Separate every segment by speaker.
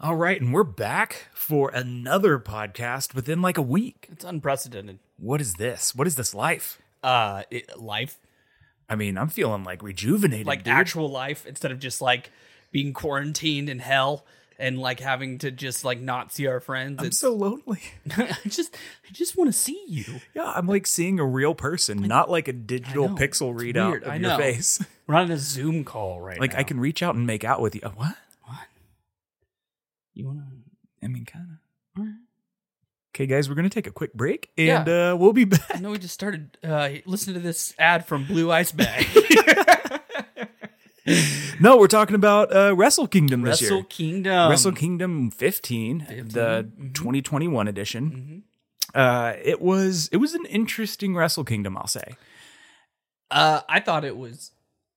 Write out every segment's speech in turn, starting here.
Speaker 1: All right, and we're back for another podcast within like a week.
Speaker 2: It's unprecedented.
Speaker 1: What is this? What is this life?
Speaker 2: Uh, it, life,
Speaker 1: I mean, I'm feeling like rejuvenated.
Speaker 2: like
Speaker 1: dude.
Speaker 2: actual life, instead of just like being quarantined in hell and like having to just like not see our friends.
Speaker 1: I'm
Speaker 2: It's,
Speaker 1: so lonely.
Speaker 2: I just, I just want to see you.
Speaker 1: Yeah, I'm like seeing a real person, not like a digital
Speaker 2: know,
Speaker 1: pixel
Speaker 2: it's
Speaker 1: readout
Speaker 2: weird,
Speaker 1: of
Speaker 2: I
Speaker 1: your
Speaker 2: know.
Speaker 1: face.
Speaker 2: We're on a Zoom call right
Speaker 1: Like
Speaker 2: now.
Speaker 1: I can reach out and make out with you. Uh, what?
Speaker 2: What? You want to?
Speaker 1: I mean, kind of.
Speaker 2: Alright.
Speaker 1: Okay, guys, we're gonna take a quick break,
Speaker 2: Yeah.
Speaker 1: and uh, we'll be back.
Speaker 2: I know we just started. Uh, listen to this ad from Blue Ice Bag.
Speaker 1: No, we're talking about uh, Wrestle Kingdom this
Speaker 2: Wrestle
Speaker 1: year.
Speaker 2: Kingdom.
Speaker 1: Wrestle Kingdom 15, the
Speaker 2: mm-hmm.
Speaker 1: 2021 edition. Uh, it was it was an interesting Wrestle Kingdom, I'll say.
Speaker 2: Uh, I thought it was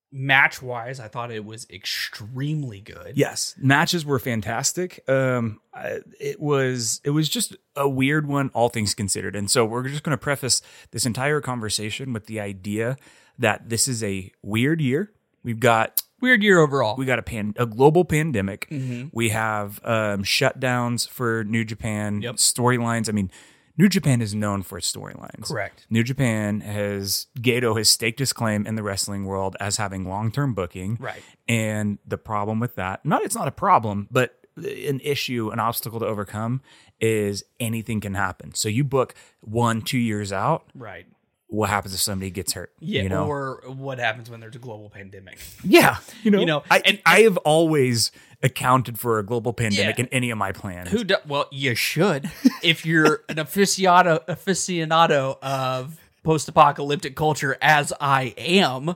Speaker 2: match wise. I thought it was extremely good.
Speaker 1: Yes, matches were fantastic. Um, I- it was it was just a weird one, all things considered. And so we're just going to preface this entire conversation with the idea that this is a weird year. We've got
Speaker 2: Weird year overall.
Speaker 1: we got a pan a global pandemic.
Speaker 2: Mm-hmm.
Speaker 1: We have um, shutdowns for New Japan
Speaker 2: Yep.
Speaker 1: storylines. I mean, New Japan is known for its storylines.
Speaker 2: Correct.
Speaker 1: New Japan has Gato has staked his claim in the wrestling world as having long term booking.
Speaker 2: Right.
Speaker 1: And the problem with that, not it's not a problem, but an issue, an obstacle to overcome is anything can happen. So you book one, two years out.
Speaker 2: right.
Speaker 1: What happens if somebody gets hurt?
Speaker 2: Yeah.
Speaker 1: you know?
Speaker 2: Or what happens when there's a global pandemic?
Speaker 1: Yeah, you know,
Speaker 2: You know,
Speaker 1: I,
Speaker 2: and-
Speaker 1: I have always accounted for a global pandemic
Speaker 2: Yeah.
Speaker 1: in any of my plans.
Speaker 2: Who? Do, well, you should if you're an aficionado aficionado of post-apocalyptic culture, as I am.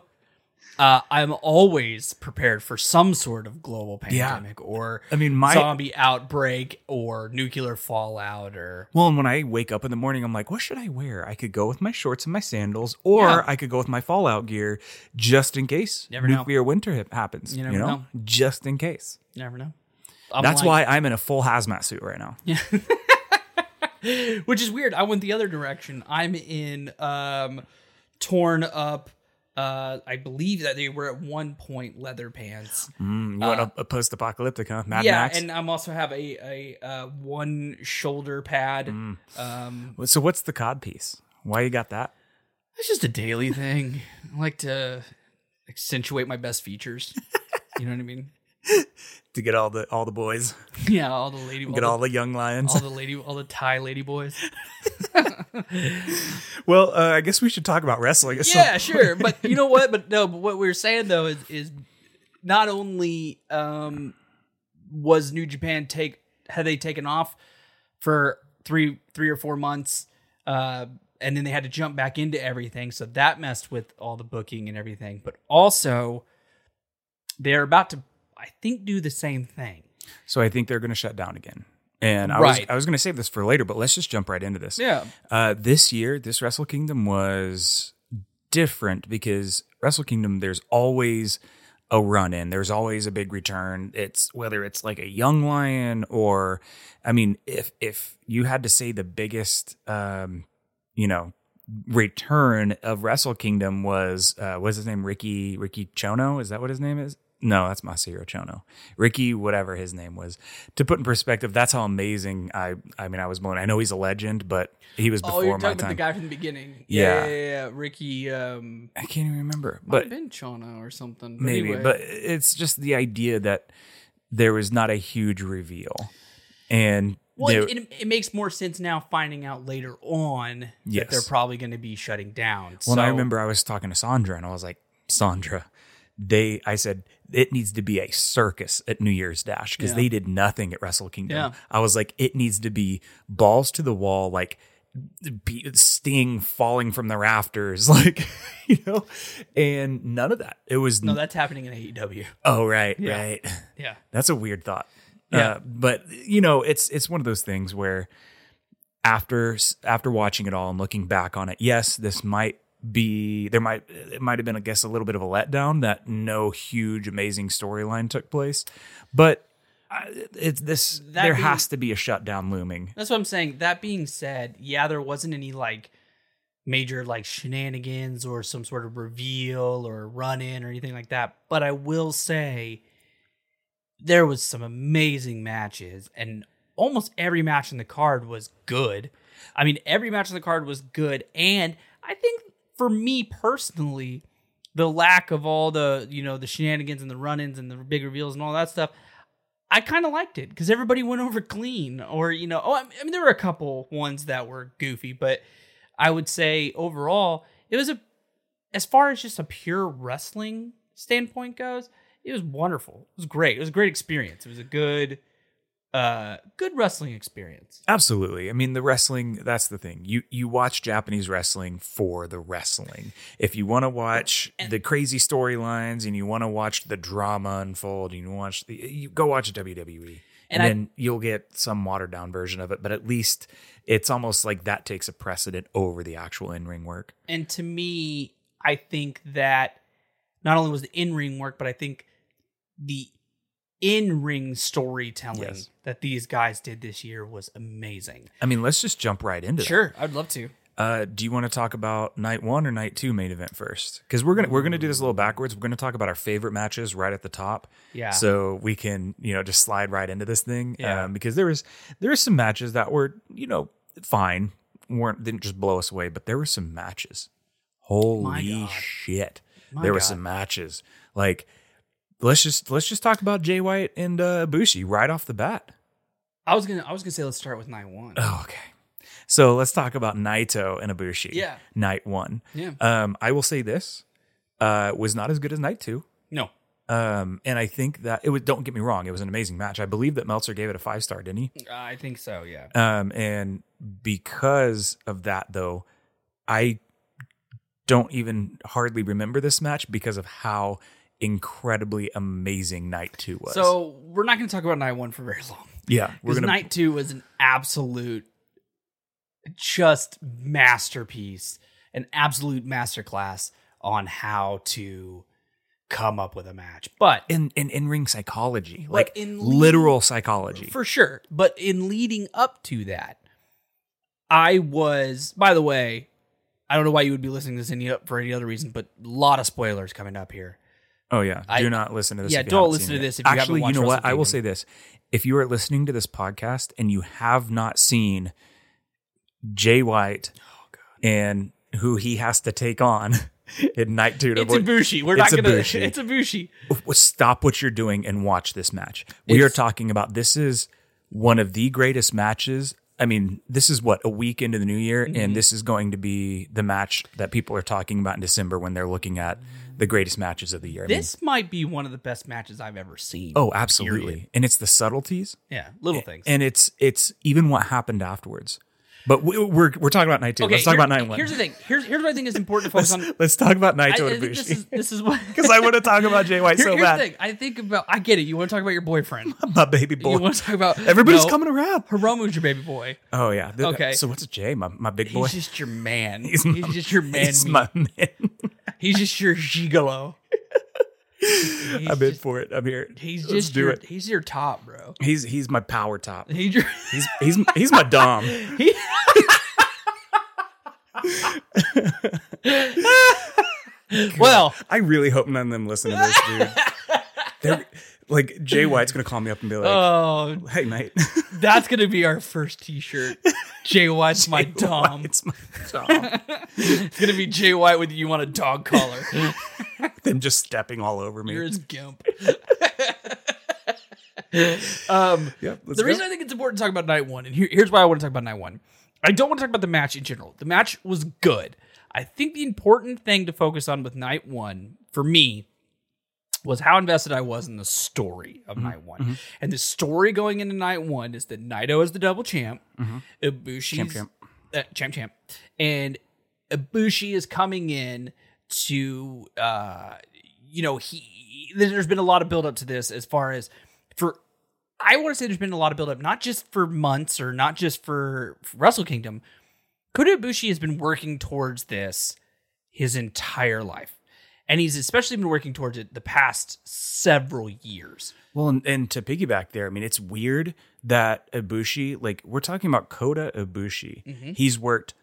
Speaker 2: Uh, I'm always prepared for some sort of global pandemic or
Speaker 1: I mean, my-
Speaker 2: zombie outbreak or nuclear fallout or
Speaker 1: well, and when I wake up in the morning, I'm like, what should I wear? I could go with my shorts and my sandals, or
Speaker 2: Yeah.
Speaker 1: I could go with my fallout gear just in case
Speaker 2: Never know.
Speaker 1: nuclear winter hip happens. You,
Speaker 2: never
Speaker 1: know?
Speaker 2: know.
Speaker 1: just in case.
Speaker 2: you never know. I'm
Speaker 1: That's
Speaker 2: like-
Speaker 1: why I'm in a full hazmat suit right now.
Speaker 2: which is weird. I went the other direction. I'm in um torn up uh I believe that they were at one point leather pants.
Speaker 1: Mm, you want a, a post-apocalyptic, huh? Mad
Speaker 2: yeah,
Speaker 1: Max.
Speaker 2: and I'm also have a a uh, one shoulder pad.
Speaker 1: Mm.
Speaker 2: Um
Speaker 1: so what's the cod piece? Why you got that?
Speaker 2: it's just a daily thing. I like to accentuate my best features. You know what I mean?
Speaker 1: To get all the all the boys,
Speaker 2: Yeah, all the lady all
Speaker 1: get
Speaker 2: the,
Speaker 1: all the young lions.
Speaker 2: all the lady all the Thai lady boys.
Speaker 1: well, uh, I guess we should talk about wrestling. at some
Speaker 2: yeah, sure. But you know what? But no. But what we were saying though is is not only um, was New Japan take had they taken off for three three or four months, uh, and then they had to jump back into everything, so that messed with all the booking and everything. But also, they're about to, I think, do the same thing.
Speaker 1: So I think they're going to shut down again. And I was
Speaker 2: Right.
Speaker 1: I was going to save this for later, but let's just jump right into this.
Speaker 2: Yeah.
Speaker 1: Uh, this year, this Wrestle Kingdom was different because Wrestle Kingdom, there's always a run in. There's always a big return. It's whether it's like a young lion or, I mean, if if you had to say the biggest, um, you know, return of Wrestle Kingdom was uh, what's his name? Ricky Ricky Chono? Is that what his name is? No, that's Masahiro Chono. Ricky, whatever his name was. To put in perspective, that's how amazing I. I mean, I was blown. I know he's a legend, but he was before
Speaker 2: oh, you're
Speaker 1: my
Speaker 2: talking about the
Speaker 1: time.
Speaker 2: guy from the beginning.
Speaker 1: Yeah.
Speaker 2: Yeah, yeah, yeah, yeah. Ricky. Um,
Speaker 1: I can't even remember,
Speaker 2: but
Speaker 1: but
Speaker 2: Ben Chono or something. But
Speaker 1: maybe.
Speaker 2: anyway.
Speaker 1: But it's just the idea that there was not a huge reveal, and
Speaker 2: Well,
Speaker 1: there-
Speaker 2: it, it, it makes more sense now finding out later on
Speaker 1: Yes.
Speaker 2: that they're probably going to be shutting down.
Speaker 1: Well, and I
Speaker 2: So-
Speaker 1: remember I was talking to Sandra and I was like, Sandra, they, I said, it needs to be a circus at New Year's Dash because
Speaker 2: Yeah.
Speaker 1: they did nothing at Wrestle Kingdom.
Speaker 2: Yeah.
Speaker 1: I was like, it needs to be balls to the wall, like be, Sting falling from the rafters, like, you know, and none of that. It was,
Speaker 2: No, that's happening in E AEW.
Speaker 1: oh, right, right.
Speaker 2: Yeah.
Speaker 1: That's a weird thought.
Speaker 2: Yeah.
Speaker 1: Uh, but you know, it's it's one of those things where after after watching it all and looking back on it, yes, this might be there might it might have been I guess a little bit of a letdown that no huge amazing storyline took place, but I- it's this
Speaker 2: That
Speaker 1: there
Speaker 2: being-
Speaker 1: has to be a shutdown looming.
Speaker 2: That's what I'm saying. That being said, yeah, there wasn't any like major like shenanigans or some sort of reveal or run in or anything like that. But I will say there was some amazing matches, and almost every match in the card was good. I mean, every match in the card was good, and I think for me personally, the lack of all the you know the shenanigans and the run-ins and the big reveals and all that stuff, I kind of liked it because everybody went over clean, or you know, oh, I mean, there were a couple ones that were goofy, but I would say overall, it was a as far as just a pure wrestling standpoint goes, it was wonderful. It was great. It was a great experience. It was a good, uh, good wrestling experience.
Speaker 1: Absolutely. I mean, the wrestling, that's the thing. You you watch Japanese wrestling for the wrestling. If you want to watch the crazy storylines and you want to watch the drama unfold, and you watch the you go watch WWE. And,
Speaker 2: And I-
Speaker 1: then you'll get some watered down version of it, but at least it's almost like that takes a precedent over the actual in ring work.
Speaker 2: And to me, I think that not only was the in ring work, but I think the in ring storytelling
Speaker 1: Yes.
Speaker 2: that these guys did this year was amazing.
Speaker 1: I mean, let's just jump right into that.
Speaker 2: Sure, I'd love to.
Speaker 1: Uh, do you want to talk about night one or night two main event first? Because we're gonna we're gonna do this a little backwards. We're gonna talk about our favorite matches right at the top,
Speaker 2: Yeah.
Speaker 1: so we can you know just slide right into this thing.
Speaker 2: Yeah.
Speaker 1: Um, because there was there were some matches that were you know fine weren't didn't just blow us away, but there were some matches. Holy
Speaker 2: God.
Speaker 1: shit!
Speaker 2: My
Speaker 1: there were
Speaker 2: God.
Speaker 1: some matches. Like let's just let's just talk about Jay White and uh, Bushi right off the bat.
Speaker 2: I was gonna, I was gonna say, let's start with night one.
Speaker 1: Oh, okay. So let's talk about Naito and Ibushi.
Speaker 2: Yeah.
Speaker 1: Night one.
Speaker 2: Yeah.
Speaker 1: Um, I will say this uh, was not as good as night two.
Speaker 2: No,
Speaker 1: Um, and I think that it was, don't get me wrong, it was an amazing match. I believe that Meltzer gave it a five star, didn't he?
Speaker 2: I think so. Yeah.
Speaker 1: Um, and because of that, though, I don't even hardly remember this match because of how incredibly amazing night two was.
Speaker 2: So we're not gonna talk about night one for very long.
Speaker 1: yeah, we're
Speaker 2: Because
Speaker 1: gonna
Speaker 2: night two was an absolute, just masterpiece, an absolute masterclass on how to come up with a match. But
Speaker 1: in in in ring psychology, like
Speaker 2: in
Speaker 1: literal psychology.
Speaker 2: for sure. But in leading up to that, I was. By the way, I don't know why you would be listening to this any for any other reason, but a lot of spoilers coming up here.
Speaker 1: Oh yeah,
Speaker 2: I-
Speaker 1: do not listen to this.
Speaker 2: Yeah,
Speaker 1: if you
Speaker 2: don't
Speaker 1: haven't
Speaker 2: listen
Speaker 1: seen
Speaker 2: to
Speaker 1: it.
Speaker 2: this if you haven't
Speaker 1: Actually,
Speaker 2: watched
Speaker 1: know what? I will
Speaker 2: WrestleKingdom.
Speaker 1: say this: if you are listening to this podcast and you have not seen Jay White
Speaker 2: Oh,
Speaker 1: and who he has to take on in Night Two, to
Speaker 2: It's a
Speaker 1: avoid-
Speaker 2: bushy. We're
Speaker 1: It's
Speaker 2: not gonna.
Speaker 1: Ibushi. Mm.
Speaker 2: It's a bushy.
Speaker 1: stop what you're doing and watch this match. We are
Speaker 2: It's-
Speaker 1: talking about this is one of the greatest matches. I mean, this is what a week into the new year,
Speaker 2: Mm-hmm.
Speaker 1: and this is going to be the match that people are talking about in December when they're looking at the greatest matches of the year. I mean,
Speaker 2: This might be one of the best matches I've ever seen.
Speaker 1: oh, absolutely, and it's the subtleties.
Speaker 2: yeah, little things.
Speaker 1: and it's it's even what happened afterwards. But we, we're we're talking about night two. Let's talk
Speaker 2: here-
Speaker 1: about night one.
Speaker 2: Here's the thing. Here's here's what I think is important to focus on.
Speaker 1: Let's talk about
Speaker 2: I,
Speaker 1: Naito
Speaker 2: I
Speaker 1: and
Speaker 2: think this is
Speaker 1: Ibushi
Speaker 2: this is what
Speaker 1: because I want to talk about Jay White
Speaker 2: Here-
Speaker 1: so
Speaker 2: here's
Speaker 1: bad.
Speaker 2: the thing. I think about. I get it. You want to talk about your boyfriend.
Speaker 1: My baby boy.
Speaker 2: You want to talk about
Speaker 1: Everybody's
Speaker 2: no,
Speaker 1: coming around.
Speaker 2: Hiromu's your baby boy.
Speaker 1: Oh yeah. The-
Speaker 2: Okay.
Speaker 1: So what's Jay? My my big boy.
Speaker 2: He's just your man.
Speaker 1: He's
Speaker 2: He's,
Speaker 1: my-
Speaker 2: just your man.
Speaker 1: He's
Speaker 2: meat.
Speaker 1: my man.
Speaker 2: He's just your gigolo. he's
Speaker 1: I'm in
Speaker 2: just,
Speaker 1: for it. I'm here.
Speaker 2: he's
Speaker 1: Let's
Speaker 2: just
Speaker 1: do
Speaker 2: your,
Speaker 1: it.
Speaker 2: He's your top, bro.
Speaker 1: He's he's my power top.
Speaker 2: He's your.
Speaker 1: He's he's he's my dom.
Speaker 2: He- well,
Speaker 1: I really hope none of them listen to this, dude. They're like Jay White's gonna call me up and be like,
Speaker 2: oh,
Speaker 1: "Hey, mate."
Speaker 2: that's gonna be our first T-shirt. Jay White's my dom.
Speaker 1: It's my dom.
Speaker 2: It's gonna be Jay White with you on a dog collar.
Speaker 1: them just stepping all over me.
Speaker 2: You're his gimp. um,
Speaker 1: Yep, let's go.
Speaker 2: the reason I think it's important to talk about night one, and here, here's why I want to talk about night one. I don't want to talk about the match in general. The match was good. I think the important thing to focus on with night one for me was how invested I was in the story
Speaker 1: Mm-hmm.
Speaker 2: of night one. And the story going into night one is that Naito is the double champ, Ibushi's
Speaker 1: Mm-hmm. Champ, champ.
Speaker 2: uh, champ champ, and Ibushi is coming in to uh, you know he. There's been a lot of build up to this as far as for I want to say there's been a lot of build up, not just for months or not just for, for Wrestle Kingdom. Kota Ibushi has been working towards this his entire life. And he's especially been working towards it the past several years.
Speaker 1: well, and, and to piggyback there, I mean, it's weird that Ibushi, like we're talking about Kota Ibushi, he's worked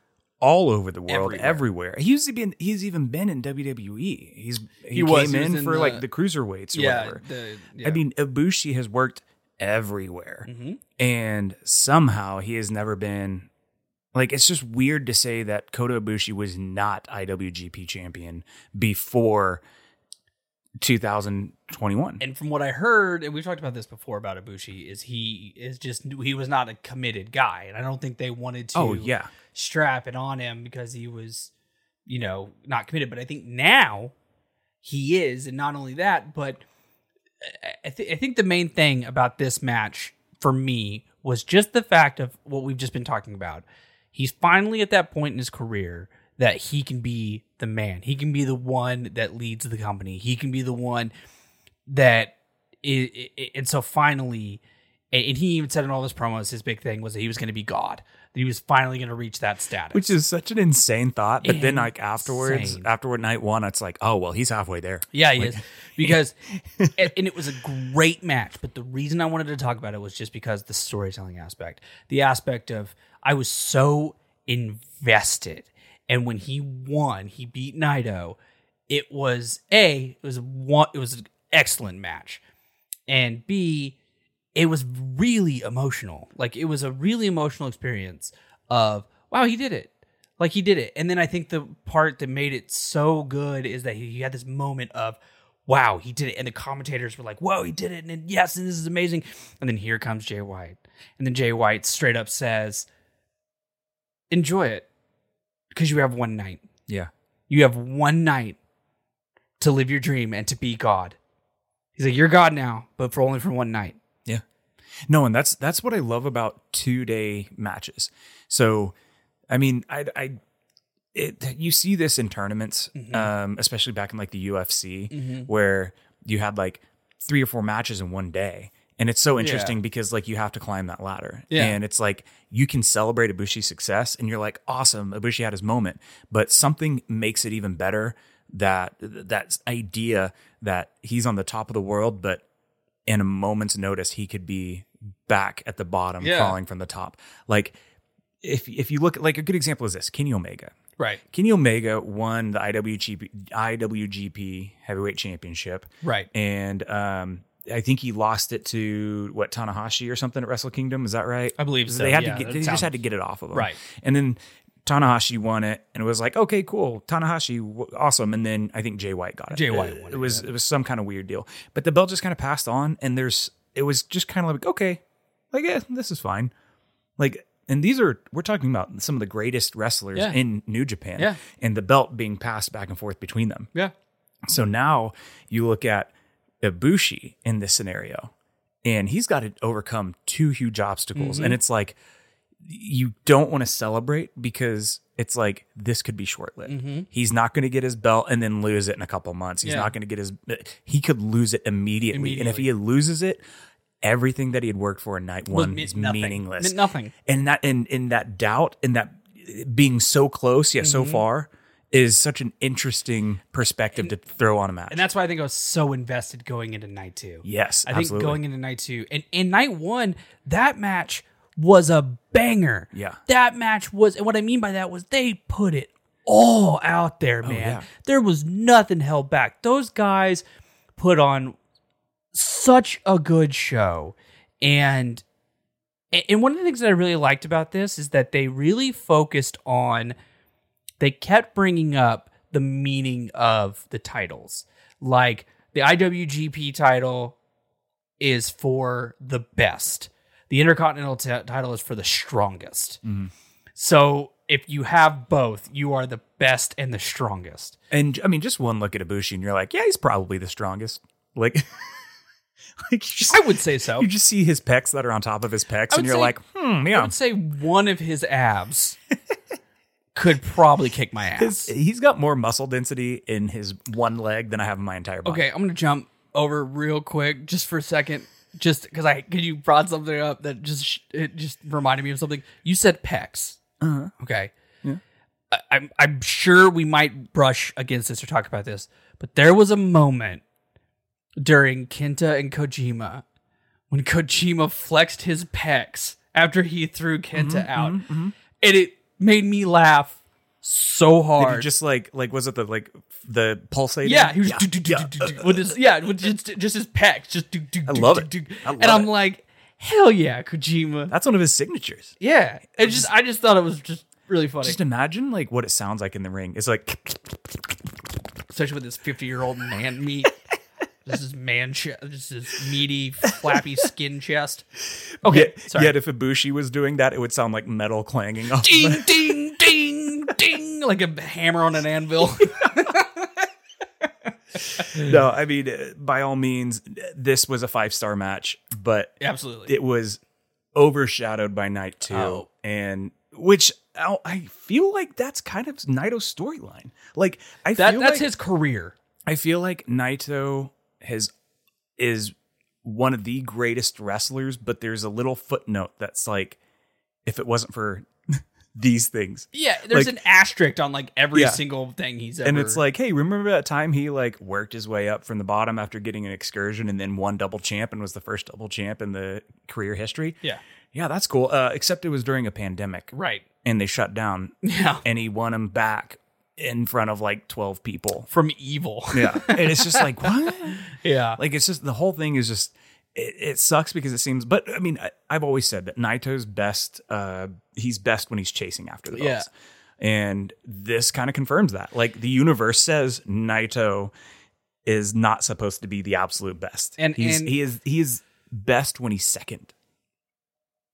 Speaker 1: all over the world,
Speaker 2: Mm-hmm. Everywhere.
Speaker 1: everywhere. He's even he's even been in WWE. He's he,
Speaker 2: He was.
Speaker 1: came
Speaker 2: He was
Speaker 1: in
Speaker 2: in
Speaker 1: for
Speaker 2: the-
Speaker 1: like the cruiserweights or whatever.
Speaker 2: the-
Speaker 1: I
Speaker 2: yeah. Mm-hmm.
Speaker 1: mean, Ibushi has worked everywhere, and somehow he has never been. Like it's just weird to say that Kota Ibushi was not IWGP champion before 2021.
Speaker 2: and from what I heard, and we've talked about this before about Ibushi, is he is just he was not a committed guy, and I don't think they wanted to
Speaker 1: Oh yeah,
Speaker 2: strap it on him because he was, you know, not committed. But I think now he is, and not only that, but I- I, th- I think the main thing about this match for me was just the fact of what we've just been talking about. He's finally at that point in his career that he can be the man. He can be the one that leads the company. He can be the one that i i and so finally and and he even said in all his promos his big thing was that he was going to be god that he was finally going to reach that status
Speaker 1: which is such an insane thought. But then like afterwards,
Speaker 2: Insane.
Speaker 1: afterward night one, it's like oh well, he's halfway there.
Speaker 2: Yeah, he is. Because, and, and it was a great match. But the reason I wanted to talk about it was just because the storytelling aspect, the aspect of I was so invested. And when he won, he beat Naito. It was a, it was one, it was an excellent match, and B, it was really emotional. Like it was a really emotional experience of wow, he did it. Like he did it. And then I think the part that made it so good is that he he had this moment of wow, he did it. And the commentators were like, whoa, he did it. And then, yes, and this is amazing. And then here comes Jay White. And then Jay White straight up says, enjoy it because you have one night.
Speaker 1: Yeah,
Speaker 2: You have one night to live your dream and to be God. He's like, you're God now, but for only for one night.
Speaker 1: Yeah. No, and that's that's what I love about two day matches. So, I mean, I, I, it you see this in tournaments, um, especially back in like the UFC, where you had like three or four matches in one day, and it's so interesting because like you have to climb that ladder,
Speaker 2: Yeah.
Speaker 1: and it's like you can celebrate Ibushi's success, and you're like, awesome, Ibushi had his moment, but something makes it even better that that idea that he's on the top of the world, but in a moment's notice he could be back at the bottom
Speaker 2: Yeah.
Speaker 1: crawling from the top like if if you look at like a good example is this kenny omega
Speaker 2: Right.
Speaker 1: kenny omega won the iwgp iwgp heavyweight championship
Speaker 2: Right.
Speaker 1: and um i think he lost it to what tanahashi or something at wrestle kingdom is that right
Speaker 2: I believe so.
Speaker 1: they had
Speaker 2: Yeah,
Speaker 1: to get
Speaker 2: that
Speaker 1: they
Speaker 2: sounds-
Speaker 1: just had to get it off of him
Speaker 2: Right.
Speaker 1: and then Tanahashi won it, and it was like, okay, cool, Tanahashi, w- awesome. And then I think Jay White got it.
Speaker 2: Jay White
Speaker 1: Uh,
Speaker 2: won
Speaker 1: it was it was some kind of weird deal, but the belt just kind of passed on, and there's it was just kind of like, okay, like yeah, this is fine. Like, and these are we're talking about some of the greatest wrestlers
Speaker 2: Yeah.
Speaker 1: in New Japan,
Speaker 2: Yeah.
Speaker 1: and the belt being passed back and forth between them.
Speaker 2: Yeah.
Speaker 1: So now you look at Ibushi in this scenario, and he's got to overcome two huge obstacles.
Speaker 2: Mm-hmm.
Speaker 1: And it's like, you don't want to celebrate because it's like this could be short lived. He's not going to get his belt and then lose it in a couple months. He's
Speaker 2: Mm-hmm. Yeah.
Speaker 1: not going to get his, he could lose it immediately. And if he loses it, everything that he had worked for in night
Speaker 2: Was
Speaker 1: one
Speaker 2: meant
Speaker 1: is
Speaker 2: nothing.
Speaker 1: meaningless
Speaker 2: Meant nothing.
Speaker 1: and that and in that doubt and that being so close yet
Speaker 2: Mm-hmm.
Speaker 1: so far is such an interesting perspective to throw on a match.
Speaker 2: And that's why I think I was so invested going into night two.
Speaker 1: yes,
Speaker 2: I
Speaker 1: absolutely.
Speaker 2: think going into night two and in night one, that match was a banger.
Speaker 1: Yeah.
Speaker 2: That match was, and what I mean by that was they put it all out there, man.
Speaker 1: yeah.
Speaker 2: There was nothing held back. Those guys put on such a good show. And and one of the things that I really liked about this is that they really focused on they kept bringing up the meaning of the titles. Like the IWGP title is for the best. The Intercontinental t- title is for the strongest. So if you have both, you are the best and the strongest.
Speaker 1: and I mean, just one look at Ibushi and you're like, yeah, he's probably the strongest. Like, like you just,
Speaker 2: I would say so.
Speaker 1: you just see his pecs that are on top of his pecs,
Speaker 2: would
Speaker 1: and you're
Speaker 2: say-
Speaker 1: like, hmm,
Speaker 2: I
Speaker 1: yeah,
Speaker 2: would say one of his abs could probably kick my
Speaker 1: His-
Speaker 2: ass.
Speaker 1: he's got more muscle density in his one leg than I have in my entire body.
Speaker 2: Okay, I'm gonna jump over real quick just for a second, just because I could you brought something up that just sh- it just reminded me of something. You said pecs.
Speaker 1: Uh-huh.
Speaker 2: Okay. I, I'm I'm sure we might brush against this or talk about this, but there was a moment during Kenta and Kojima when Kojima flexed
Speaker 1: Mm-hmm,
Speaker 2: his pecs after he threw Kenta out, and it made me laugh so
Speaker 1: Did he
Speaker 2: hard.
Speaker 1: just like like was it the like the pulsating?
Speaker 2: yeah, he was do- do- do- do- do- with his yeah, with just just his pecs, just do, do,
Speaker 1: I
Speaker 2: do-
Speaker 1: love
Speaker 2: do-
Speaker 1: it.
Speaker 2: do.
Speaker 1: I
Speaker 2: and
Speaker 1: love
Speaker 2: I'm
Speaker 1: it.
Speaker 2: like, hell yeah, Kojima.
Speaker 1: That's one of his signatures.
Speaker 2: Yeah, it just I just thought it was just really funny,
Speaker 1: Just imagine like what it sounds like in the ring. It's like
Speaker 2: especially with this 50 year old man meat. this is man chest. This is meaty, flappy skin chest. Okay,
Speaker 1: yet,
Speaker 2: sorry.
Speaker 1: yet if Ibushi was doing that, it would sound like metal clanging off. the-
Speaker 2: ding, ding, ding, ding, like a hammer on an anvil.
Speaker 1: no, I mean uh, by all means, this was a five star match, but
Speaker 2: Absolutely.
Speaker 1: it was overshadowed by night two,
Speaker 2: Oh.
Speaker 1: and which I, I feel like that's kind of Naito's storyline. Like I
Speaker 2: that
Speaker 1: feel
Speaker 2: that's
Speaker 1: like,
Speaker 2: his career.
Speaker 1: I feel like Naito has is one of the greatest wrestlers, but there's a little footnote that's like, if it wasn't for these things,
Speaker 2: Yeah, there's
Speaker 1: Like-
Speaker 2: an asterisk on like every
Speaker 1: Yeah.
Speaker 2: single thing he's ever.
Speaker 1: and it's like, hey, remember that time he like worked his way up from the bottom after getting an excursion and then won double champ and was the first double champ in the career history?
Speaker 2: yeah,
Speaker 1: Yeah, that's cool. Uh, except it was during a pandemic
Speaker 2: right.
Speaker 1: and they shut down,
Speaker 2: Yeah,
Speaker 1: and he won him back in front of like twelve people.
Speaker 2: from evil.
Speaker 1: Yeah, and it's just like what?
Speaker 2: yeah,
Speaker 1: Like it's just the whole thing is just it, it sucks because it seems. But I mean, I, I've always said that Naito's best. Uh, he's best when he's chasing after the belts.
Speaker 2: Yeah.
Speaker 1: And this kind of confirms that. Like the universe says, Naito is not supposed to be the absolute best.
Speaker 2: And-
Speaker 1: he's,
Speaker 2: and-
Speaker 1: he is he is best when he's second.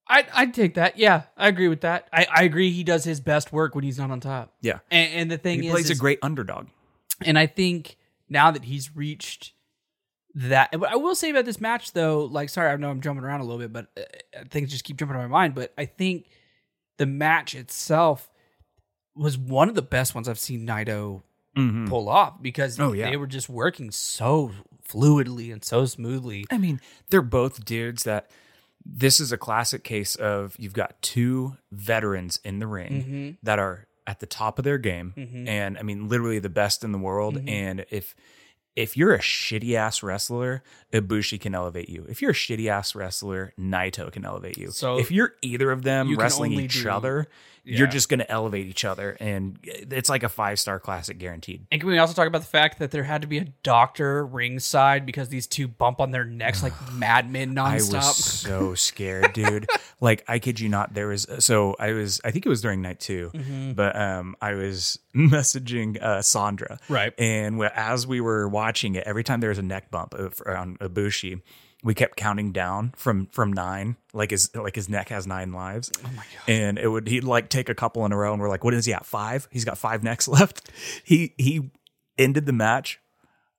Speaker 2: I I take that. Yeah, I agree with that. I I agree. He does his best work when he's not on top.
Speaker 1: Yeah,
Speaker 2: And, and the thing
Speaker 1: he
Speaker 2: is,
Speaker 1: plays a
Speaker 2: is-
Speaker 1: great underdog.
Speaker 2: and I think now that he's reached that, and what I will say about this match though, like sorry, I know I'm jumping around a little bit, but uh, uh, things just keep jumping in my mind. But I think the match itself was one of the best ones I've seen Naito
Speaker 1: Mhm.
Speaker 2: pull off because
Speaker 1: Oh, yeah.
Speaker 2: they were just working so fluidly and so smoothly.
Speaker 1: I mean, they're both dudes that this is a classic case of you've got two veterans in the ring
Speaker 2: Mhm.
Speaker 1: that are at the top of their game
Speaker 2: Mhm.
Speaker 1: and I mean literally the best in the world
Speaker 2: Mhm.
Speaker 1: and if if you're a shitty ass wrestler, Ibushi can elevate you. If you're a shitty ass wrestler, Naito can elevate you.
Speaker 2: So-
Speaker 1: if you're either of them
Speaker 2: You can
Speaker 1: wrestling
Speaker 2: only
Speaker 1: each
Speaker 2: do-
Speaker 1: other,
Speaker 2: Yeah.
Speaker 1: you're just going to elevate each other and it's like a five-star classic guaranteed.
Speaker 2: And can we also talk about the fact that there had to be a doctor ringside because these two bump on their necks like madmen
Speaker 1: I
Speaker 2: nonstop?
Speaker 1: was so scared, dude. like I kid you not, there was so I was I think it was during night 2 but um I was messaging uh Sandra.
Speaker 2: Right.
Speaker 1: And wh- as we were watching it, every time there was a neck bump of- on Ibushi, we kept counting down from from 9, like his like his neck has 9 lives. Oh my god. And it would he'd like take a couple in a row and we're like, what is he at? 5? He's got 5 necks left. He he ended the match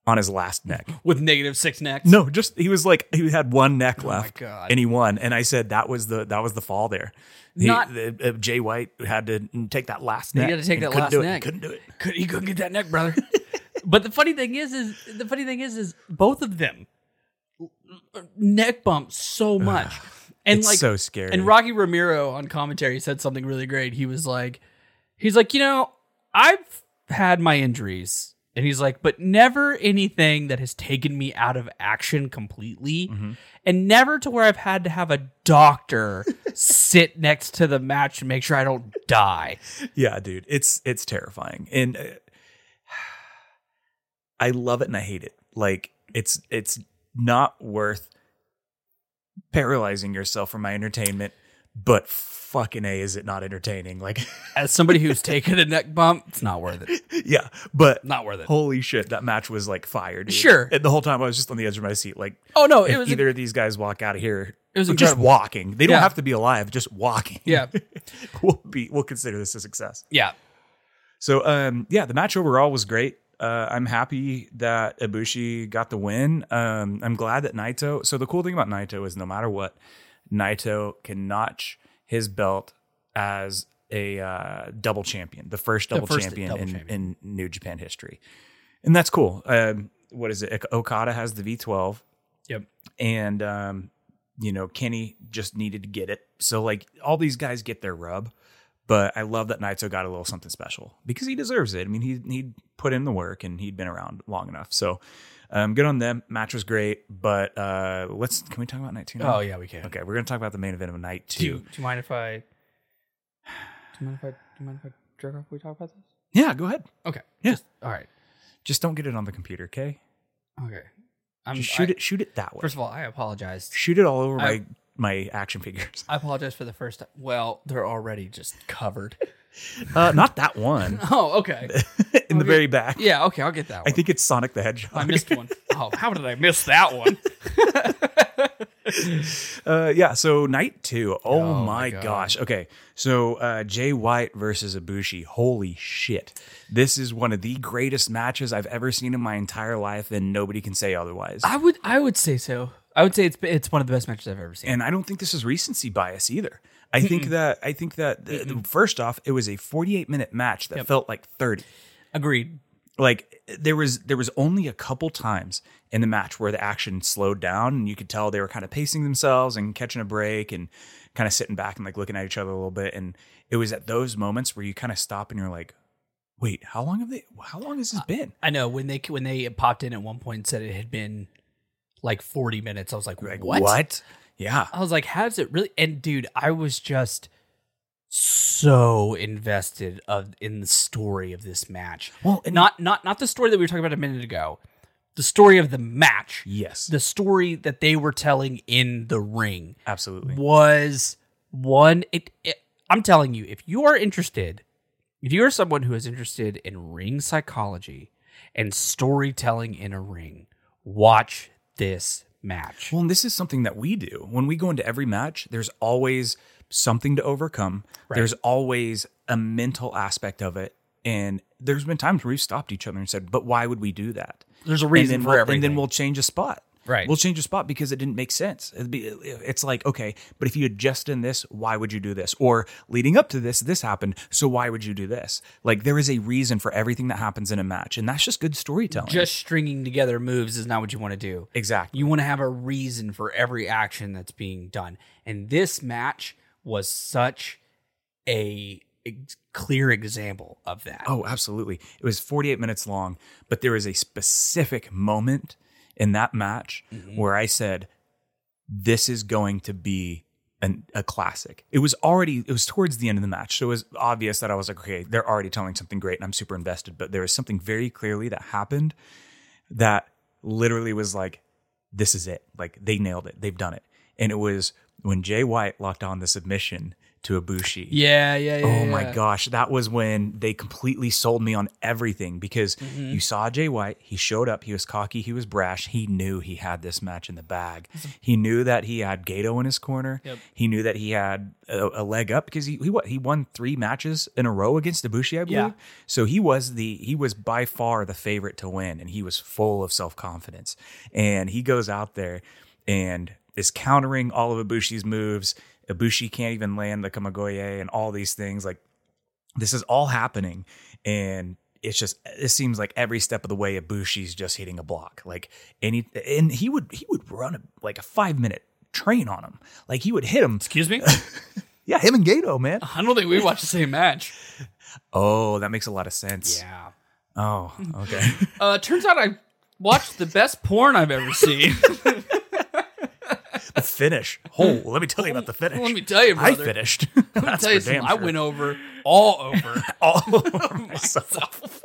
Speaker 1: on his last neck.
Speaker 2: with negative six necks.
Speaker 1: No, just he was like he had one neck left,
Speaker 2: Oh God.
Speaker 1: and he won. And I said that was the that was the fall there. He,
Speaker 2: Not-
Speaker 1: the, uh, Jay White had to take that last neck.
Speaker 2: had to
Speaker 1: and
Speaker 2: take that
Speaker 1: couldn't
Speaker 2: last
Speaker 1: do it.
Speaker 2: neck.
Speaker 1: couldn't do it.
Speaker 2: Could, he couldn't get that neck, brother. but the funny thing is, is the funny thing is, is both of them neck bump so much, and
Speaker 1: It's
Speaker 2: like
Speaker 1: so scary.
Speaker 2: And Rocky Ramiro on commentary said something really great. He was like, he's like, you know, I've had my injuries. And he's like, but never anything that has taken me out of action completely. And never to where I've had to have a doctor sit next to the match to make sure I don't die.
Speaker 1: yeah, dude, it's it's terrifying, and uh, I love it and I hate it. Like it's it's not worth paralyzing yourself for my entertainment, but fucking a is it not entertaining? Like,
Speaker 2: As somebody who's taken a neck bump, it's not worth it.
Speaker 1: yeah, but
Speaker 2: Not worth it.
Speaker 1: Holy shit, that match was like fire, dude.
Speaker 2: Sure.
Speaker 1: And the whole time I was just on the edge of my seat, like,
Speaker 2: Oh, no,
Speaker 1: if
Speaker 2: it was.
Speaker 1: either of these guys walk out of here,
Speaker 2: It was
Speaker 1: just
Speaker 2: incredible.
Speaker 1: walking. They don't
Speaker 2: Yeah.
Speaker 1: have to be alive, just walking.
Speaker 2: yeah.
Speaker 1: we'll be we'll consider this a success.
Speaker 2: Yeah.
Speaker 1: So um yeah, the match overall was great. Uh, I'm happy that Ibushi got the win. Um, I'm glad that Naito. So the cool thing about Naito is no matter what, Naito can notch his belt as a uh, double champion, the first double,
Speaker 2: first
Speaker 1: champion,
Speaker 2: double
Speaker 1: in,
Speaker 2: champion.
Speaker 1: in New Japan history, and that's cool. Um, what is it? Okada has the V12
Speaker 2: Yep.
Speaker 1: and um, you know Kenny just needed to get it. So like all these guys get their rub, but I love that Naito got a little something special because he deserves it. I mean he he put in the work and he'd been around long enough. So um, good on them. Match was great, but uh, let's can we talk about night two? Now?
Speaker 2: Oh, yeah, we can.
Speaker 1: Okay, we're gonna talk about the main event of night
Speaker 2: Do you,
Speaker 1: two.
Speaker 2: do you mind if I. Do you mind if I. Do you mind if I jerk off? We talk about this?
Speaker 1: Yeah, go ahead.
Speaker 2: Okay.
Speaker 1: Yeah.
Speaker 2: Just, all right.
Speaker 1: Just don't get it on the computer, okay?
Speaker 2: Okay. I'm,
Speaker 1: Just shoot
Speaker 2: I-
Speaker 1: it. Shoot it that way.
Speaker 2: First of all, I apologize.
Speaker 1: shoot it all over
Speaker 2: I-
Speaker 1: my my action figures.
Speaker 2: I apologize for the first. ti- Well, they're already just covered.
Speaker 1: Uh, not that one
Speaker 2: oh, okay.
Speaker 1: in the very back.
Speaker 2: Yeah, okay. I'll get
Speaker 1: I
Speaker 2: that one.
Speaker 1: think it's Sonic the Hedgehog.
Speaker 2: I missed one. Oh, how did I miss that one?
Speaker 1: Uh, yeah, so night two. Oh,
Speaker 2: Oh my
Speaker 1: my
Speaker 2: God.
Speaker 1: gosh. Okay, so uh, Jay White versus Ibushi. Holy shit. This is one of the greatest matches I've ever seen in my entire life, and nobody can say otherwise.
Speaker 2: I would. I would say so. I would say it's it's one of the best matches I've ever seen.
Speaker 1: and I don't think this is recency bias either. I think that I think that uh, first off, it was a 48 minute match that felt like 30.
Speaker 2: Agreed.
Speaker 1: Like there was there was only a couple times in the match where the action slowed down, and you could tell they were kind of pacing themselves and catching a break and kind of sitting back and like looking at each other a little bit. And it was at those moments where you kind of stop and you're like, "Wait, how long have they? How long has this been?"
Speaker 2: I know when they when they popped in at one point and said it had been like forty minutes. I was like,
Speaker 1: Like
Speaker 2: what?
Speaker 1: Yeah,
Speaker 2: I was like, how's it really? And dude, I was just so invested of in the story of this match.
Speaker 1: Well, and-
Speaker 2: not not not the story that we were talking about a minute ago. The story of the match.
Speaker 1: yes,
Speaker 2: The story that they were telling in the ring
Speaker 1: absolutely.
Speaker 2: was one. It, it, I'm telling you, if you are interested, if you are someone who is interested in ring psychology and storytelling in a ring, watch this match.
Speaker 1: Well, and this is something that we do when we go into every match. There's always something to overcome. There's always a mental aspect of it, and there's been times where we've stopped each other and said, "But why would we do that?"
Speaker 2: There's a reason
Speaker 1: and then
Speaker 2: for
Speaker 1: we'll, And
Speaker 2: everything.
Speaker 1: then we'll change a spot.
Speaker 2: Right.
Speaker 1: We'll change a spot because it didn't make sense. It'd be, it's like, okay, but if you had just done this, why would you do this? Or leading up to this, this happened. So why would you do this? Like, there is a reason for everything that happens in a match. And that's just good storytelling.
Speaker 2: just stringing together moves is not what you want to do.
Speaker 1: exactly.
Speaker 2: You want to have a reason for every action that's being done. And this match was such a ex- clear example of that.
Speaker 1: Oh, absolutely. It was 48 minutes long, but there was a specific moment in that match where I said, this is going to be an, a classic. It was already, it was towards the end of the match. So it was obvious that I was like, okay, they're already telling something great and I'm super invested. But there was something very clearly that happened that literally was like, this is it. Like they nailed it. They've done it. And it was when Jay White locked on the submission to Ibushi.
Speaker 2: Yeah, yeah, yeah.
Speaker 1: Oh
Speaker 2: yeah.
Speaker 1: my gosh, that was when they completely sold me on everything because
Speaker 2: Mm-hmm.
Speaker 1: you saw Jay White, he showed up, he was cocky, he was brash, he knew he had this match in the bag. He knew that he had Gato in his corner.
Speaker 2: Yep.
Speaker 1: He knew that he had a, a leg up because he, he what he won 3 matches in a row against Ibushi, I believe.
Speaker 2: Yeah.
Speaker 1: So he was the he was by far the favorite to win, and he was full of self confidence. And he goes out there and is countering all of Ibushi's moves. Ibushi can't even land the Kamagoye and all these things. Like this is all happening, and it's just it seems like every step of the way Ibushi's just hitting a block. Like any and he would he would run a, like a five minute train on him. Like he would hit him.
Speaker 2: Excuse me?
Speaker 1: Yeah, him and Gato, man.
Speaker 2: I don't think we watched the same match.
Speaker 1: Oh, that makes a lot of sense.
Speaker 2: Yeah.
Speaker 1: Oh, okay.
Speaker 2: Uh, turns out I watched the best porn I've ever seen.
Speaker 1: the finish. Oh, let me tell you about the finish.
Speaker 2: Let me tell you, brother.
Speaker 1: I finished.
Speaker 2: I'll
Speaker 1: That's
Speaker 2: tell you
Speaker 1: for damn
Speaker 2: something. I
Speaker 1: sure. Oh,
Speaker 2: went over, all over.
Speaker 1: all over myself.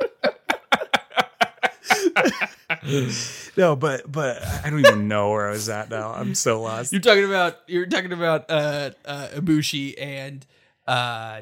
Speaker 1: no, but but I don't even know where I was at now. I'm so lost.
Speaker 2: You're talking about you're talking about uh, uh, Ibushi and uh,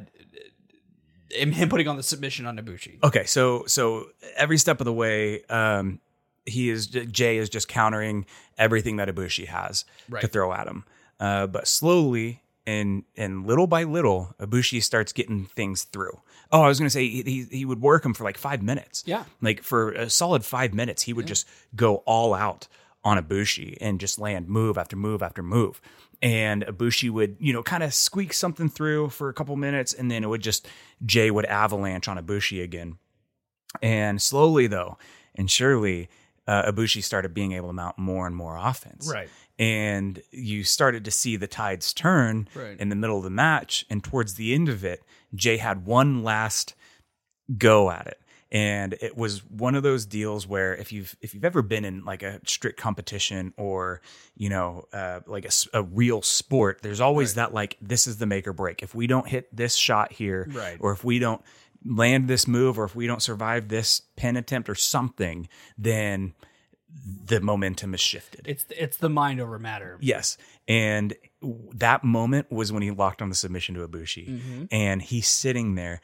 Speaker 2: him him putting on the submission on Ibushi.
Speaker 1: Okay, so so every step of the way, um, he is Jay is just countering everything that Ibushi has to
Speaker 2: Right.
Speaker 1: throw at him. Uh, but slowly and and little by little, Ibushi starts getting things through. Oh, I was gonna say he he, he would work him for like five minutes.
Speaker 2: Yeah.
Speaker 1: like for a solid five minutes, he would just go all out on Ibushi and just land move after move after move. And Ibushi would, you know, kind of squeak something through for a couple minutes, and then it would just Jay would avalanche on Ibushi again. And slowly, though, and surely, uh, Ibushi started being able to mount more and more offense.
Speaker 2: Right.
Speaker 1: And you started to see the tides turn
Speaker 2: Right.
Speaker 1: in the middle of the match. And towards the end of it, Jay had one last go at it. And it was one of those deals where if you've if you've ever been in like a strict competition or you know uh, like a, s- a real sport, there's always that like this is the make or break. If we don't hit this shot here,
Speaker 2: Right.
Speaker 1: or if we don't land this move or if we don't survive this pin attempt or something, then the momentum is shifted.
Speaker 2: It's it's the mind over matter.
Speaker 1: Yes. And w- that moment was when he locked on the submission to Ibushi.
Speaker 2: Mm-hmm.
Speaker 1: And he's sitting there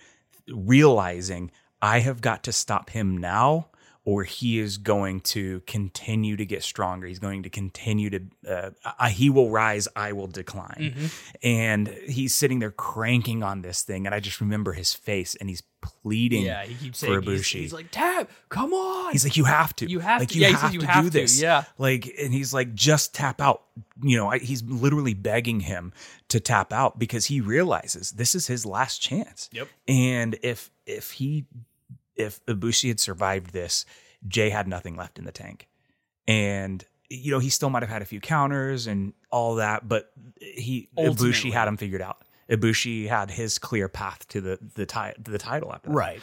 Speaker 1: realizing I have got to stop him now or he is going to continue to get stronger. He's going to continue to, uh, I, he will rise, I will decline.
Speaker 2: Mm-hmm.
Speaker 1: And he's sitting there cranking on this thing. And I just remember his face and he's pleading
Speaker 2: Yeah, he keeps
Speaker 1: for
Speaker 2: saying he's,
Speaker 1: Ibushi.
Speaker 2: he's like, "Tab, come on."
Speaker 1: He's like, you have to.
Speaker 2: You have
Speaker 1: like,
Speaker 2: to. Yeah, he said you have
Speaker 1: do
Speaker 2: to.
Speaker 1: this.
Speaker 2: Yeah.
Speaker 1: Like, and he's like, just tap out. You know, I, he's literally begging him to tap out because he realizes this is his last chance.
Speaker 2: Yep.
Speaker 1: And if if he if Ibushi had survived this, Jay had nothing left in the tank, and you know he still might have had a few counters and all that, but he
Speaker 2: Ultimately.
Speaker 1: Ibushi had him figured out. Ibushi had his clear path to the the, ti- to the title after that.
Speaker 2: right.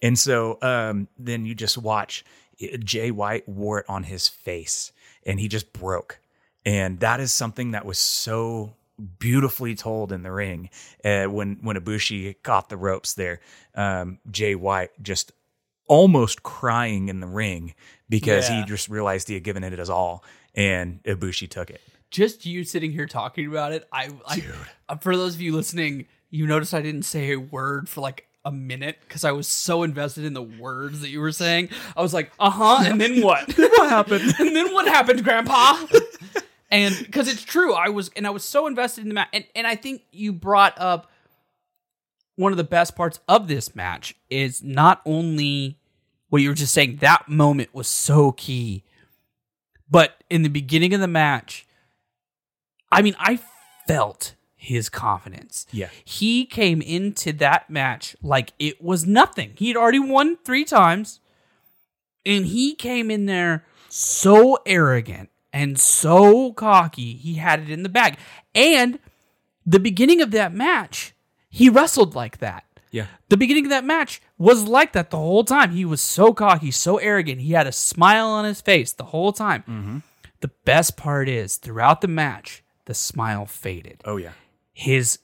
Speaker 1: And so um, then you just watch uh, Jay White wore it on his face and he just broke. And that is something that was so beautifully told in the ring uh, when when Ibushi caught the ropes there. Um, Jay White just almost crying in the ring because
Speaker 2: Yeah.
Speaker 1: he just realized he had given it his all and Ibushi took it.
Speaker 2: Just you sitting here talking about it. I, I uh, for those of you listening, you noticed I didn't say a word for like a minute because I was so invested in the words that you were saying. I was like, "Uh huh," and then what?
Speaker 1: What happened?
Speaker 2: and then what happened, Grandpa? and because it's true, I was and I was so invested in the match, and and I think you brought up one of the best parts of this match is not only what you were just saying. That moment was so key, but in the beginning of the match, I mean, I felt his confidence.
Speaker 1: Yeah.
Speaker 2: He came into that match like it was nothing. He had already won three times, and he came in there so arrogant and so cocky. He had it in the bag. And the beginning of that match, he wrestled like that.
Speaker 1: Yeah.
Speaker 2: The beginning of that match was like that the whole time. He was so cocky, so arrogant. He had a smile on his face the whole time. The best part is throughout the match, the smile faded
Speaker 1: Oh yeah.
Speaker 2: his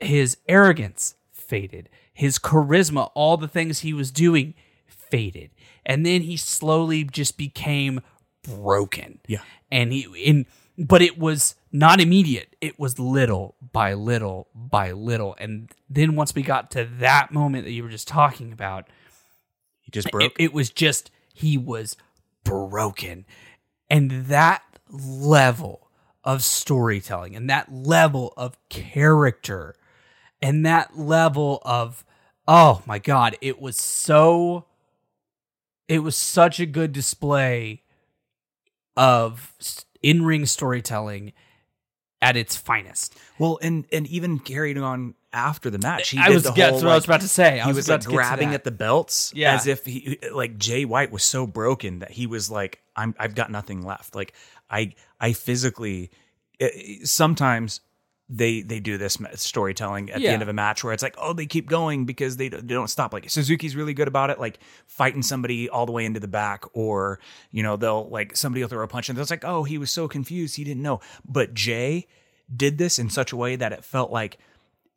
Speaker 2: his arrogance faded his charisma all the things he was doing faded and then he slowly just became broken
Speaker 1: Yeah.
Speaker 2: and he in but it was not immediate it was little by little by little and then once we got to that moment that you were just talking about
Speaker 1: He just
Speaker 2: it,
Speaker 1: broke.
Speaker 2: it was just he was broken and that level of storytelling and that level of character and that level of oh my god it was so it was such a good display of s- in-ring storytelling at its finest
Speaker 1: well, and and even carried on after the match. He
Speaker 2: i
Speaker 1: did
Speaker 2: was
Speaker 1: the
Speaker 2: yeah, that's
Speaker 1: whole,
Speaker 2: what i was
Speaker 1: like,
Speaker 2: about to say I
Speaker 1: he
Speaker 2: was,
Speaker 1: was
Speaker 2: about
Speaker 1: like
Speaker 2: to get to
Speaker 1: grabbing
Speaker 2: that.
Speaker 1: at the belts
Speaker 2: Yeah.
Speaker 1: as if he like Jay White was so broken that he was like I'm I've got nothing left like I I physically eh, eh, sometimes they they do this ma- storytelling at
Speaker 2: Yeah.
Speaker 1: the end of a match where it's like oh they keep going because they, don't- they don't stop like Suzuki's really good about it like fighting somebody all the way into the back or you know they'll like somebody will throw a punch and it's like oh he was so confused he didn't know but Jay did this in such a way that it felt like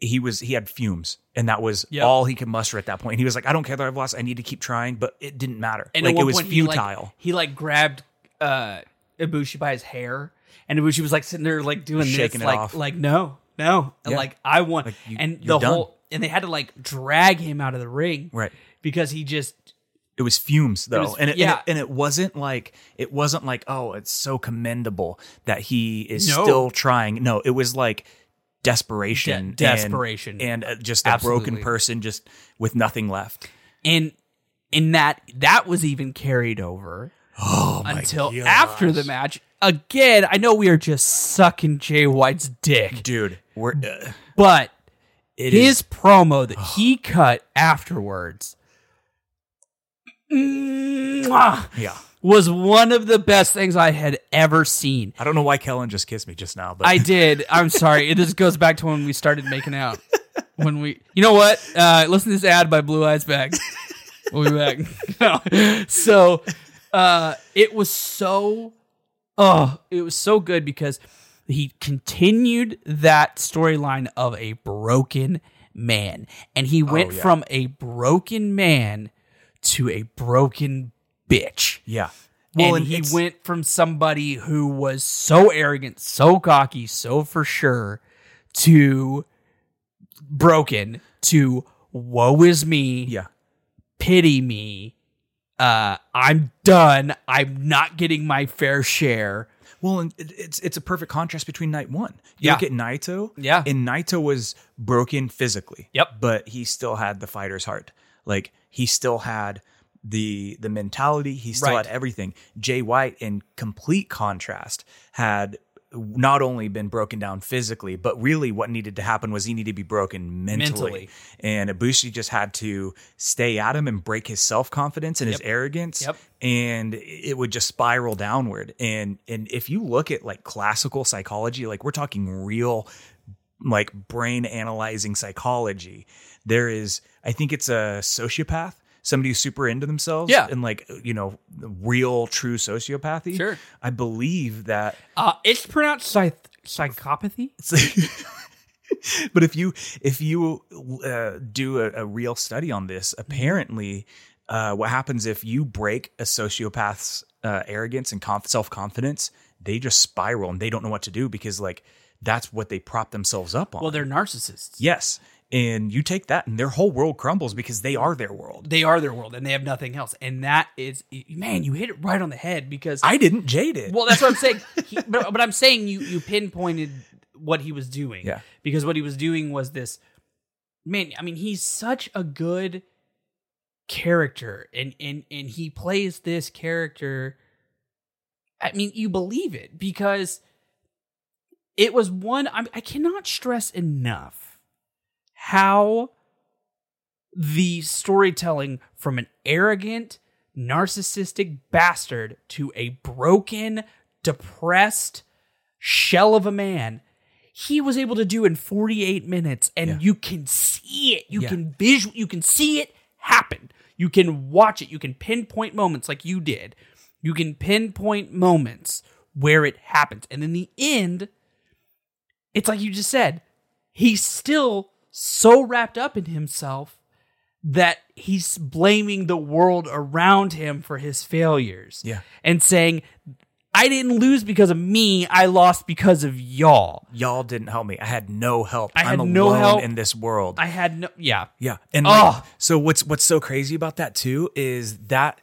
Speaker 1: he was he had fumes and that was
Speaker 2: Yep.
Speaker 1: all he could muster at that point. He was like, I don't care that I've lost, I need to keep trying, but it didn't matter.
Speaker 2: And
Speaker 1: like
Speaker 2: at one
Speaker 1: it was
Speaker 2: point,
Speaker 1: futile.
Speaker 2: He like, he like grabbed uh Ibushi by his hair, and Ibushi was like sitting there like doing
Speaker 1: Shaking
Speaker 2: this,
Speaker 1: it
Speaker 2: like
Speaker 1: off.
Speaker 2: like no, no, and
Speaker 1: Yeah.
Speaker 2: like I want,
Speaker 1: you-
Speaker 2: and the
Speaker 1: you're done.
Speaker 2: whole, and they had to like drag him out of the ring,
Speaker 1: Right.
Speaker 2: Because he just
Speaker 1: it was fumes though.
Speaker 2: was-
Speaker 1: and, it,
Speaker 2: yeah.
Speaker 1: and it and it wasn't like it wasn't like, oh, it's so commendable that he is
Speaker 2: No.
Speaker 1: still trying. No, it was like desperation. and-
Speaker 2: desperation.
Speaker 1: And, uh, just a
Speaker 2: Absolutely.
Speaker 1: broken person just with nothing left.
Speaker 2: and in that that was even carried over
Speaker 1: Oh my
Speaker 2: until
Speaker 1: gosh.
Speaker 2: after the match. Again, I know we are just sucking Jay White's dick,
Speaker 1: dude, we're uh,
Speaker 2: but
Speaker 1: it
Speaker 2: his
Speaker 1: is
Speaker 2: promo that he cut afterwards
Speaker 1: Mm,
Speaker 2: mwah,
Speaker 1: yeah.
Speaker 2: was one of the best things I had ever seen.
Speaker 1: I don't know why Kellen just kissed me just now, but
Speaker 2: I did. I'm sorry. It just goes back to when we started making out. When we, you know what? Uh, listen to this ad by Blue Eyes Bag. We'll be back. No. So, uh, it was so, oh, it was so good because he continued that storyline of a broken man. And he went
Speaker 1: Oh, yeah.
Speaker 2: from a broken man to a broken bitch.
Speaker 1: Yeah.
Speaker 2: and, he
Speaker 1: it's-
Speaker 2: went from somebody who was so arrogant, so cocky, so for sure, to broken, to woe is me,
Speaker 1: Yeah.
Speaker 2: pity me, uh, I'm done, I'm not getting my fair share.
Speaker 1: Well, and it- it's it's a perfect contrast between night one. You
Speaker 2: Yeah.
Speaker 1: look at Naito.
Speaker 2: Yeah.
Speaker 1: And Naito was broken physically.
Speaker 2: Yep.
Speaker 1: But he still had the fighter's heart. Like he still had the the mentality. He still
Speaker 2: Right.
Speaker 1: had everything. Jay White, in complete contrast, had not only been broken down physically, but really what needed to happen was he needed to be broken mentally.
Speaker 2: Mentally.
Speaker 1: And Ibushi just had to stay at him and break his self confidence and his arrogance
Speaker 2: Yep.
Speaker 1: and it would just spiral downward and and if you look at like classical psychology like we're talking real like brain analyzing psychology there is i think it's a sociopath somebody who's super into themselves
Speaker 2: Yeah.
Speaker 1: and like you know real true sociopathy
Speaker 2: Sure.
Speaker 1: i believe that
Speaker 2: Uh, it's pronounced psych- psychopathy.
Speaker 1: It's- but if you if you uh, do a, a real study on this,
Speaker 2: Mm-hmm.
Speaker 1: apparently, uh, what happens if you break a sociopath's uh, arrogance and conf- self confidence? They just spiral and they don't know what to do because like that's what they prop themselves up on.
Speaker 2: Well, they're narcissists.
Speaker 1: yes, and you take that and their whole world crumbles because they are their world.
Speaker 2: They are their world and they have nothing else. And that is, man, you hit it right on the head because
Speaker 1: I didn't jade it.
Speaker 2: Well, that's what I'm saying. He, but, but I'm saying you you pinpointed what he was doing.
Speaker 1: Yeah.
Speaker 2: Because what he was doing was this. Man, I mean, he's such a good character, and and and he plays this character. I mean, you believe it because it was one. I, I cannot stress enough how the storytelling from an arrogant, narcissistic bastard to a broken, depressed shell of a man. He was able to do in 48 minutes, and
Speaker 1: Yeah.
Speaker 2: you can see it. You
Speaker 1: Yeah.
Speaker 2: can visual. You can see it happen. You can watch it. You can pinpoint moments like you did. You can pinpoint moments where it happens, and in the end, it's like you just said. He's still so wrapped up in himself that he's blaming the world around him for his failures.
Speaker 1: Yeah.
Speaker 2: And saying, I didn't lose because of me, I lost because of y'all.
Speaker 1: Y'all didn't help me. I had no help.
Speaker 2: I had
Speaker 1: I'm
Speaker 2: no
Speaker 1: alone
Speaker 2: help.
Speaker 1: in this world.
Speaker 2: I had no yeah.
Speaker 1: yeah, and like,
Speaker 2: Ugh.
Speaker 1: so what's what's so crazy about that too is that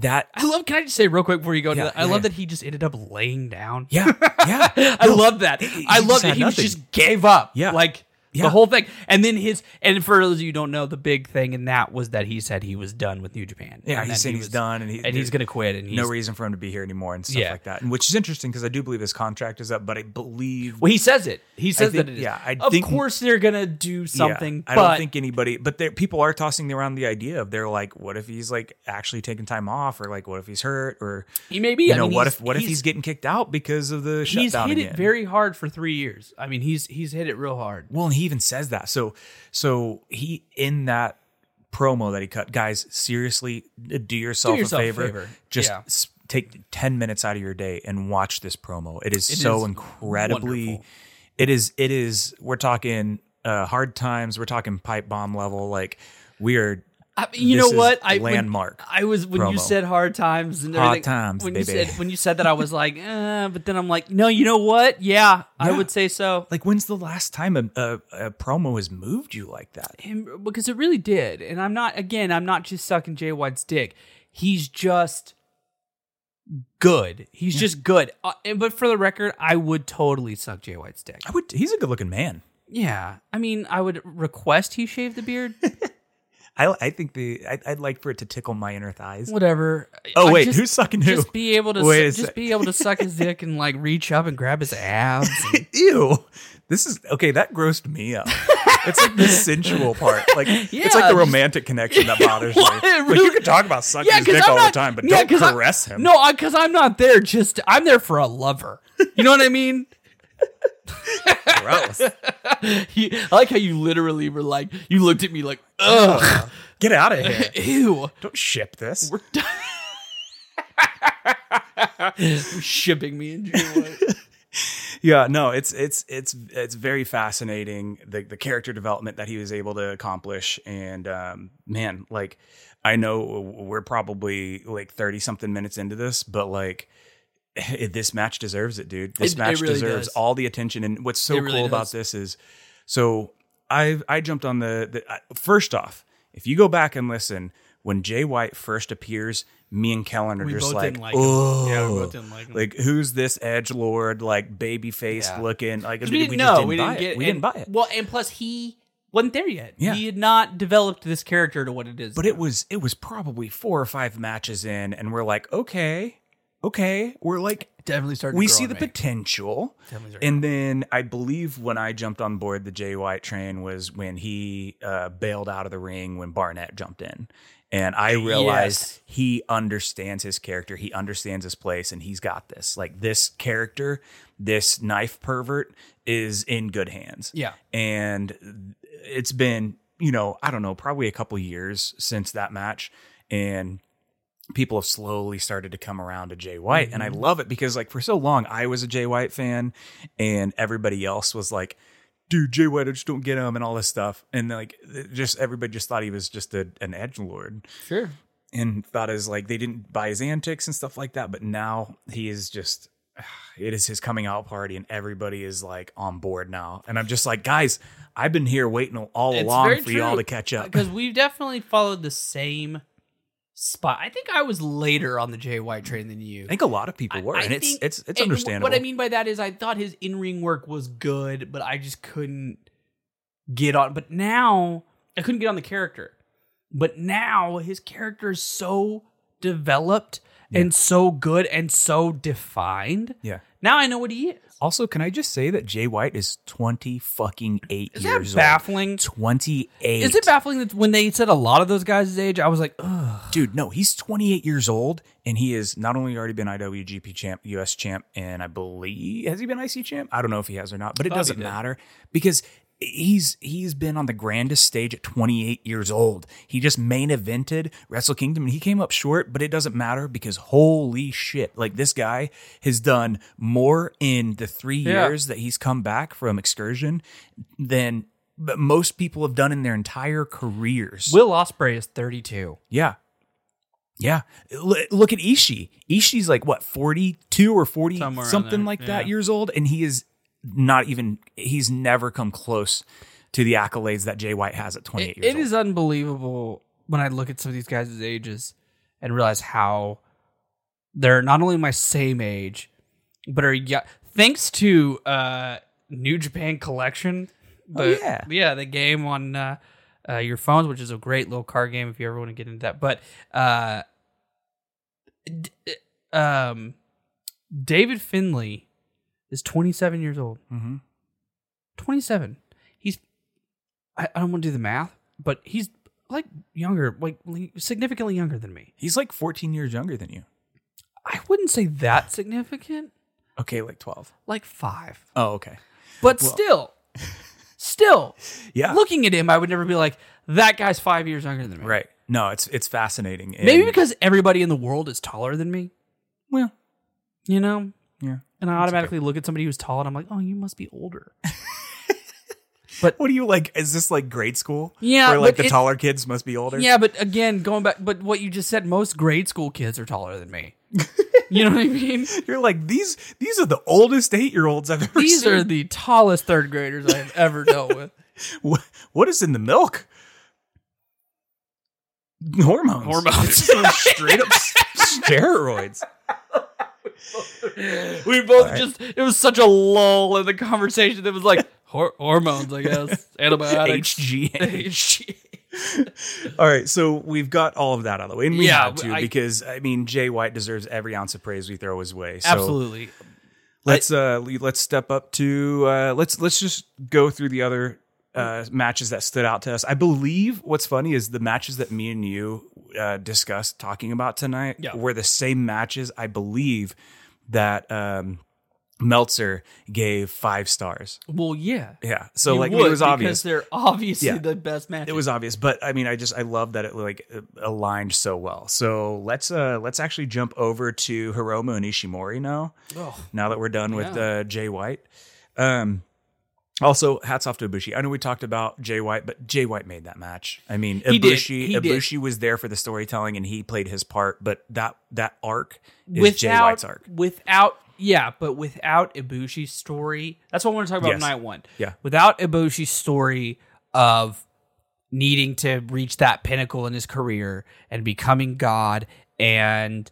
Speaker 1: that
Speaker 2: I love can I just say real quick before you go into
Speaker 1: Yeah,
Speaker 2: that? I
Speaker 1: yeah,
Speaker 2: love
Speaker 1: yeah.
Speaker 2: that he just ended up laying down.
Speaker 1: Yeah, yeah.
Speaker 2: I
Speaker 1: No,
Speaker 2: love that.
Speaker 1: he
Speaker 2: I
Speaker 1: just
Speaker 2: love that
Speaker 1: had
Speaker 2: he was
Speaker 1: nothing.
Speaker 2: just gave up.
Speaker 1: Yeah.
Speaker 2: Like
Speaker 1: Yeah.
Speaker 2: the whole thing. And then his and for those of you who don't know, the big thing in that was that he said he was done with New Japan.
Speaker 1: Yeah,
Speaker 2: And
Speaker 1: he's
Speaker 2: that
Speaker 1: saying
Speaker 2: he
Speaker 1: he's
Speaker 2: was-
Speaker 1: done, and, he,
Speaker 2: and he's gonna quit and he's
Speaker 1: no reason for him to be here anymore and stuff
Speaker 2: Yeah.
Speaker 1: like that. And which is interesting because I do believe his contract is up, but I believe
Speaker 2: Well, he says it. He says
Speaker 1: think-
Speaker 2: that it is.
Speaker 1: yeah, I
Speaker 2: of
Speaker 1: think-
Speaker 2: course they're gonna do
Speaker 1: Yeah,
Speaker 2: something.
Speaker 1: I
Speaker 2: but
Speaker 1: don't think anybody, but there, people are tossing around the idea of they're like, what if he's like actually taking time off, or like what if he's hurt, or
Speaker 2: he may be.
Speaker 1: you
Speaker 2: I
Speaker 1: know
Speaker 2: mean,
Speaker 1: what
Speaker 2: he's-
Speaker 1: if what if he's getting kicked out because of the
Speaker 2: he's
Speaker 1: shutdown
Speaker 2: hit
Speaker 1: again?
Speaker 2: it very hard for three years. I mean, he's he's hit it real hard.
Speaker 1: Well, and he even says that. So, so he in that promo that he cut, guys, seriously, uh, do yourself,
Speaker 2: yourself
Speaker 1: a
Speaker 2: a
Speaker 1: favor.
Speaker 2: favor.
Speaker 1: Just
Speaker 2: Yeah.
Speaker 1: s- take ten minutes out of your day and watch this promo. It is so
Speaker 2: is
Speaker 1: incredibly.
Speaker 2: wonderful.
Speaker 1: It is. It is. We're talking uh, hard times. We're talking pipe bomb level. Like we are.
Speaker 2: I mean, you
Speaker 1: This
Speaker 2: know
Speaker 1: is
Speaker 2: what? I when-
Speaker 1: landmark
Speaker 2: I was when you
Speaker 1: promo.
Speaker 2: said hard times and
Speaker 1: Hard
Speaker 2: everything.
Speaker 1: times,
Speaker 2: When you
Speaker 1: baby.
Speaker 2: said when you said that, I was like, eh, but then I'm like, no, you know what? Yeah, I
Speaker 1: Yeah.
Speaker 2: would say so.
Speaker 1: Like when's the last time a, a, a promo has moved you like that?
Speaker 2: And- because it really did. And I'm not again. I'm not just sucking Jay White's dick. He's just good. He's just good. Uh, and, but for the record, I would totally suck Jay White's dick.
Speaker 1: I would. He's a good looking man.
Speaker 2: Yeah, I mean, I would request he shave the beard.
Speaker 1: I, I think the I, I'd like for it to tickle my inner thighs.
Speaker 2: Whatever.
Speaker 1: Oh
Speaker 2: I
Speaker 1: wait,
Speaker 2: just-
Speaker 1: who's sucking who?
Speaker 2: Just be able to
Speaker 1: Wait a
Speaker 2: su- just
Speaker 1: sec.
Speaker 2: be able to suck his dick and like reach up and grab his abs. and-
Speaker 1: ew this is okay that grossed me up it's like the sensual part like it's like
Speaker 2: Yeah,
Speaker 1: the
Speaker 2: just-
Speaker 1: romantic connection that bothers me
Speaker 2: What?
Speaker 1: like you can talk about sucking his
Speaker 2: 'cause
Speaker 1: dick
Speaker 2: I'm
Speaker 1: all
Speaker 2: not-
Speaker 1: the time but
Speaker 2: yeah,
Speaker 1: don't
Speaker 2: 'cause I'm-
Speaker 1: caress him
Speaker 2: No, because I'm not there. Just I'm there for a lover. You know what I mean?
Speaker 1: gross
Speaker 2: You- I like how you literally were like, you looked at me like, ugh,
Speaker 1: get out of here
Speaker 2: ew.
Speaker 1: don't ship this
Speaker 2: We're done. You're shipping me and Jay White.
Speaker 1: yeah, no, it's it's it's it's very fascinating the the character development that he was able to accomplish, and um, man, like I know we're probably like thirty something minutes into this, but like this match deserves it, dude. This
Speaker 2: It- it
Speaker 1: match
Speaker 2: really
Speaker 1: deserves
Speaker 2: does.
Speaker 1: all the attention. And what's so
Speaker 2: It really
Speaker 1: cool about
Speaker 2: does.
Speaker 1: this is, so I I jumped on the, the I, first off, if you go back and listen when Jay White first appears, me and Kellen are
Speaker 2: We
Speaker 1: just
Speaker 2: both
Speaker 1: like,
Speaker 2: didn't like him.
Speaker 1: oh,
Speaker 2: Yeah, we both didn't like him.
Speaker 1: like who's this edge lord like baby face looking like
Speaker 2: we didn't
Speaker 1: just
Speaker 2: know. We
Speaker 1: buy
Speaker 2: didn't
Speaker 1: it.
Speaker 2: get.
Speaker 1: we
Speaker 2: and-
Speaker 1: didn't buy it
Speaker 2: Well, and plus he wasn't there yet.
Speaker 1: Yeah.
Speaker 2: He had not developed this character to what it is.
Speaker 1: but it was it was probably four or five matches in and we're like okay okay we're like
Speaker 2: definitely started.
Speaker 1: we see the potential and then i believe when i jumped on board the jay white train was when he uh, bailed out of the ring when barnett jumped in and i realized
Speaker 2: Yes.
Speaker 1: he understands his character he understands his place and he's got this like this character this knife pervert is in good hands
Speaker 2: Yeah.
Speaker 1: and it's been you know i don't know probably a couple years since that match and people have slowly started to come around to jay white and i love it because like for so long i was a jay white fan and everybody else was like dude jay white i just don't get him and all this stuff and like it just everybody just thought he was just a, an edge lord
Speaker 2: Sure.
Speaker 1: and thought his like they didn't buy his antics and stuff like that but now he is just it is his coming out party and everybody is like on board now and i'm just like guys i've been here waiting all
Speaker 2: It's
Speaker 1: along
Speaker 2: very
Speaker 1: for y'all
Speaker 2: true,
Speaker 1: to catch up
Speaker 2: because we've definitely followed the same spot. I think I was later on the Jay White train than you.
Speaker 1: i think a lot of people were
Speaker 2: I
Speaker 1: and it's
Speaker 2: think-
Speaker 1: it's it's
Speaker 2: and wh-
Speaker 1: understandable
Speaker 2: What I mean by that is, I thought his in ring work was good, but I just couldn't get on. But now I couldn't get on the character. But now his character is so developed and so good and so defined.
Speaker 1: yeah
Speaker 2: Now I know what he is.
Speaker 1: also can i just say that jay white is 20 fucking 8
Speaker 2: Is
Speaker 1: years
Speaker 2: that baffling?
Speaker 1: old 28
Speaker 2: Is it baffling that when they said a lot of those guys' age, I was like, ugh.
Speaker 1: dude no he's 28 years old and he has not only already been iwgp champ us champ and i believe has he been ic champ i don't know if he has or not but it doesn't
Speaker 2: did.
Speaker 1: matter because he's he's been on the grandest stage at 28 years old he just main evented wrestle kingdom and he came up short but it doesn't matter because holy shit like this guy has done more in the three
Speaker 2: Yeah.
Speaker 1: years that he's come back from excursion than but most people have done in their entire careers.
Speaker 2: Will Osprey is 32.
Speaker 1: Yeah. Yeah. L- look at Ishii. Ishii's like what, 42 or 40
Speaker 2: Somewhere in
Speaker 1: something
Speaker 2: there,
Speaker 1: like
Speaker 2: yeah.
Speaker 1: that years old and he is not even he's never come close to the accolades that Jay White has at 28 years
Speaker 2: It is unbelievable when I look at some of these guys' ages and realize how they're not only my same age, but are young. Thanks to uh, New Japan Collection, the,
Speaker 1: Oh, yeah.
Speaker 2: the game on uh, uh, your phones, which is a great little card game if you ever want to get into that. But uh, d- um, David Finley is 27 years old.
Speaker 1: old. Mhm.
Speaker 2: 27. He's I, I don't want to do the math, but he's like younger, like le- significantly younger than me.
Speaker 1: He's like 14 years younger than you.
Speaker 2: I wouldn't say that significant,
Speaker 1: Okay, like 12.
Speaker 2: like 5.
Speaker 1: Oh, okay.
Speaker 2: But still still
Speaker 1: Yeah.
Speaker 2: looking at him, I would never be like that guy's 5 years younger than me.
Speaker 1: Right. No, it's it's fascinating. And-
Speaker 2: Maybe because everybody in the world is taller than me,
Speaker 1: well,
Speaker 2: you know?
Speaker 1: yeah.
Speaker 2: And I automatically look at somebody who's tall and I'm like, "Oh, you must be older."
Speaker 1: What do you like? Is this like grade school?
Speaker 2: Yeah,
Speaker 1: Where like
Speaker 2: but
Speaker 1: the
Speaker 2: it-
Speaker 1: taller kids must be older?
Speaker 2: Yeah, but again, going back, but what you just said, most grade school kids are taller than me. you know what I mean?
Speaker 1: You're like, these these are the oldest eight year olds I've ever
Speaker 2: These
Speaker 1: seen.
Speaker 2: are the tallest third graders I have ever dealt with.
Speaker 1: What, what is in the milk? Hormones.
Speaker 2: Hormones.
Speaker 1: It's just straight up s- steroids.
Speaker 2: We both just, it was such a lull in the conversation that was like, hor- hormones, I guess, antibiotics.
Speaker 1: HGH.
Speaker 2: HG.
Speaker 1: All right, so we've got all of that out of the way, and we
Speaker 2: Yeah,
Speaker 1: have to
Speaker 2: but I-
Speaker 1: because I mean Jay White deserves every ounce of praise we throw his way. So
Speaker 2: Absolutely.
Speaker 1: let's uh le- let's step up to uh let's let's just go through the other uh matches that stood out to us. I believe what's funny is the matches that me and you uh discussed talking about tonight
Speaker 2: Yeah.
Speaker 1: were the same matches I believe that um Meltzer gave five stars.
Speaker 2: Well, yeah.
Speaker 1: Yeah. So
Speaker 2: You
Speaker 1: like
Speaker 2: would,
Speaker 1: it was
Speaker 2: because
Speaker 1: obvious.
Speaker 2: they're obviously
Speaker 1: Yeah.
Speaker 2: the best match.
Speaker 1: It was obvious, but I mean, I just I love that it like uh, aligned so well. So let's uh let's actually jump over to Hiromu and Ishimori now.
Speaker 2: Oh.
Speaker 1: Now that we're done with
Speaker 2: Yeah.
Speaker 1: uh, Jay White, um, also hats off to Ibushi. I know we talked about Jay White, but Jay White made that match. I mean,
Speaker 2: He did.
Speaker 1: Ibushi
Speaker 2: He did.
Speaker 1: Ibushi was there for the storytelling and he played his part, but that that arc is
Speaker 2: without
Speaker 1: Jay White's arc.
Speaker 2: without yeah, but without Ibushi's story, that's what I want to talk about
Speaker 1: Yes.
Speaker 2: night one.
Speaker 1: Yeah.
Speaker 2: without Ibushi's story of needing to reach that pinnacle in his career and becoming God and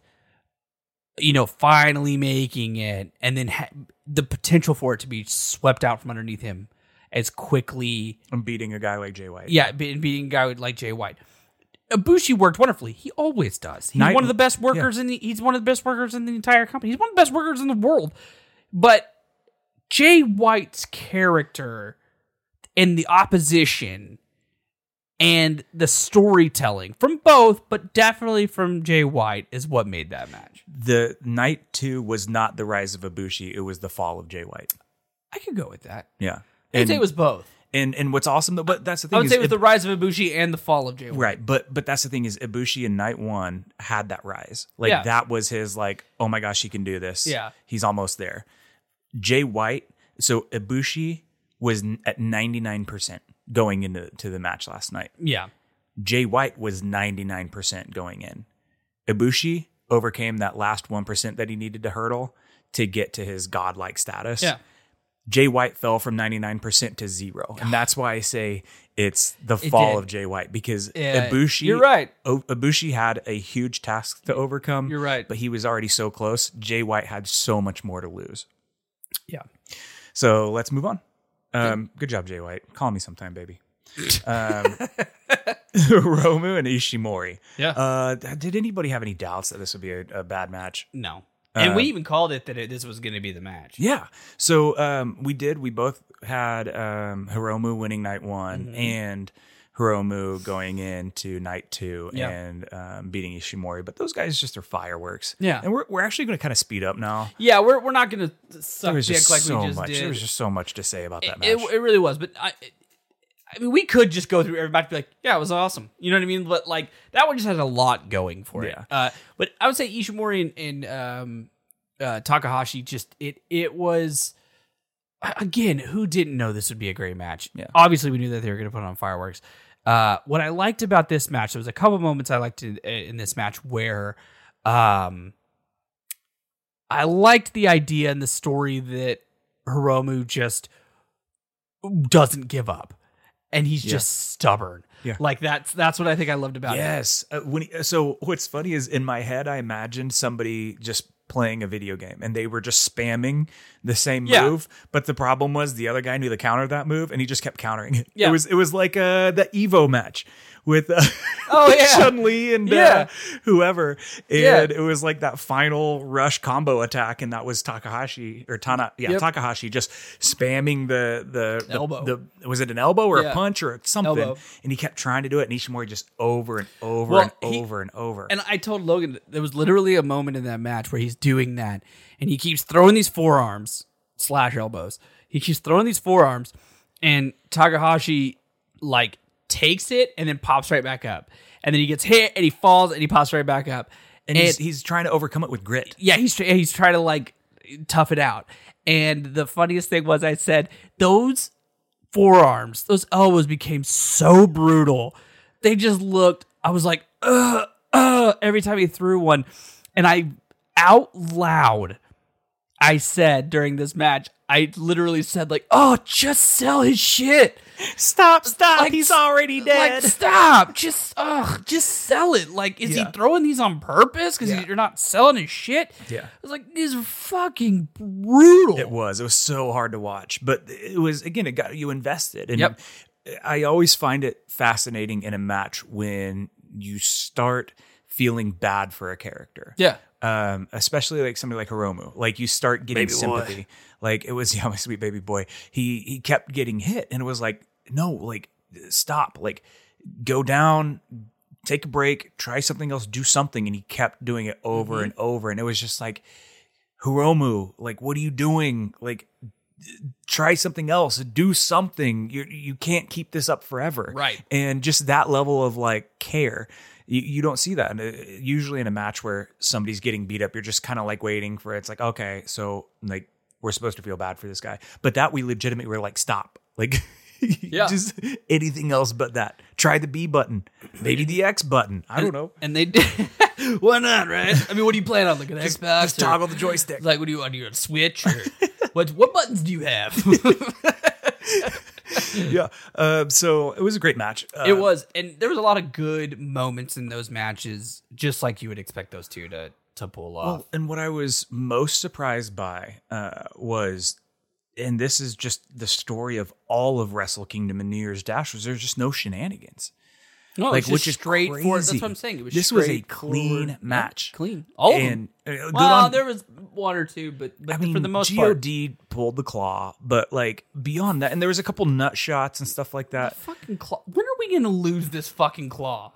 Speaker 2: you know finally making it and then ha- the potential for it to be swept out from underneath him as quickly
Speaker 1: I'm beating a guy like Jay White.
Speaker 2: yeah, be- beating a guy with- like Jay White. Ibushi worked wonderfully. He always does. He's
Speaker 1: Night-
Speaker 2: one of the best workers in the he's one of the best workers in the entire company. He's one of the best workers in the world. But Jay White's character and the opposition and the storytelling from both, but definitely from Jay White is what made that match.
Speaker 1: The night two was not the rise of Ibushi; it was the fall of Jay White.
Speaker 2: I could go with that.
Speaker 1: Yeah,
Speaker 2: I'd
Speaker 1: and
Speaker 2: say it was both.
Speaker 1: and, and what's awesome though, but that's the thing.
Speaker 2: I would
Speaker 1: is
Speaker 2: say it was
Speaker 1: Ib-
Speaker 2: the rise of Ibushi and the fall of Jay White.
Speaker 1: Right, but but that's the thing is Ibushi in night one had that rise. Like
Speaker 2: Yeah.
Speaker 1: that was his like, oh my gosh, he can do this.
Speaker 2: Yeah.
Speaker 1: He's almost there. Jay White, so Ibushi was n- at 99% going into to the match last night.
Speaker 2: Yeah.
Speaker 1: Jay White was 99% going in. Ibushi overcame that last 1% that he needed to hurdle to get to his godlike status.
Speaker 2: Yeah.
Speaker 1: Jay White fell from 99% to zero. And that's why I say it's the fall
Speaker 2: did.
Speaker 1: of Jay White because
Speaker 2: Yeah,
Speaker 1: Ibushi
Speaker 2: you're right.
Speaker 1: O- Ibushi had a huge task to overcome.
Speaker 2: You're right.
Speaker 1: But he was already so close. Jay White had so much more to lose.
Speaker 2: Yeah.
Speaker 1: So let's move on. Um, good job, Jay White. Call me sometime, baby. Um, Romu and Ishimori.
Speaker 2: Yeah.
Speaker 1: Uh, did anybody have any doubts that this would be a, a bad match?
Speaker 2: No. And we even called it that it, this was going to be the match.
Speaker 1: Um, Yeah. So um, we did. We both had um, Hiromu winning night one
Speaker 2: Mm-hmm.
Speaker 1: and Hiromu going into night two
Speaker 2: Yeah.
Speaker 1: and um, beating Ishimori. But those guys just are fireworks.
Speaker 2: Yeah.
Speaker 1: And we're, we're actually going to kind of speed up now.
Speaker 2: Yeah, we're, we're not going to suck
Speaker 1: There was
Speaker 2: dick
Speaker 1: just
Speaker 2: Uh, like
Speaker 1: so
Speaker 2: we just
Speaker 1: much.
Speaker 2: did.
Speaker 1: There was just so much to say about that match.
Speaker 2: it, it really was, but I, I mean, we could just go through everybody and be like, yeah, it was awesome. You know what I mean? But like that one just had a lot going for
Speaker 1: Yeah.
Speaker 2: it. Uh, but I would say Ishimori and, and um, uh, Takahashi just it it was again who didn't know this would be a great match.
Speaker 1: Yeah.
Speaker 2: Obviously, we knew that they were going to put on fireworks. Uh, what I liked about this match, there was a couple moments I liked in, in this match where, um, I liked the idea and the story that Hiromu just doesn't give up and he's
Speaker 1: Yeah.
Speaker 2: just stubborn.
Speaker 1: Yeah.
Speaker 2: Like that's that's what I think I loved about it.
Speaker 1: Yes. Uh, when he, so what's funny is in my head I imagined somebody just playing a video game and they were just spamming the same
Speaker 2: Yeah.
Speaker 1: move, but the problem was the other guy knew the counter that move and he just kept countering it.
Speaker 2: Yeah.
Speaker 1: It was it was like uh the Evo match with uh,
Speaker 2: Oh,
Speaker 1: with
Speaker 2: yeah.
Speaker 1: Chun Li and
Speaker 2: Yeah.
Speaker 1: uh, whoever, and
Speaker 2: Yeah.
Speaker 1: it was like that final rush combo attack, and that was Takahashi or Tana, yeah
Speaker 2: Yep.
Speaker 1: Takahashi just spamming the the, the
Speaker 2: Elbow.
Speaker 1: the- was it an elbow or
Speaker 2: Yeah.
Speaker 1: a punch or something?
Speaker 2: Elbow.
Speaker 1: and he kept trying to do it. And Ishimori just over and over
Speaker 2: Well,
Speaker 1: and
Speaker 2: he-
Speaker 1: over and over.
Speaker 2: And I told Logan that there was literally a moment in that match where he's doing that and he keeps throwing these forearms slash elbows. He keeps throwing these forearms and Takahashi like takes it and then pops right back up. And then he gets hit and he falls and he pops right back up.
Speaker 1: And he's, he's trying to overcome it with grit.
Speaker 2: yeah, he's he's trying to like tough it out. And the funniest thing was, I said those forearms, those elbows became so brutal. They just looked. I was like, ugh, ugh, every time he threw one, and I out loud, I said during this match, I literally said like, oh, just sell his shit.
Speaker 1: Stop, stop.
Speaker 2: Like, he's
Speaker 1: already
Speaker 2: Like, stop! Just, ugh, just sell it. Like, is
Speaker 1: Yeah.
Speaker 2: he throwing these on purpose? Because
Speaker 1: Yeah.
Speaker 2: you're not selling his shit.
Speaker 1: Yeah.
Speaker 2: I was like, these are fucking brutal.
Speaker 1: it was. It was so hard to watch. But it was, again, it got you invested. And
Speaker 2: Yep.
Speaker 1: I always find it fascinating in a match when you start feeling bad for a character.
Speaker 2: yeah,
Speaker 1: um, especially like somebody like Hiromu. Like you start getting
Speaker 2: Baby boy.
Speaker 1: sympathy. Like it was yeah, my sweet baby boy. He he kept getting hit, and it was like no, like stop, like go down, take a
Speaker 2: Mm-hmm.
Speaker 1: break, try something else, do something. And he kept doing it over and over, and it was just like. Hiromu, like, what are you doing? Like, try something else, do something. You you can't keep this up forever,
Speaker 2: Right.
Speaker 1: And just that level of like care, you, you don't see that. And uh, usually in a match where somebody's getting beat up, you're just kind of like waiting for it. it's like okay, so like we're supposed to feel bad for this guy, but that we legitimately were like stop, like.
Speaker 2: Yeah.
Speaker 1: Just anything else but that. Try the B button, maybe the X button. I don't know.
Speaker 2: And they did. Why not, right? I mean, what do you plan on? Like an Xbox?
Speaker 1: Just
Speaker 2: or-
Speaker 1: toggle the joystick.
Speaker 2: Like, what do you want? Do you want a Switch? Or what, what buttons do you have?
Speaker 1: yeah. Uh, so it was a great match. Uh,
Speaker 2: it was. And there was a lot of good moments in those matches, just like you would expect those two to, to pull off.
Speaker 1: Well, and what I was most surprised by uh, was, and this is just the story of all of Wrestle Kingdom and New Year's Dash was there's just no shenanigans.
Speaker 2: no,
Speaker 1: like,
Speaker 2: it's just
Speaker 1: which is
Speaker 2: straightforward.
Speaker 1: crazy.
Speaker 2: That's what I'm saying. It was
Speaker 1: This was a
Speaker 2: straightforward.
Speaker 1: clean
Speaker 2: Yeah,
Speaker 1: match.
Speaker 2: Clean. All of them.
Speaker 1: and uh, good
Speaker 2: Oh, Well,
Speaker 1: on-
Speaker 2: there was one or two, but, but
Speaker 1: I mean,
Speaker 2: for the most part,
Speaker 1: God pulled the claw, but like beyond that, and there was a couple nut shots and stuff like that.
Speaker 2: fucking claw. When are we gonna lose this fucking claw?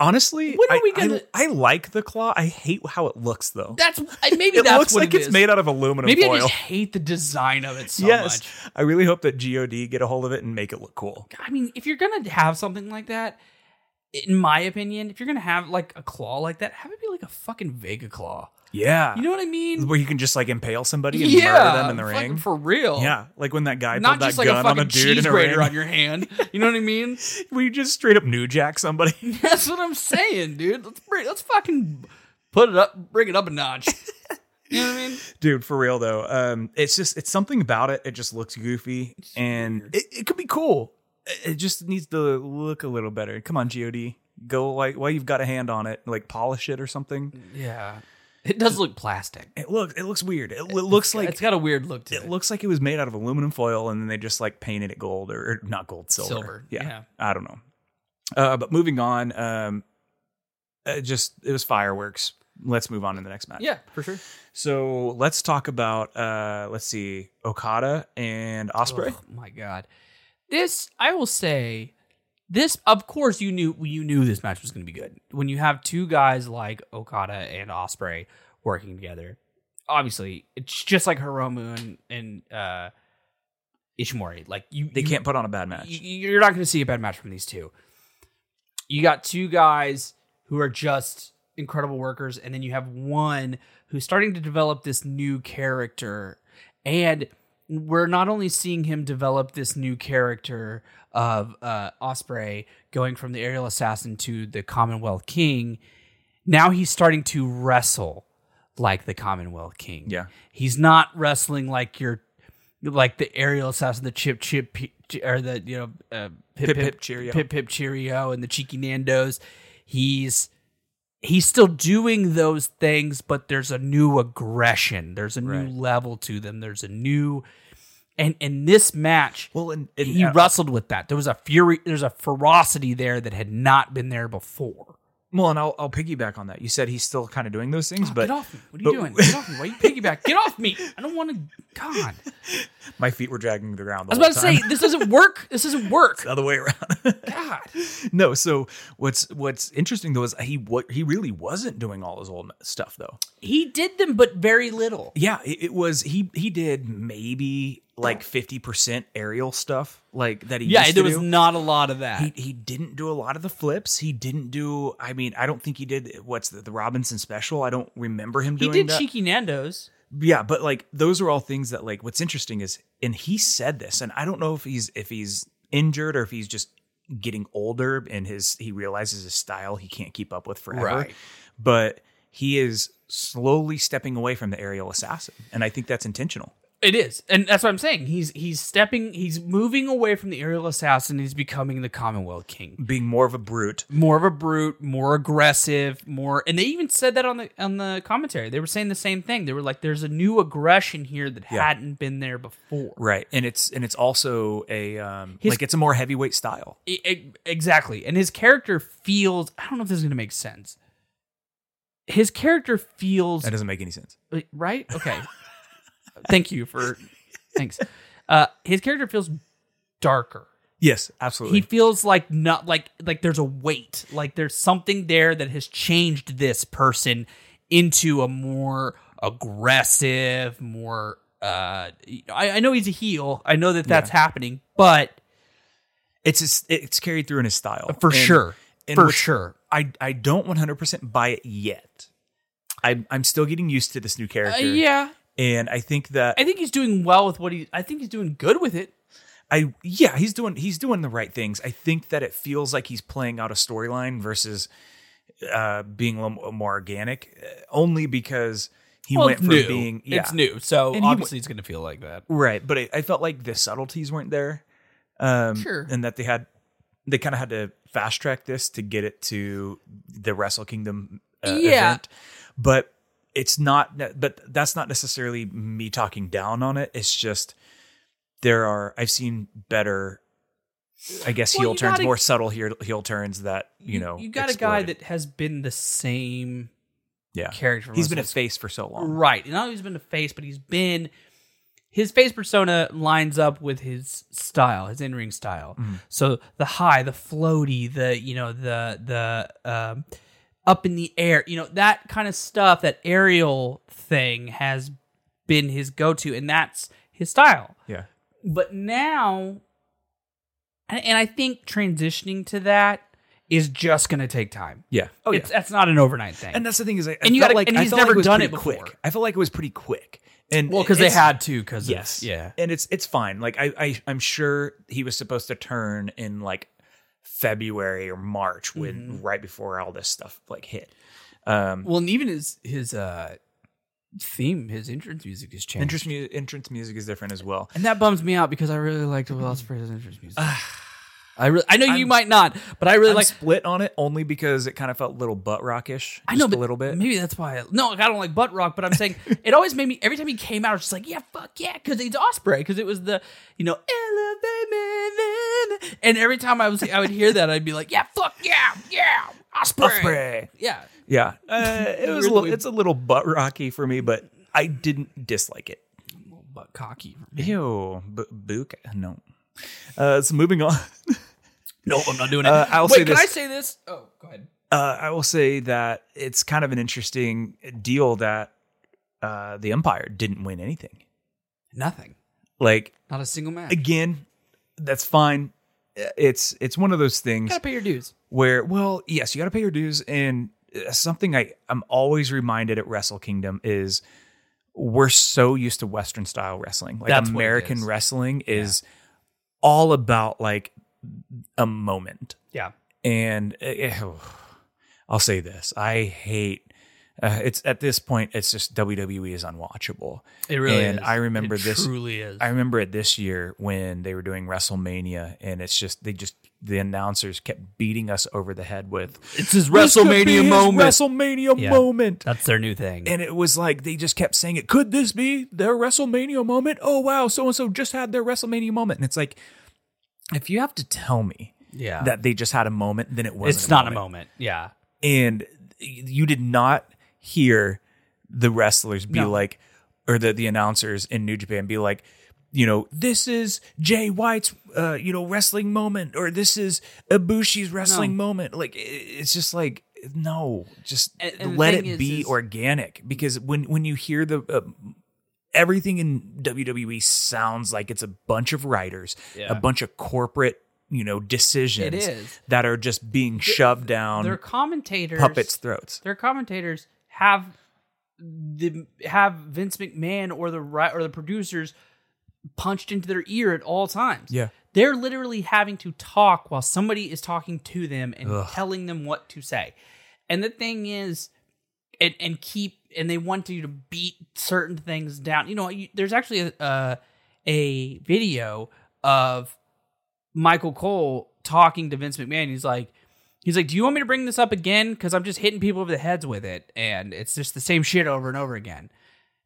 Speaker 1: Honestly,
Speaker 2: When are
Speaker 1: I-
Speaker 2: we
Speaker 1: I-
Speaker 2: gonna-
Speaker 1: I, like the claw. I hate how it looks though.
Speaker 2: That's I- maybe
Speaker 1: it
Speaker 2: that's
Speaker 1: looks
Speaker 2: what
Speaker 1: like
Speaker 2: it
Speaker 1: it's
Speaker 2: is.
Speaker 1: made out of aluminum
Speaker 2: Maybe
Speaker 1: foil.
Speaker 2: I just hate the design of it so
Speaker 1: yes,
Speaker 2: much.
Speaker 1: I really hope that God get a hold of it and make it look cool.
Speaker 2: I mean, if you're gonna have something like that, in my opinion, if you're gonna have like a claw like that, have it be like a fucking Vega claw.
Speaker 1: Yeah,
Speaker 2: You know what I mean?
Speaker 1: where you can just like impale somebody and
Speaker 2: yeah,
Speaker 1: murder them in the
Speaker 2: fucking
Speaker 1: ring.
Speaker 2: for real.
Speaker 1: yeah, like when that guy pulled
Speaker 2: Not
Speaker 1: that
Speaker 2: just like a
Speaker 1: gun on a
Speaker 2: fucking
Speaker 1: dude
Speaker 2: cheese
Speaker 1: in a
Speaker 2: grater
Speaker 1: ring.
Speaker 2: on your hand. You know what I mean?
Speaker 1: we just straight up new jack somebody.
Speaker 2: That's what I'm saying, dude. Let's bring, let's fucking put it up, bring it up a notch. You know what I mean?
Speaker 1: dude, for real though. Um, it's just it's something about it. It just looks goofy, and it, it could be cool. It- It just needs to look a little better. Come on, God, go like while you've got a hand on it, like polish it or something.
Speaker 2: Yeah, it does look plastic.
Speaker 1: It looks it looks weird. It, lo- looks like
Speaker 2: it's got a weird look to it.
Speaker 1: it looks like it was made out of aluminum foil and then they just like painted it gold or, or not gold silver
Speaker 2: Silver, yeah.
Speaker 1: i don't know uh, but moving on um uh, just it was fireworks let's move on to the next match
Speaker 2: yeah, for sure.
Speaker 1: so let's talk about uh let's see okada and osprey
Speaker 2: Oh my god, this I will say. This, of course, you knew you knew this match was going to be good when you have two guys like Okada and Osprey working together. Obviously, it's just like Hiromu and, and uh, Ishimori. Like you,
Speaker 1: they
Speaker 2: you-
Speaker 1: can't put on a bad match
Speaker 2: y- You're not going to see a bad match from these two. You got two guys who are just incredible workers, and then you have one who's starting to develop this new character. And we're not only seeing him develop this new character of uh, Osprey going from the aerial assassin to the Commonwealth King, now he's starting to wrestle like the Commonwealth King.
Speaker 1: Yeah.
Speaker 2: He's not wrestling like your like the aerial assassin, the chip chip pe- ch- or the you know uh,
Speaker 1: Pip, pip, cheerio.
Speaker 2: pip pip cheerio, and the cheeky Nandos. He's he's still doing those things, but there's a new aggression. There's a
Speaker 1: Right.
Speaker 2: new level to them. There's a new and in this match,
Speaker 1: well and, and
Speaker 2: he
Speaker 1: uh,
Speaker 2: wrestled with that. There was a fury. There's a ferocity there that had not been there before.
Speaker 1: well and I'll, I'll piggyback on that you said he's still kind of doing those things but
Speaker 2: Get off me! What are you
Speaker 1: but-
Speaker 2: doing? Get off me! Why you piggyback? Get off me! I don't want to. God, I
Speaker 1: my feet were dragging the ground the
Speaker 2: was about to
Speaker 1: whole time.
Speaker 2: say this doesn't work. This doesn't work.
Speaker 1: the other way around
Speaker 2: God.
Speaker 1: no so what's what's interesting though is he what he really wasn't doing all his old stuff though
Speaker 2: He did them, but very little.
Speaker 1: yeah it, it was he he did maybe like 50% aerial stuff like that he
Speaker 2: Yeah,
Speaker 1: used
Speaker 2: there
Speaker 1: to
Speaker 2: was
Speaker 1: do.
Speaker 2: not a lot of that.
Speaker 1: he, he didn't do a lot of the flips he didn't do i mean i don't think he did what's the, the robinson special i don't remember him
Speaker 2: He
Speaker 1: doing
Speaker 2: did
Speaker 1: that
Speaker 2: cheeky Nando's.
Speaker 1: yeah but like those are all things that like what's interesting is and he said this and i don't know if he's if he's injured or if he's just getting older and his he realizes his style he can't keep up with forever
Speaker 2: Right.
Speaker 1: but he is slowly stepping away from the aerial assassin and i think that's intentional
Speaker 2: It is, and that's what I'm saying. He's he's stepping, he's moving away from the aerial assassin. He's becoming the Commonwealth King,
Speaker 1: being more of a brute
Speaker 2: more of a brute, more aggressive, more. And they even said that on the on the commentary. They were saying the same thing. They were like, "There's a new aggression here that
Speaker 1: Yeah.
Speaker 2: hadn't been there before."
Speaker 1: right and it's and it's also a um
Speaker 2: His-
Speaker 1: like it's a more heavyweight style
Speaker 2: E- e- exactly. And his character feels. I don't know if this is going to make sense. His character feels
Speaker 1: that doesn't make any sense
Speaker 2: Wait, Uh, right? Okay. Thank you for thanks. Uh his character feels darker.
Speaker 1: yes
Speaker 2: He
Speaker 1: absolutely
Speaker 2: feels like not like like there's a weight, like there's something there that has changed this person into a more aggressive, more. Uh, I, I know he's a heel. I know that that's happening, but
Speaker 1: It's his, it's carried through in his style
Speaker 2: for
Speaker 1: And
Speaker 2: sure,
Speaker 1: and
Speaker 2: for
Speaker 1: what's-
Speaker 2: sure.
Speaker 1: I I don't 100% buy it yet. I'm I'm still getting used to this new
Speaker 2: Uh,
Speaker 1: character.
Speaker 2: yeah,
Speaker 1: and I think that
Speaker 2: I think he's doing well with what he. I think he's doing good with it.
Speaker 1: I yeah he's doing he's doing the right things. I think that it feels like he's playing out a storyline versus uh, being a little more organic, uh, only because he
Speaker 2: Well,
Speaker 1: went
Speaker 2: it's
Speaker 1: from
Speaker 2: new.
Speaker 1: being yeah
Speaker 2: It's new, so
Speaker 1: And he
Speaker 2: obviously it's going to feel like that.
Speaker 1: right. But I, I felt like the subtleties weren't there. Um,
Speaker 2: Sure.
Speaker 1: and that they had they kind of had to fast track this to get it to the Wrestle Kingdom uh,
Speaker 2: Yeah.
Speaker 1: event, but. It's not, but that's not necessarily me talking down on it. It's just there are I've seen better, I guess
Speaker 2: Well,
Speaker 1: heel
Speaker 2: you
Speaker 1: turns,
Speaker 2: gotta-
Speaker 1: more subtle heel heel turns that you know
Speaker 2: you got a guy
Speaker 1: exploded.
Speaker 2: that has been the same
Speaker 1: yeah
Speaker 2: character. for
Speaker 1: he's been a
Speaker 2: most
Speaker 1: face for so
Speaker 2: of his-
Speaker 1: long.
Speaker 2: right. Not only he's been a face, but he's been his face persona lines up with his style, his in ring style.
Speaker 1: Mm-hmm.
Speaker 2: So the high, the floaty, the you know the the um, up in the air, you know that kind of stuff. That aerial thing has been his go to, and that's his style.
Speaker 1: Yeah,
Speaker 2: but now and, and i think transitioning to that is just gonna take time
Speaker 1: yeah. Oh yeah.
Speaker 2: it's, that's not an overnight thing
Speaker 1: And that's the thing is, I, I
Speaker 2: And you
Speaker 1: felt
Speaker 2: gotta-
Speaker 1: like
Speaker 2: and
Speaker 1: I
Speaker 2: he's
Speaker 1: felt like
Speaker 2: never
Speaker 1: was
Speaker 2: done
Speaker 1: pretty
Speaker 2: it
Speaker 1: quick.
Speaker 2: before.
Speaker 1: I felt like it was pretty quick. And
Speaker 2: well because they
Speaker 1: it's-
Speaker 2: had to because
Speaker 1: yes,
Speaker 2: yeah
Speaker 1: and it's it's fine. Like I, I I'm sure he was supposed to turn in like February or March when
Speaker 2: Mm-hmm.
Speaker 1: right before all this stuff like hit. Um,
Speaker 2: well and even his his uh theme his entrance music has changed
Speaker 1: entrance mu- entrance music is different as well.
Speaker 2: and that bums me out because i really liked will ospreay's entrance music i really i know you might not but i really
Speaker 1: I'm
Speaker 2: like
Speaker 1: split on it only because it kind of felt a little butt rockish.
Speaker 2: I know,
Speaker 1: just
Speaker 2: but
Speaker 1: a little bit.
Speaker 2: Maybe that's why. I, no, I don't like butt rock, but I'm saying it always made me. Every time he came out, I was just like, yeah, fuck yeah, because it's Osprey, because it was the you know elevate me, then. and every time I was, I would hear that, I'd be like, yeah, fuck yeah, yeah, Osprey,
Speaker 1: Osprey.
Speaker 2: yeah.
Speaker 1: Yeah, uh, it was. A
Speaker 2: Really?
Speaker 1: little, it's a little butt rocky for me, but I didn't dislike it.
Speaker 2: But cocky.
Speaker 1: Ew, b- book. No. Uh, so moving on,
Speaker 2: No, I'm not doing it.
Speaker 1: Uh, I'll
Speaker 2: Wait,
Speaker 1: say
Speaker 2: can
Speaker 1: this.
Speaker 2: I say this? Oh, go ahead.
Speaker 1: uh, I will say that it's kind of an interesting deal that uh, the Empire didn't win anything.
Speaker 2: Nothing.
Speaker 1: Like
Speaker 2: Not a single match. You
Speaker 1: again, that's fine. It's it's one of those things.
Speaker 2: gotta pay your dues.
Speaker 1: where well yes you got to pay your dues and uh, something i i'm always reminded at wrestle kingdom is we're so used to western style wrestling like
Speaker 2: That's what it
Speaker 1: american
Speaker 2: is.
Speaker 1: wrestling is all about like a moment
Speaker 2: Yeah.
Speaker 1: and uh, eh, i'll say this i hate uh, it's at this point it's just wwe is unwatchable
Speaker 2: It
Speaker 1: really And is. I remember It this-
Speaker 2: Truly is.
Speaker 1: I remember it this year when they were doing WrestleMania, and it's just they just the announcers kept beating us over the head with
Speaker 2: it's his
Speaker 1: "This could
Speaker 2: WrestleMania
Speaker 1: be his
Speaker 2: moment.
Speaker 1: WrestleMania
Speaker 2: Yeah.
Speaker 1: moment.
Speaker 2: that's their new thing.
Speaker 1: And it was like they just kept saying it. Could this be their WrestleMania moment? Oh wow, so and so just had their WrestleMania moment, and it's like if you have to tell me
Speaker 2: yeah.
Speaker 1: that they just had a moment, then it wasn't.
Speaker 2: it's not a moment. Yeah.
Speaker 1: and you did not hear the wrestlers be
Speaker 2: No.
Speaker 1: like or the the announcers in New Japan be like you know this is Jay White's uh you know wrestling moment or this is Ibushi's wrestling moment like i- it's just like no just
Speaker 2: And- and the
Speaker 1: let it
Speaker 2: thing is-
Speaker 1: be
Speaker 2: is-
Speaker 1: organic because when when you hear the uh, everything in WWE sounds like it's a bunch of writers
Speaker 2: Yeah.
Speaker 1: a bunch of corporate you know decisions
Speaker 2: is.
Speaker 1: that are just being shoved down
Speaker 2: Their commentators
Speaker 1: Um, puppets' throats.
Speaker 2: Their commentators have the have Vince McMahon or the ri- or the producers punched into their ear at all times.
Speaker 1: Yeah.
Speaker 2: They're literally having to talk while somebody is talking to them and telling them what to say. And the thing is and and keep and they want you to beat certain things down. You know, you, there's actually a uh, a video of Michael Cole talking to Vince McMahon. He's like, he's like, "Do you want me to bring this up again? Because I'm just hitting people over the heads with it, and it's just the same shit over and over again."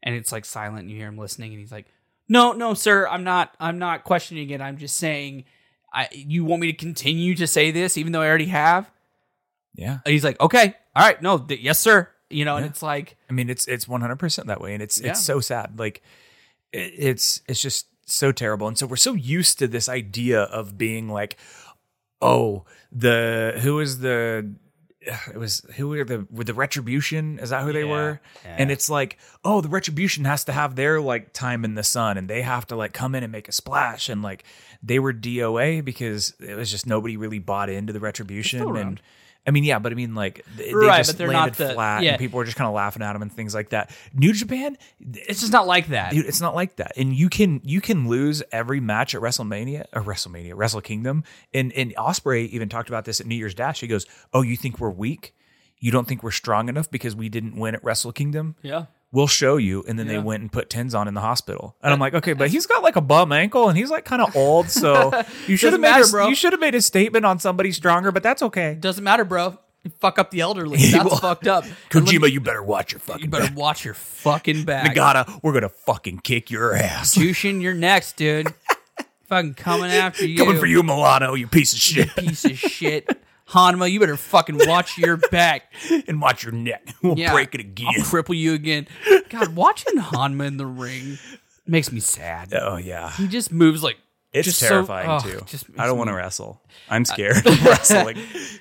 Speaker 2: And it's like silent. And you hear him listening, and he's like, "No, no, sir, I'm not. I'm not questioning it. I'm just saying." I, you want me to continue to say this even though I already have?
Speaker 1: Yeah.
Speaker 2: And he's like, okay, all right, no, th- yes, sir. You know, and
Speaker 1: Yeah.
Speaker 2: it's like,
Speaker 1: I mean, it's it's 100% that way and it's
Speaker 2: Yeah.
Speaker 1: it's so sad. Like i- it's it's just so terrible. And so we're so used to this idea of being like oh, the who is the it was who were the with the retribution is that who they
Speaker 2: Yeah,
Speaker 1: were and it's like oh the retribution has to have their like time in the sun and they have to like come in and make a splash and like they were doa because it was just nobody really bought into the retribution and
Speaker 2: around.
Speaker 1: i mean yeah but i mean like they, they
Speaker 2: Right,
Speaker 1: just
Speaker 2: but they're
Speaker 1: landed
Speaker 2: not the-
Speaker 1: flat
Speaker 2: yeah.
Speaker 1: and people were just kind of laughing at them and things like that new japan
Speaker 2: It's just not like that.
Speaker 1: Dude, it's not like that. And you can you can lose every match at WrestleMania or WrestleMania, Wrestle Kingdom. And and Osprey even talked about this at New Year's Dash. He goes, "Oh, you think we're weak? You don't think we're strong enough because we didn't win at Wrestle Kingdom?
Speaker 2: Yeah.
Speaker 1: We'll show you." And then they
Speaker 2: Yeah.
Speaker 1: went and put tens on in the hospital. And I'm like, "Okay, but he's got like a bum ankle and he's like kind of old, so you should have
Speaker 2: Doesn't
Speaker 1: made
Speaker 2: matter,
Speaker 1: a,
Speaker 2: bro.
Speaker 1: you should have made a statement on somebody stronger, but that's okay."
Speaker 2: Doesn't matter, bro. You fuck up the elderly. That's
Speaker 1: Well,
Speaker 2: fucked up. And let me-
Speaker 1: Kojima, you better watch your
Speaker 2: you
Speaker 1: fucking back.
Speaker 2: better watch your fucking back.
Speaker 1: Nagata, we're gonna fucking kick your ass.
Speaker 2: Jushin, you're next, dude. fucking coming after you.
Speaker 1: Coming for you, Milano, you piece of shit.
Speaker 2: Piece of shit. Hanma, you better fucking watch your back.
Speaker 1: and watch your neck. We'll
Speaker 2: Yeah.
Speaker 1: break it again.
Speaker 2: I'll cripple you again. God, watching Hanma in the ring makes me sad.
Speaker 1: oh yeah,
Speaker 2: He just moves like
Speaker 1: it's
Speaker 2: just so-
Speaker 1: terrifying
Speaker 2: oh,
Speaker 1: too.
Speaker 2: just
Speaker 1: I don't
Speaker 2: makes
Speaker 1: want to
Speaker 2: me-
Speaker 1: wrestle. I'm scared of wrestling.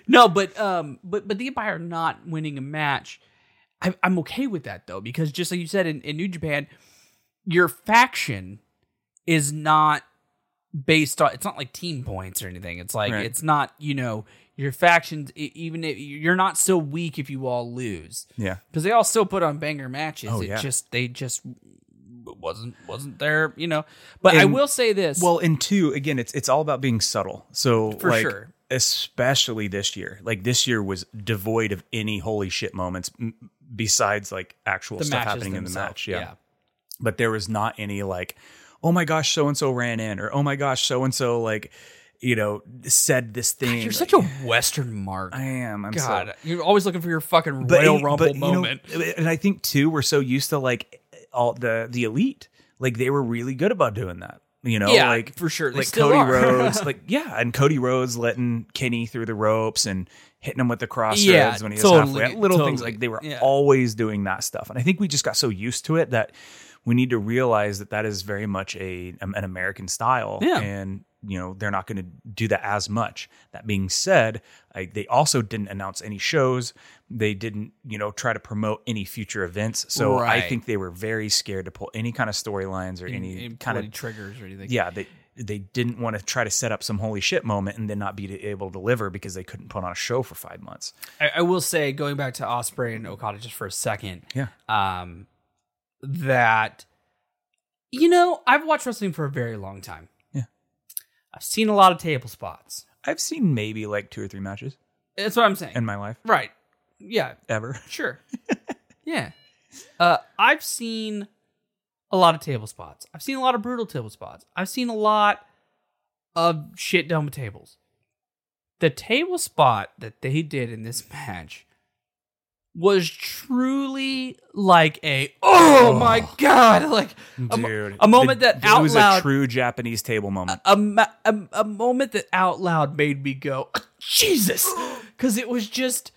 Speaker 2: No, but um, but but the Empire not winning a match, I, I'm okay with that though because just like you said in, in New Japan, your faction is not based on. It's not like team points or anything. It's like
Speaker 1: Right.
Speaker 2: it's not you know your factions. e- Even if you're not so weak if you all lose
Speaker 1: Yeah,
Speaker 2: because they all still put on banger matches.
Speaker 1: Oh,
Speaker 2: it
Speaker 1: yeah.
Speaker 2: just they just wasn't wasn't there you know. But I
Speaker 1: And-
Speaker 2: will say this.
Speaker 1: Well, and two, again, it's it's all about being subtle. So
Speaker 2: For
Speaker 1: like,
Speaker 2: sure.
Speaker 1: especially this year. Like this year was devoid of any holy shit moments m- besides like actual
Speaker 2: the
Speaker 1: stuff
Speaker 2: matches
Speaker 1: happening in the
Speaker 2: themselves,
Speaker 1: match. Yeah. But there was not any like, oh my gosh, so and so ran in, or oh my gosh, so and so like, you know, said this thing.
Speaker 2: You're
Speaker 1: Like,
Speaker 2: such a Western mark.
Speaker 1: I am. I'm so
Speaker 2: God, you're always looking for your fucking
Speaker 1: but,
Speaker 2: Royal
Speaker 1: and-
Speaker 2: Rumble
Speaker 1: but, you know,
Speaker 2: moment.
Speaker 1: and I think too, we're so used to like all the the elite, like they were really good about doing that. You know,
Speaker 2: Yeah,
Speaker 1: like
Speaker 2: for sure. They
Speaker 1: like
Speaker 2: still
Speaker 1: Cody
Speaker 2: are.
Speaker 1: Rhodes, like yeah, and Cody Rhodes letting Kenny through the ropes and hitting him with the crossroads
Speaker 2: Yeah,
Speaker 1: when he was
Speaker 2: totally,
Speaker 1: halfway. up. Little things
Speaker 2: totally.
Speaker 1: like they were
Speaker 2: Yeah.
Speaker 1: always doing that stuff, and I think we just got so used to it that we need to realize that that is very much a um, an American style,
Speaker 2: Yeah.
Speaker 1: and you know they're not going to do that as much. That being said, I, they also didn't announce any shows. They didn't, you know, try to promote any future events. So I
Speaker 2: Right.
Speaker 1: think they were very scared to pull any kind of storylines or any
Speaker 2: And
Speaker 1: kind
Speaker 2: bloody
Speaker 1: of
Speaker 2: triggers or anything.
Speaker 1: yeah. They they didn't want to try to set up some holy shit moment and then not be able to deliver because they couldn't put on a show for five months.
Speaker 2: I, I will say, going back to Osprey and Okada just for a second,
Speaker 1: Yeah,
Speaker 2: um, that you know I've watched wrestling for a very long time.
Speaker 1: Yeah.
Speaker 2: I've seen a lot of table spots.
Speaker 1: I've seen maybe like two or three matches
Speaker 2: That's what I'm saying.
Speaker 1: in my life
Speaker 2: right? Yeah,
Speaker 1: ever.
Speaker 2: sure. yeah, uh, I've seen a lot of table spots. I've seen a lot of brutal table spots. I've seen a lot of shit done with tables. The table spot that they did in this match was truly like a oh, my god like a, mo-
Speaker 1: Dude,
Speaker 2: a moment
Speaker 1: the-
Speaker 2: that out
Speaker 1: it was
Speaker 2: loud
Speaker 1: a true Japanese table moment.
Speaker 2: a, ma- a, a moment that out loud made me go jesus because it was just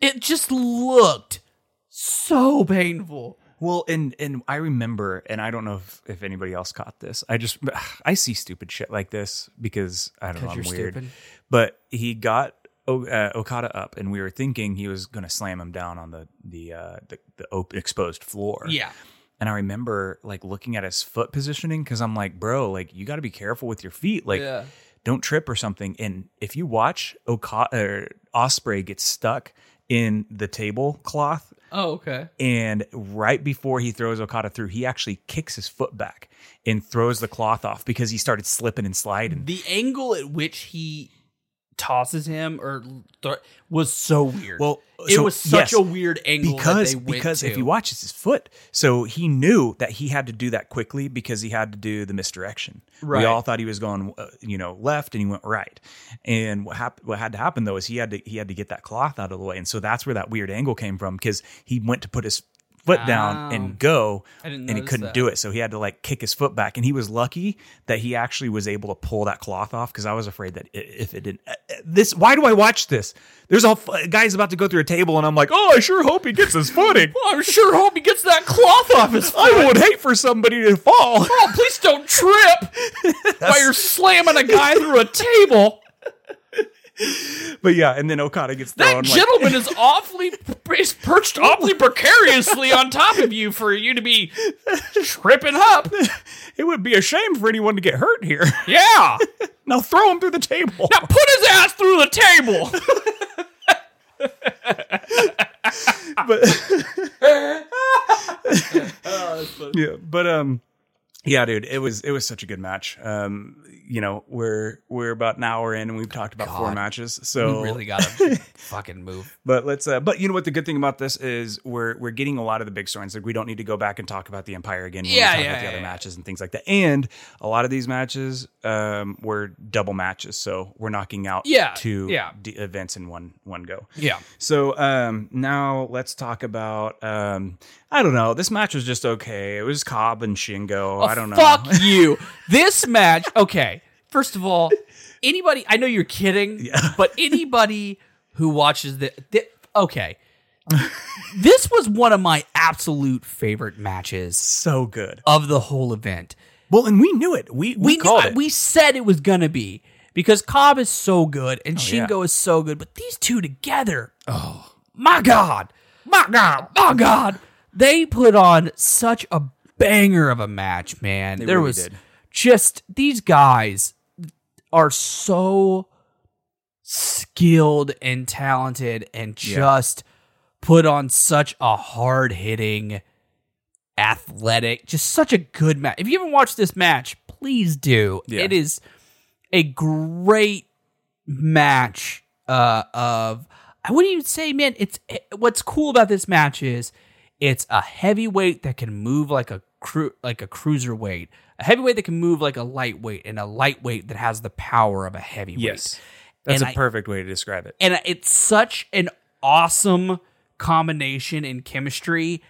Speaker 2: it just looked so painful
Speaker 1: Well, and and I remember, and I don't know if, if anybody else caught this. I just I see stupid shit like this because I don't know. I'm
Speaker 2: 'Cause you're
Speaker 1: weird.
Speaker 2: stupid.
Speaker 1: But he got o- uh, Okada up, and we were thinking he was going to slam him down on the the uh, the, the op- exposed floor.
Speaker 2: yeah
Speaker 1: And I remember like looking at his foot positioning because I'm like, bro, like you got to be careful with your feet, like
Speaker 2: Yeah.
Speaker 1: don't trip or something. And if you watch Okada or Osprey gets stuck in the tablecloth
Speaker 2: oh okay
Speaker 1: and right before he throws Okada through, he actually kicks his foot back and throws the cloth off because he started slipping and sliding.
Speaker 2: the angle at which he tosses him or th- was so weird
Speaker 1: Well,
Speaker 2: it
Speaker 1: so,
Speaker 2: was
Speaker 1: yes,
Speaker 2: such a weird angle
Speaker 1: Because
Speaker 2: that they went
Speaker 1: because if
Speaker 2: to.
Speaker 1: you watch, it's his foot. So he knew that he had to do that quickly because he had to do the misdirection.
Speaker 2: Right.
Speaker 1: We all thought he was going, uh, you know, left, and he went right. And what happened? What had to happen though is he had to he had to get that cloth out of the way, and so that's where that weird angle came from because he went to put his foot down
Speaker 2: Oh.
Speaker 1: and go
Speaker 2: I didn't
Speaker 1: and he
Speaker 2: notice
Speaker 1: couldn't
Speaker 2: that.
Speaker 1: do it. So he had to like kick his foot back, and he was lucky that he actually was able to pull that cloth off because I was afraid that i- if it didn't, uh, uh, this why do I watch this? There's all f- guys about to go through a table, and I'm like, oh, I sure hope he gets his footing.
Speaker 2: Well, i'm sure hope he gets that cloth off his foot
Speaker 1: I would hate for somebody to fall.
Speaker 2: oh please don't trip while you're slamming a guy through a table
Speaker 1: But yeah, and then Okada gets thrown.
Speaker 2: That
Speaker 1: like,
Speaker 2: gentleman is awfully is perched awfully precariously on top of you for you to be tripping up.
Speaker 1: it would be a shame for anyone to get hurt here.
Speaker 2: Yeah.
Speaker 1: now throw him through the table.
Speaker 2: Now put his ass through the table.
Speaker 1: but
Speaker 2: Oh,
Speaker 1: yeah, but um, yeah, dude, it was it was such a good match. Um, you know, we're we're about an hour in, and we've talked about four
Speaker 2: God.
Speaker 1: matches. So
Speaker 2: really gotta fucking move.
Speaker 1: but let's. Uh, but you know what? The good thing about this is we're we're getting a lot of the big stories. Like we don't need to go back and talk about the Empire again. When
Speaker 2: Yeah,
Speaker 1: we talk
Speaker 2: yeah,
Speaker 1: about the
Speaker 2: yeah,
Speaker 1: other
Speaker 2: yeah.
Speaker 1: matches and things like that. And a lot of these matches um, were double matches, so we're knocking out
Speaker 2: Yeah,
Speaker 1: two
Speaker 2: yeah.
Speaker 1: d- events in one one go.
Speaker 2: Yeah.
Speaker 1: So um, now let's talk about um, I don't know. This match was just okay. It was Cobb and Shingo. I don't know.
Speaker 2: Oh, Fuck you. This match. Okay. First of all, anybody. I know you're kidding, but anybody who watches the, thi- okay. this was one of my absolute favorite matches
Speaker 1: So good.
Speaker 2: of the whole event.
Speaker 1: Well, and we knew it. We we,
Speaker 2: We
Speaker 1: called
Speaker 2: knew,
Speaker 1: it.
Speaker 2: we said it was gonna be because Cobb is so good and
Speaker 1: Oh, yeah.
Speaker 2: Shingo is so good, but these two together, oh my god, my god, my god, they put on such a banger of a match, man. there
Speaker 1: really
Speaker 2: was
Speaker 1: did.
Speaker 2: just these guys are so skilled and talented and just put on such a hard hitting athletic just such a good match if you haven't watched this match please do
Speaker 1: Yeah.
Speaker 2: it is a great match uh of i wouldn't even say man it's it- what's cool about this match is it's a heavyweight that can move like a cru- like a cruiserweight a heavyweight that can move like a lightweight and a lightweight that has the power of a heavyweight
Speaker 1: yes, that's
Speaker 2: And
Speaker 1: a
Speaker 2: I-
Speaker 1: perfect way to describe it.
Speaker 2: and it's such an awesome combination in chemistry.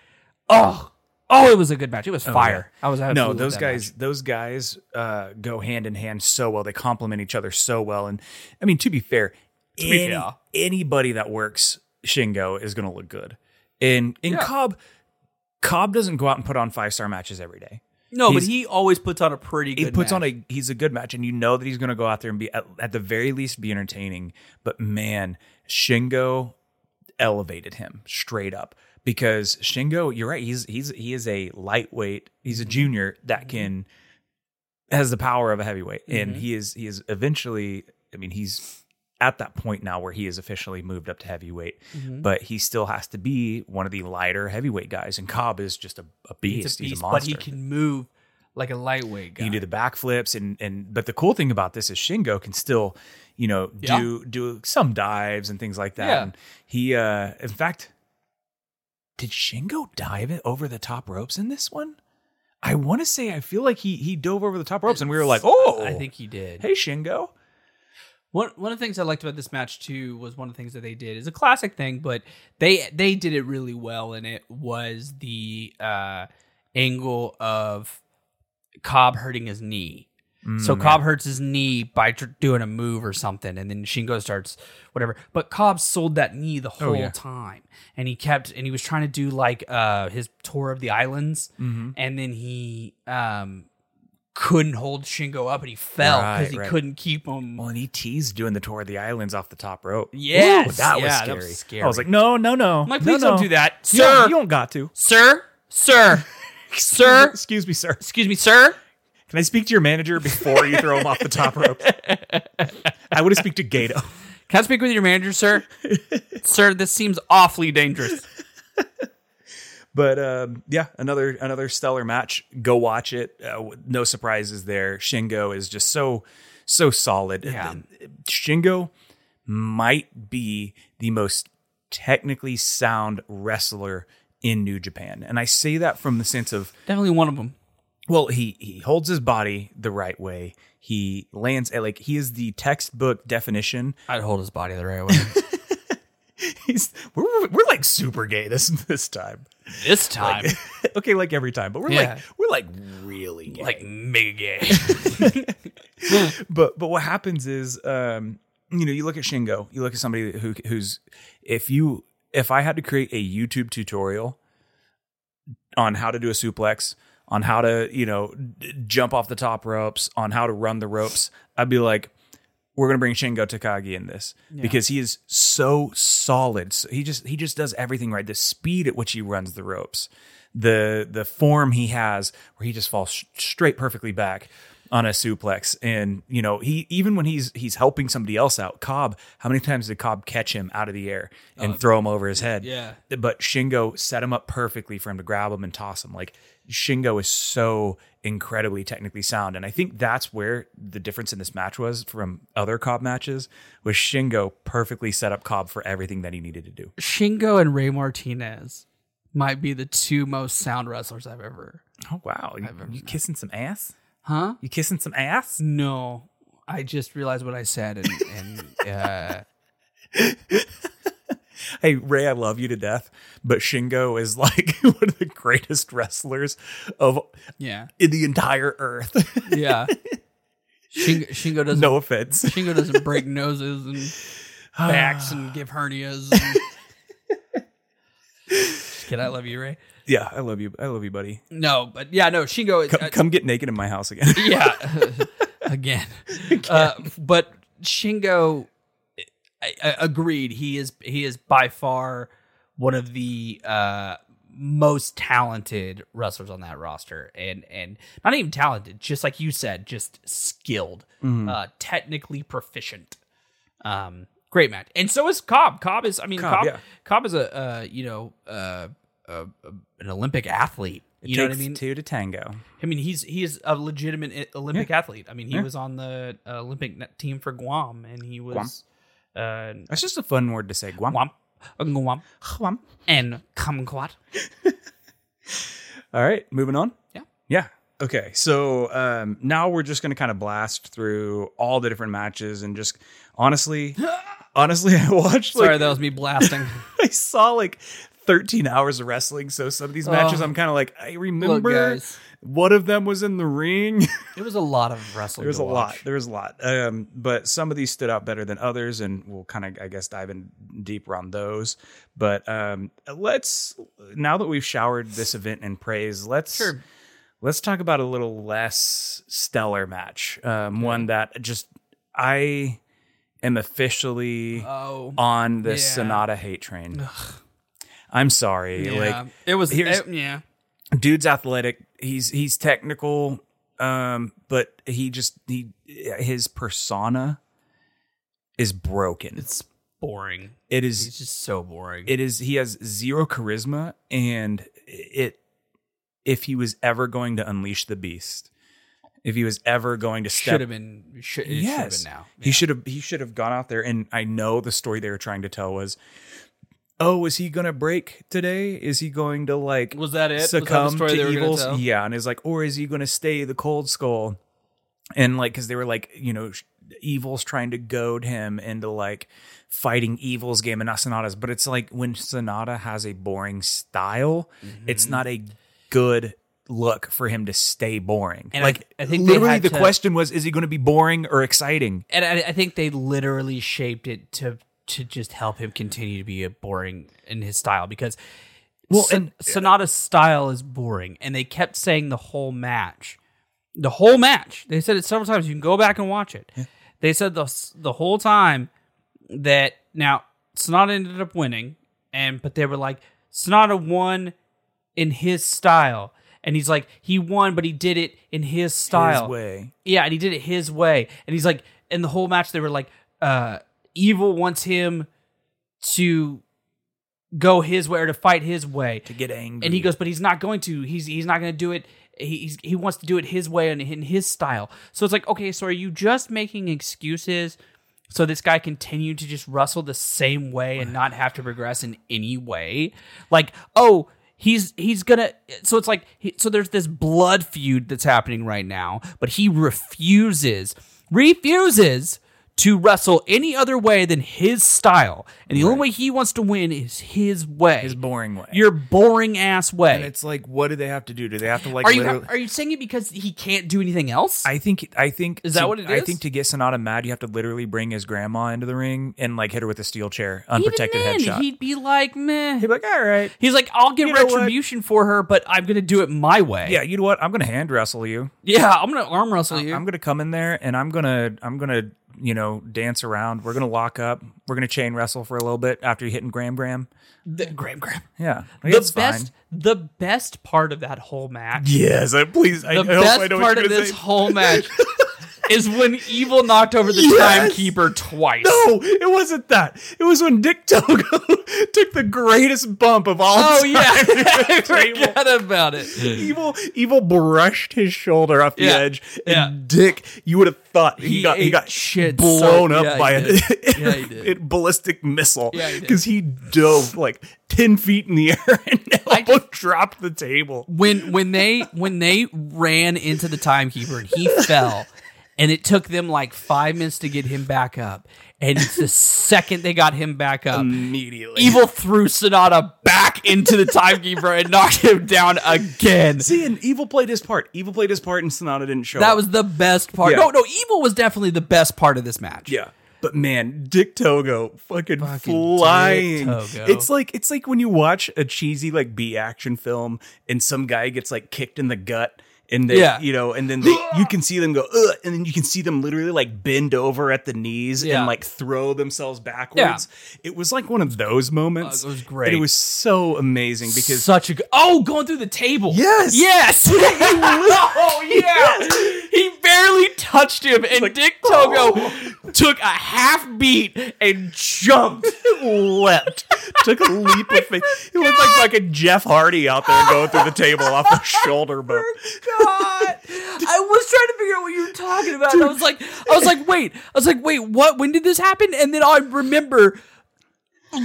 Speaker 2: Oh, oh, it was a good match. It was fire. I was
Speaker 1: no
Speaker 2: absolutely
Speaker 1: those
Speaker 2: with that
Speaker 1: guys those guys uh, go hand in hand so well they complement each other so well and i mean to be fair,
Speaker 2: be
Speaker 1: any-
Speaker 2: fair.
Speaker 1: anybody that works shingo is going to look good and in cobb cobb doesn't go out and put on five star matches every day
Speaker 2: match. No, but
Speaker 1: he's-
Speaker 2: he always puts on a pretty. good
Speaker 1: he puts
Speaker 2: match.
Speaker 1: on a he's a good match and you know that he's going to go out there and be at, at the very least be entertaining but man shingo elevated him straight up because shingo you're right he's he's he is a lightweight he's a junior
Speaker 2: Mm-hmm.
Speaker 1: that can has the power of a heavyweight and he is he is eventually i mean he's at that point now where he is officially moved up to heavyweight
Speaker 2: Mm-hmm.
Speaker 1: but he still has to be one of the lighter heavyweight guys and cobb is just a, a beast
Speaker 2: He's a beast,
Speaker 1: monster
Speaker 2: but he can move like a lightweight guy.
Speaker 1: he can do the backflips and and but the cool thing about this is Shingo can still, you know, do do some dives and things like that.
Speaker 2: Yeah.
Speaker 1: And he uh in fact did Shingo dive it over the top ropes in this one? I want to say I feel like he he dove over the top ropes and we were like, "Oh,
Speaker 2: I think he did.
Speaker 1: hey Shingo."
Speaker 2: One one of the things I liked about this match too was one of the things that they did is a classic thing, but they they did it really well, and it was the uh, angle of Cobb hurting his knee. so
Speaker 1: Mm-hmm. Hmm.
Speaker 2: Cobb hurts his knee by tr- doing a move or something, and then Shingo starts whatever. But Cobb sold that knee the whole
Speaker 1: Oh, yeah.
Speaker 2: time, and he kept and he was trying to do like uh, his tour of the islands,
Speaker 1: Mm-hmm.
Speaker 2: and then he um, couldn't hold Shingo up, and he fell because
Speaker 1: Right,
Speaker 2: he
Speaker 1: right.
Speaker 2: couldn't keep him.
Speaker 1: Well, and he teased doing the tour of the islands off the top rope.
Speaker 2: Yes.
Speaker 1: Ooh, that, was
Speaker 2: Yeah,
Speaker 1: scary.
Speaker 2: that was scary.
Speaker 1: I was like, "No, no, no."
Speaker 2: I'm like,
Speaker 1: No,
Speaker 2: please
Speaker 1: no.
Speaker 2: don't do that,
Speaker 1: You don't-
Speaker 2: sir,
Speaker 1: you don't got to.
Speaker 2: sir, sir, sir.
Speaker 1: Excuse me, sir.
Speaker 2: Excuse me, sir.
Speaker 1: Can I speak to your manager before you throw him off the top rope? I want to speak to Gato.
Speaker 2: Can I speak with your manager, sir? sir, this seems awfully dangerous.
Speaker 1: But um, yeah, another another stellar match. Go watch it. Uh, w- no surprises there. Shingo is just so so solid. uh,
Speaker 2: Yeah.
Speaker 1: Shingo might be the most technically sound wrestler in New Japan, and I say that from the sense of
Speaker 2: Definitely one of them.
Speaker 1: Well, he he holds his body the right way. He lands like he is the textbook definition.
Speaker 2: I'd hold his body the right way.
Speaker 1: He's we're we're like super gay this this time.
Speaker 2: this time,
Speaker 1: okay, like every time, but we're
Speaker 2: Yeah.
Speaker 1: like we're like really gay.
Speaker 2: like mega gay.
Speaker 1: but but what happens is um you know you look at shingo you look at somebody who who's if you if i had to create a youtube tutorial on how to do a suplex on how to you know d- jump off the top ropes on how to run the ropes i'd be like we're gonna bring Shingo Takagi in this because he is so solid. So he just he just does everything right. The speed at which he runs the ropes, the the form he has, where he just falls sh- straight perfectly back on a suplex, and you know he even when he's he's helping somebody else out, Cobb. How many times did Cobb catch him out of the air and throw him over his head?
Speaker 2: yeah.
Speaker 1: but Shingo set him up perfectly for him to grab him and toss him. Like Shingo is so incredibly technically sound, and I think that's where the difference in this match was from other Cobb matches. Was Shingo perfectly set up Cobb for everything that he needed to do?
Speaker 2: Shingo and Ray Martinez might be the two most sound wrestlers I've ever.
Speaker 1: Oh wow, you, you kissing some ass?
Speaker 2: Huh?
Speaker 1: You kissing some ass?
Speaker 2: No, I just realized what I said, and, and uh,
Speaker 1: Hey Ray, I love you to death, but Shingo is like one of the greatest wrestlers of
Speaker 2: yeah,
Speaker 1: in the entire earth.
Speaker 2: yeah. Shingo, Shingo doesn't.
Speaker 1: no offense.
Speaker 2: Shingo doesn't break noses and backs and give hernias. And... Just kidding, I love you, Ray.
Speaker 1: Yeah, I love you. I love you, buddy.
Speaker 2: No, but yeah, no, Shingo is.
Speaker 1: Come,
Speaker 2: uh,
Speaker 1: come get naked in my house again.
Speaker 2: yeah again, Uh, but shingo I, I agreed he is he is by far one of the uh most talented wrestlers on that roster and and not even talented just like you said just skilled
Speaker 1: Mm-hmm.
Speaker 2: uh technically proficient um great match and so is cobb cobb is i mean cobb
Speaker 1: Cobb,
Speaker 2: cobb,
Speaker 1: yeah.
Speaker 2: is a uh you know uh, uh an olympic athlete you know what i
Speaker 1: Takes
Speaker 2: mean
Speaker 1: Two to tango.
Speaker 2: I mean, he's he is a legitimate i- Olympic athlete. I mean, he was on the uh, Olympic net team for Guam, and he was Guam,
Speaker 1: That's just a fun word to say. Guam.
Speaker 2: uh, Guam, Guam,
Speaker 1: Guam.
Speaker 2: and Kumquat.
Speaker 1: All right, moving on.
Speaker 2: Yeah.
Speaker 1: Yeah. Okay. So um, now we're just going to kind of blast through all the different matches and just honestly, honestly, I watched like,
Speaker 2: Sorry, that was me blasting.
Speaker 1: I saw like 13 hours of wrestling. So some of these matches, I'm kind of like, I remember
Speaker 2: Oh. guys.
Speaker 1: one of them was in the ring.
Speaker 2: it was a lot of wrestling.
Speaker 1: There was
Speaker 2: to
Speaker 1: a lot.
Speaker 2: watch.
Speaker 1: There was a lot. Um, but some of these stood out better than others, and we'll kind of, I guess, dive in deeper on those. But um, let's now that we've showered this event in praise, let's
Speaker 2: Sure.
Speaker 1: let's talk about a little less stellar match. Um, One that just I am officially
Speaker 2: Oh,
Speaker 1: on this
Speaker 2: yeah.
Speaker 1: Sonata hate train. I'm sorry.
Speaker 2: yeah.
Speaker 1: Like
Speaker 2: it was.
Speaker 1: here's-
Speaker 2: it- yeah,
Speaker 1: dude's athletic. He's he's technical, um, but he just he his persona is broken.
Speaker 2: it's boring.
Speaker 1: It
Speaker 2: It's
Speaker 1: is
Speaker 2: just so boring.
Speaker 1: it is he has zero charisma, and it if he was ever going to unleash the beast, if he was ever going to
Speaker 2: should
Speaker 1: step
Speaker 2: have been. Should, it
Speaker 1: Yes.
Speaker 2: should have been now.
Speaker 1: He should have he should have gone out there and I know the story they were trying to tell was Oh, is he gonna break today? Is he going to like
Speaker 2: Was that it? Was that the
Speaker 1: Succumb
Speaker 2: story they were
Speaker 1: to
Speaker 2: gonna
Speaker 1: evils?
Speaker 2: tell?
Speaker 1: Yeah, and it's like, or is he gonna stay the cold skull? And like, because they were like, you know, sh- evils trying to goad him into like fighting evils game and not sonatas. But it's like when Sonata has a boring style,
Speaker 2: Mm-hmm.
Speaker 1: it's not a good look for him to stay boring.
Speaker 2: And I-
Speaker 1: like,
Speaker 2: I think they
Speaker 1: literally
Speaker 2: had
Speaker 1: the
Speaker 2: to-
Speaker 1: question was, is he going to be boring or exciting?
Speaker 2: and I, I think they literally shaped it to to just help him continue to be a boring in his style because well,
Speaker 1: and-
Speaker 2: Sonata's style is boring, and they kept saying the whole match, the whole match. They said it several times. You can go back and watch it. They said the s- the whole time that now Sonata ended up winning, and but they were like Sonata won in his style. And he's like, he won, but he did it in his style.
Speaker 1: His way.
Speaker 2: Yeah, and he did it his way. And he's like, in the whole match, they were like, uh, evil wants him to go his way or to fight his way.
Speaker 1: to get angry.
Speaker 2: And he goes, but he's not going to. He's he's not going to do it. He- He's, he wants to do it his way and in his style. So it's like, okay, so are you just making excuses so this guy continue to just wrestle the same way and not have to progress in any way? Like, oh, he's he's gonna. So it's like, he, so there's this blood feud that's happening right now, but he refuses, refuses to wrestle any other way than his style, and the only way he wants to win is his way
Speaker 1: his boring way.
Speaker 2: your boring ass
Speaker 1: and
Speaker 2: way.
Speaker 1: it's like, what do they have to do? Do they have to like?
Speaker 2: Are you
Speaker 1: literally-
Speaker 2: are you saying it because he can't do anything else?
Speaker 1: I think I think
Speaker 2: Is that
Speaker 1: to-
Speaker 2: what it
Speaker 1: I
Speaker 2: is?
Speaker 1: think to get Sonata mad, you have to literally bring his grandma into the ring and like hit her with a steel chair, unprotected
Speaker 2: Even then,
Speaker 1: headshot.
Speaker 2: he'd be like, meh.
Speaker 1: He'd be like, all right,
Speaker 2: He's like, I'll get
Speaker 1: know what?
Speaker 2: retribution for her, but I'm gonna do it my way.
Speaker 1: yeah, you know what? I'm gonna hand wrestle you.
Speaker 2: yeah. I'm gonna arm wrestle you.
Speaker 1: I'm gonna come in there and I'm gonna I'm gonna you know, dance around. We're gonna lock up. We're gonna chain wrestle for a little bit after you hitting Graham Graham.
Speaker 2: The, Graham Graham.
Speaker 1: Yeah, like,
Speaker 2: The
Speaker 1: it's
Speaker 2: best,
Speaker 1: Fine.
Speaker 2: the best part of that whole match.
Speaker 1: Yes, I, please. I,
Speaker 2: The
Speaker 1: I hope I
Speaker 2: best
Speaker 1: know
Speaker 2: part
Speaker 1: what
Speaker 2: of
Speaker 1: you're gonna
Speaker 2: this
Speaker 1: say.
Speaker 2: whole match is when Evil knocked over the
Speaker 1: Yes!
Speaker 2: timekeeper twice.
Speaker 1: No, it wasn't that. It was when Dick Togo took the greatest bump of all
Speaker 2: Oh
Speaker 1: time.
Speaker 2: yeah, I
Speaker 1: table.
Speaker 2: forgot about it.
Speaker 1: Evil, evil brushed his shoulder off the
Speaker 2: Yeah,
Speaker 1: edge, and
Speaker 2: yeah.
Speaker 1: Dick, you would have thought he,
Speaker 2: He
Speaker 1: got he
Speaker 2: ate
Speaker 1: got
Speaker 2: shit
Speaker 1: blown
Speaker 2: so-
Speaker 1: up
Speaker 2: yeah, he
Speaker 1: by a
Speaker 2: did. Yeah, he did.
Speaker 1: it ballistic missile
Speaker 2: Yeah, he did.
Speaker 1: because he dove like ten feet in the air and almost dropped the table.
Speaker 2: when when they when they ran into the timekeeper and he fell and it took them like five minutes to get him back up and it's the second they got him back up
Speaker 1: Immediately,
Speaker 2: evil threw sonata back into the timekeeper and knocked him down again
Speaker 1: See, and evil played his part. Evil played his part, and Sonata didn't show.
Speaker 2: that
Speaker 1: up.
Speaker 2: was the best part
Speaker 1: Yeah.
Speaker 2: no no evil was definitely the best part of this match
Speaker 1: Yeah. But man, Dick Togo fucking,
Speaker 2: Fucking
Speaker 1: flying.
Speaker 2: Dick Togo.
Speaker 1: It's like it's like when you watch a cheesy like B action film and some guy gets like kicked in the gut and they
Speaker 2: Yeah.
Speaker 1: you know and then they, you can see them go Ugh, and then you can see them literally like bend over at the knees
Speaker 2: Yeah.
Speaker 1: and like throw themselves backwards. It was like one of those moments.
Speaker 2: Oh, it was
Speaker 1: and
Speaker 2: great.
Speaker 1: It was so amazing because
Speaker 2: such a good oh going through the table
Speaker 1: Yes.
Speaker 2: yes oh yeah he barely touched him and dick togo
Speaker 1: oh.
Speaker 2: took a half beat and jumped
Speaker 1: leapt, took a leap of faith. He looked like fucking Jeff Hardy out there going through the table off a shoulder bump.
Speaker 2: God, I was trying to figure out what you were talking about. and I was like, I was like, wait, I was like, wait, what? When did this happen? And then I remember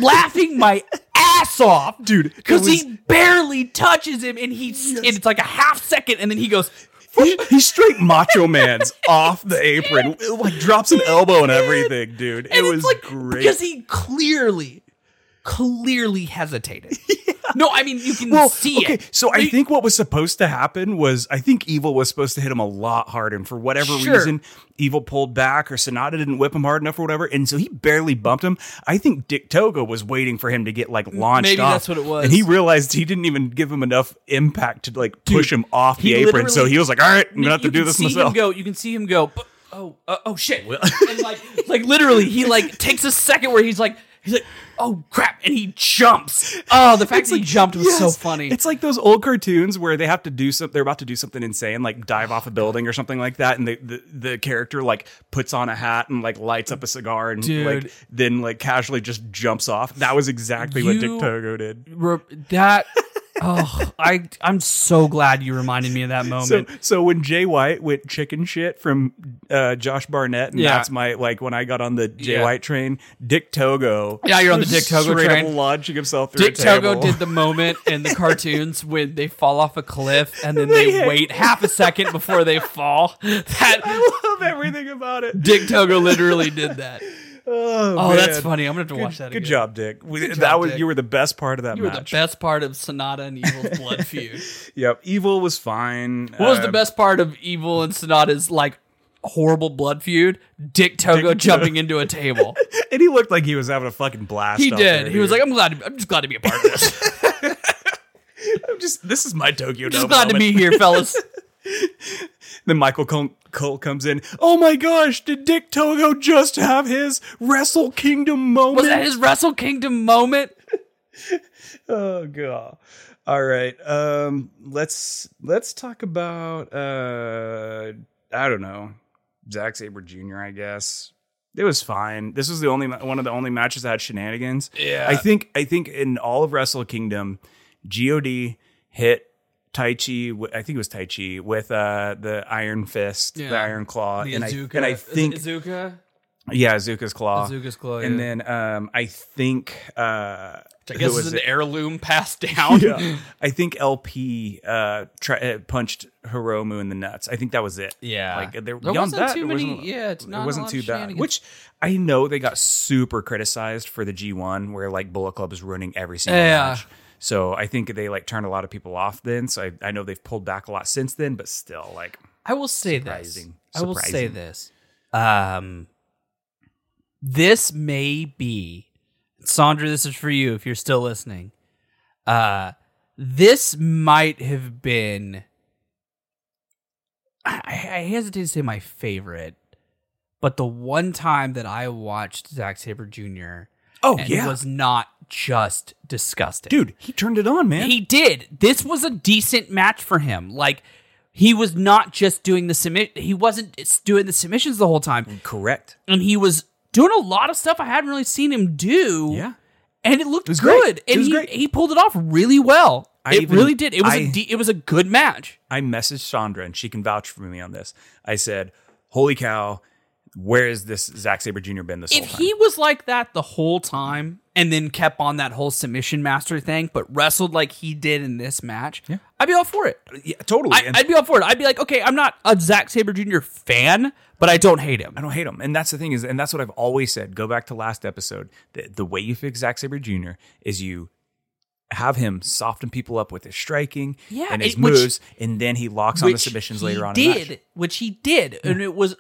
Speaker 2: laughing my ass off,
Speaker 1: Dude, it
Speaker 2: because
Speaker 1: was-
Speaker 2: he barely touches him, and he and it's like a half second, and then he goes,
Speaker 1: He, he straight macho man's off the apron, like drops an elbow and everything, dude. It
Speaker 2: and
Speaker 1: was
Speaker 2: it's like
Speaker 1: great.
Speaker 2: because he clearly, clearly hesitated. No, I mean you can
Speaker 1: well,
Speaker 2: see
Speaker 1: okay,
Speaker 2: it.
Speaker 1: so I
Speaker 2: You-
Speaker 1: think what was supposed to happen was I think Evil was supposed to hit him a lot harder, and for whatever
Speaker 2: Sure.
Speaker 1: reason, Evil pulled back or Sonata didn't whip him hard enough or whatever, and so he barely bumped him. I think Dick Togo was waiting for him to get like launched.
Speaker 2: maybe
Speaker 1: off,
Speaker 2: that's what it was.
Speaker 1: and he realized he didn't even give him enough impact to like push him off
Speaker 2: he
Speaker 1: the apron. So
Speaker 2: literally-
Speaker 1: he was like, "All right, I'm
Speaker 2: You-
Speaker 1: gonna have to
Speaker 2: you
Speaker 1: do
Speaker 2: can
Speaker 1: this
Speaker 2: see
Speaker 1: myself."
Speaker 2: Him go, you can see him go. "But- Oh, uh, oh shit! and like, like literally, he like takes a second where he's like, he's like, oh crap, and he jumps. Oh, the fact that he jumped was so
Speaker 1: Yes.
Speaker 2: funny.
Speaker 1: It's like those old cartoons where they have to do something. They're about to do something insane, like dive off a building or something like that, and the the, the character like puts on a hat and like lights up a cigar and
Speaker 2: Dude.
Speaker 1: like then like casually just jumps off. That was exactly what
Speaker 2: You-
Speaker 1: Dick Togo did.
Speaker 2: Re- that. Oh, I I'm so glad you reminded me of that moment.
Speaker 1: So so when Jay White went chicken shit from uh, Josh Barnett, and
Speaker 2: Yeah.
Speaker 1: that's my like when I got on the Jay
Speaker 2: Yeah.
Speaker 1: White train, Dick Togo.
Speaker 2: Yeah, you're on the Dick Togo
Speaker 1: straight
Speaker 2: train.
Speaker 1: Up launching himself through
Speaker 2: Dick
Speaker 1: a
Speaker 2: Togo
Speaker 1: table.
Speaker 2: did the moment in the cartoons when they fall off a cliff and then they,
Speaker 1: They hit.
Speaker 2: wait half a second before they fall. That
Speaker 1: I love everything about it.
Speaker 2: Dick Togo literally did that. Oh, that's
Speaker 1: man.
Speaker 2: funny. I'm gonna have to watch that.
Speaker 1: Good
Speaker 2: again.
Speaker 1: job, Dick. We- that
Speaker 2: job,
Speaker 1: was
Speaker 2: Dick.
Speaker 1: you were the best part of that
Speaker 2: You were the
Speaker 1: match.
Speaker 2: best part of Sonata and Evil's blood feud.
Speaker 1: Yep, Evil was fine. Um,
Speaker 2: What was the best part of Evil and Sonata's like horrible blood feud? Dick Togo
Speaker 1: Dick
Speaker 2: jumping into a table.
Speaker 1: And he looked like he was having a fucking blast.
Speaker 2: He
Speaker 1: out
Speaker 2: did.
Speaker 1: there,
Speaker 2: He was
Speaker 1: dude.
Speaker 2: like, "I'm glad. To, I'm just glad to be a part of this.
Speaker 1: I'm just this is my Tokyo.
Speaker 2: "Oh, just
Speaker 1: Dome
Speaker 2: glad to
Speaker 1: moment."
Speaker 2: be here, fellas."
Speaker 1: Then Michael Cole, Cole comes in. Oh my gosh! Did Dick Togo just have his Wrestle Kingdom moment?
Speaker 2: Was that his Wrestle Kingdom moment?
Speaker 1: oh god! All right. Um, let's let's talk about uh, I don't know, Zack Saber Jr. I guess it was fine. This was the only one of the only matches that had shenanigans.
Speaker 2: Yeah.
Speaker 1: I think I think in all of Wrestle Kingdom, God hit Tai Chi. w- I think it was Tai Chi with uh, the Iron Fist, the
Speaker 2: Yeah.
Speaker 1: Iron Claw,
Speaker 2: The
Speaker 1: and
Speaker 2: Azuka-
Speaker 1: I and I
Speaker 2: is it
Speaker 1: think
Speaker 2: Azuka,
Speaker 1: yeah, Azuka's Claw.
Speaker 2: Azuka's claw,
Speaker 1: And
Speaker 2: yeah.
Speaker 1: then um, I think uh,
Speaker 2: Which I
Speaker 1: who
Speaker 2: guess
Speaker 1: was
Speaker 2: is an
Speaker 1: it?
Speaker 2: heirloom passed down.
Speaker 1: yeah. I think LP uh, tri- uh, punched Hiromu in the nuts. I think that was it.
Speaker 2: Yeah.
Speaker 1: like there,
Speaker 2: There
Speaker 1: beyond
Speaker 2: wasn't
Speaker 1: that,
Speaker 2: too
Speaker 1: it
Speaker 2: many-
Speaker 1: Wasn't,
Speaker 2: yeah, it's not a
Speaker 1: it wasn't
Speaker 2: lot
Speaker 1: too
Speaker 2: of
Speaker 1: bad.
Speaker 2: shenanigans.
Speaker 1: Which I know they got super criticized for the G1, where like Bullet Club is ruining every single
Speaker 2: Yeah.
Speaker 1: match. So I think they like turned a lot of people off then. So I, I know they've pulled back a lot since then, but still, like
Speaker 2: I will say
Speaker 1: Surprising.
Speaker 2: this. I will say
Speaker 1: Surprising.
Speaker 2: this. Um, this may be, Sandra. This is for you if you're still listening. Uh, this might have been. I, I hesitate to say my favorite, But the one time that I watched Zack Saber Jr.
Speaker 1: Oh
Speaker 2: and
Speaker 1: yeah,
Speaker 2: was not just disgusting.
Speaker 1: dude, he turned it on, man.
Speaker 2: He did. This was a decent match for him. Like he was not just doing the submit. He wasn't just doing the submissions the whole time,
Speaker 1: Correct.
Speaker 2: and he was doing a lot of stuff I hadn't really seen him do.
Speaker 1: Yeah.
Speaker 2: and it looked
Speaker 1: was great.
Speaker 2: good,
Speaker 1: It
Speaker 2: and
Speaker 1: was
Speaker 2: he
Speaker 1: great.
Speaker 2: he pulled it off really well.
Speaker 1: I
Speaker 2: it
Speaker 1: even-
Speaker 2: really did. It was a
Speaker 1: I-
Speaker 2: de- it was a good match.
Speaker 1: I messaged Sandra and she can vouch for me on this. I said, "Holy cow, where has this Zack Saber Jr. been this whole
Speaker 2: If
Speaker 1: time?"
Speaker 2: he was like that the whole time and then kept on that whole submission master thing, but wrestled like he did in this match,
Speaker 1: Yeah.
Speaker 2: I'd be all for it.
Speaker 1: yeah, totally.
Speaker 2: I,
Speaker 1: and I,
Speaker 2: I'd be all for it. I'd be like, okay, I'm not a Zack Saber Jr. fan, but I don't hate him.
Speaker 1: don't hate him, and that's the thing is, and that's what I've always said. Go back to last episode. The, the way you fix Zack Saber Jr. is you have him soften people up with his striking
Speaker 2: Yeah,
Speaker 1: and his
Speaker 2: it- which-
Speaker 1: moves, and then he locks on the
Speaker 2: Which
Speaker 1: submissions
Speaker 2: he
Speaker 1: later on. In the
Speaker 2: Did
Speaker 1: match.
Speaker 2: which he did, and it was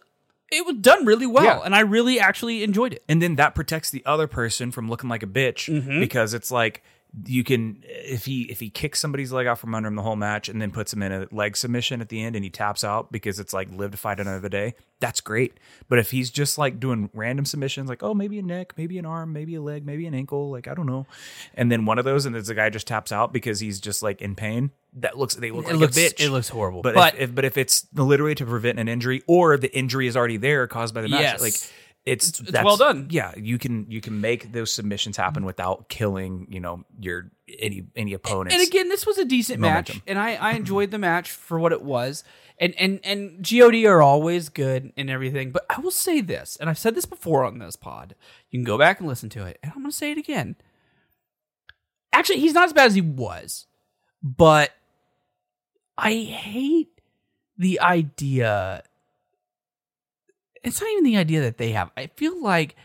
Speaker 2: it was done really well,
Speaker 1: Yeah.
Speaker 2: and I really actually enjoyed it.
Speaker 1: and then that protects the other person from looking like a bitch
Speaker 2: Mm-hmm.
Speaker 1: because it's like you can if he if he kicks somebody's leg out from under him the whole match and then puts him in a leg submission at the end and he taps out because it's like live to fight another day that's great but if he's just like doing random submissions like oh maybe a neck maybe an arm maybe a leg maybe an ankle like i don't know and then one of those and it's a guy just taps out because he's just like in pain that looks they look like
Speaker 2: looks-
Speaker 1: a bitch
Speaker 2: it looks horrible.
Speaker 1: but
Speaker 2: But-
Speaker 1: if, if, but if it's literally to prevent an injury or the injury is already there caused by the match
Speaker 2: Yes.
Speaker 1: like it's
Speaker 2: it's
Speaker 1: that's-
Speaker 2: well done.
Speaker 1: Yeah, you can you can make those submissions happen without killing you know your any any opponents.
Speaker 2: And again, this was a decent match,
Speaker 1: Momentum.
Speaker 2: and I, I enjoyed the match for what it was. And and and God are always good and everything, but I will say this, and I've said this before on this pod. You can go back and listen to it, and I'm going to say it again. Actually, he's not as bad as he was, but I hate the idea. It's not even the idea that they have. I feel like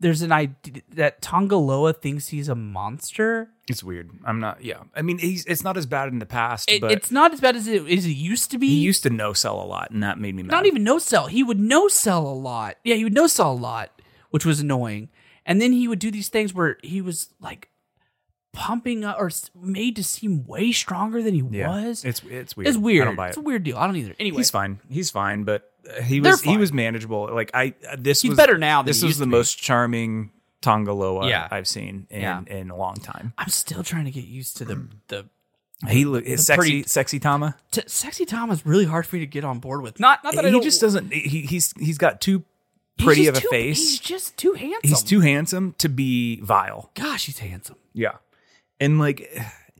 Speaker 2: there's an idea that Tongaloa thinks he's a monster.
Speaker 1: it's weird. I'm not. Yeah, I mean, he's it's not as bad in the past,
Speaker 2: It,
Speaker 1: but
Speaker 2: it's not as bad as it, as it used to be.
Speaker 1: he used to no sell a lot, and that made me mad.
Speaker 2: not even no sell. He would no sell a lot. Yeah, he would no sell a lot, which was annoying. And then he would do these things where he was like pumping up or s- made to seem way stronger than he
Speaker 1: Yeah,
Speaker 2: was.
Speaker 1: it's it's weird.
Speaker 2: It's weird.
Speaker 1: I don't buy
Speaker 2: It's
Speaker 1: it.
Speaker 2: a weird deal. I don't either. Anyway,
Speaker 1: He's fine. He's fine, but uh, he
Speaker 2: They're
Speaker 1: was he
Speaker 2: fine.
Speaker 1: was manageable. Like I uh, this
Speaker 2: he's
Speaker 1: was
Speaker 2: better now. Than
Speaker 1: This
Speaker 2: he
Speaker 1: was
Speaker 2: used
Speaker 1: the
Speaker 2: to be.
Speaker 1: most charming Tongaloa
Speaker 2: Yeah.
Speaker 1: I've seen in
Speaker 2: Yeah.
Speaker 1: in a long time.
Speaker 2: I'm still trying to get used to the the.
Speaker 1: He look is sexy
Speaker 2: pretty-
Speaker 1: sexy Tama.
Speaker 2: T- sexy Tom is really hard for me to get on board with. Not not that I
Speaker 1: He
Speaker 2: don't,
Speaker 1: just doesn't. He, he's he's got too
Speaker 2: he's
Speaker 1: pretty
Speaker 2: just
Speaker 1: of a
Speaker 2: too-
Speaker 1: face.
Speaker 2: He's just too handsome.
Speaker 1: He's too handsome to be vile.
Speaker 2: Gosh, he's handsome.
Speaker 1: Yeah. And like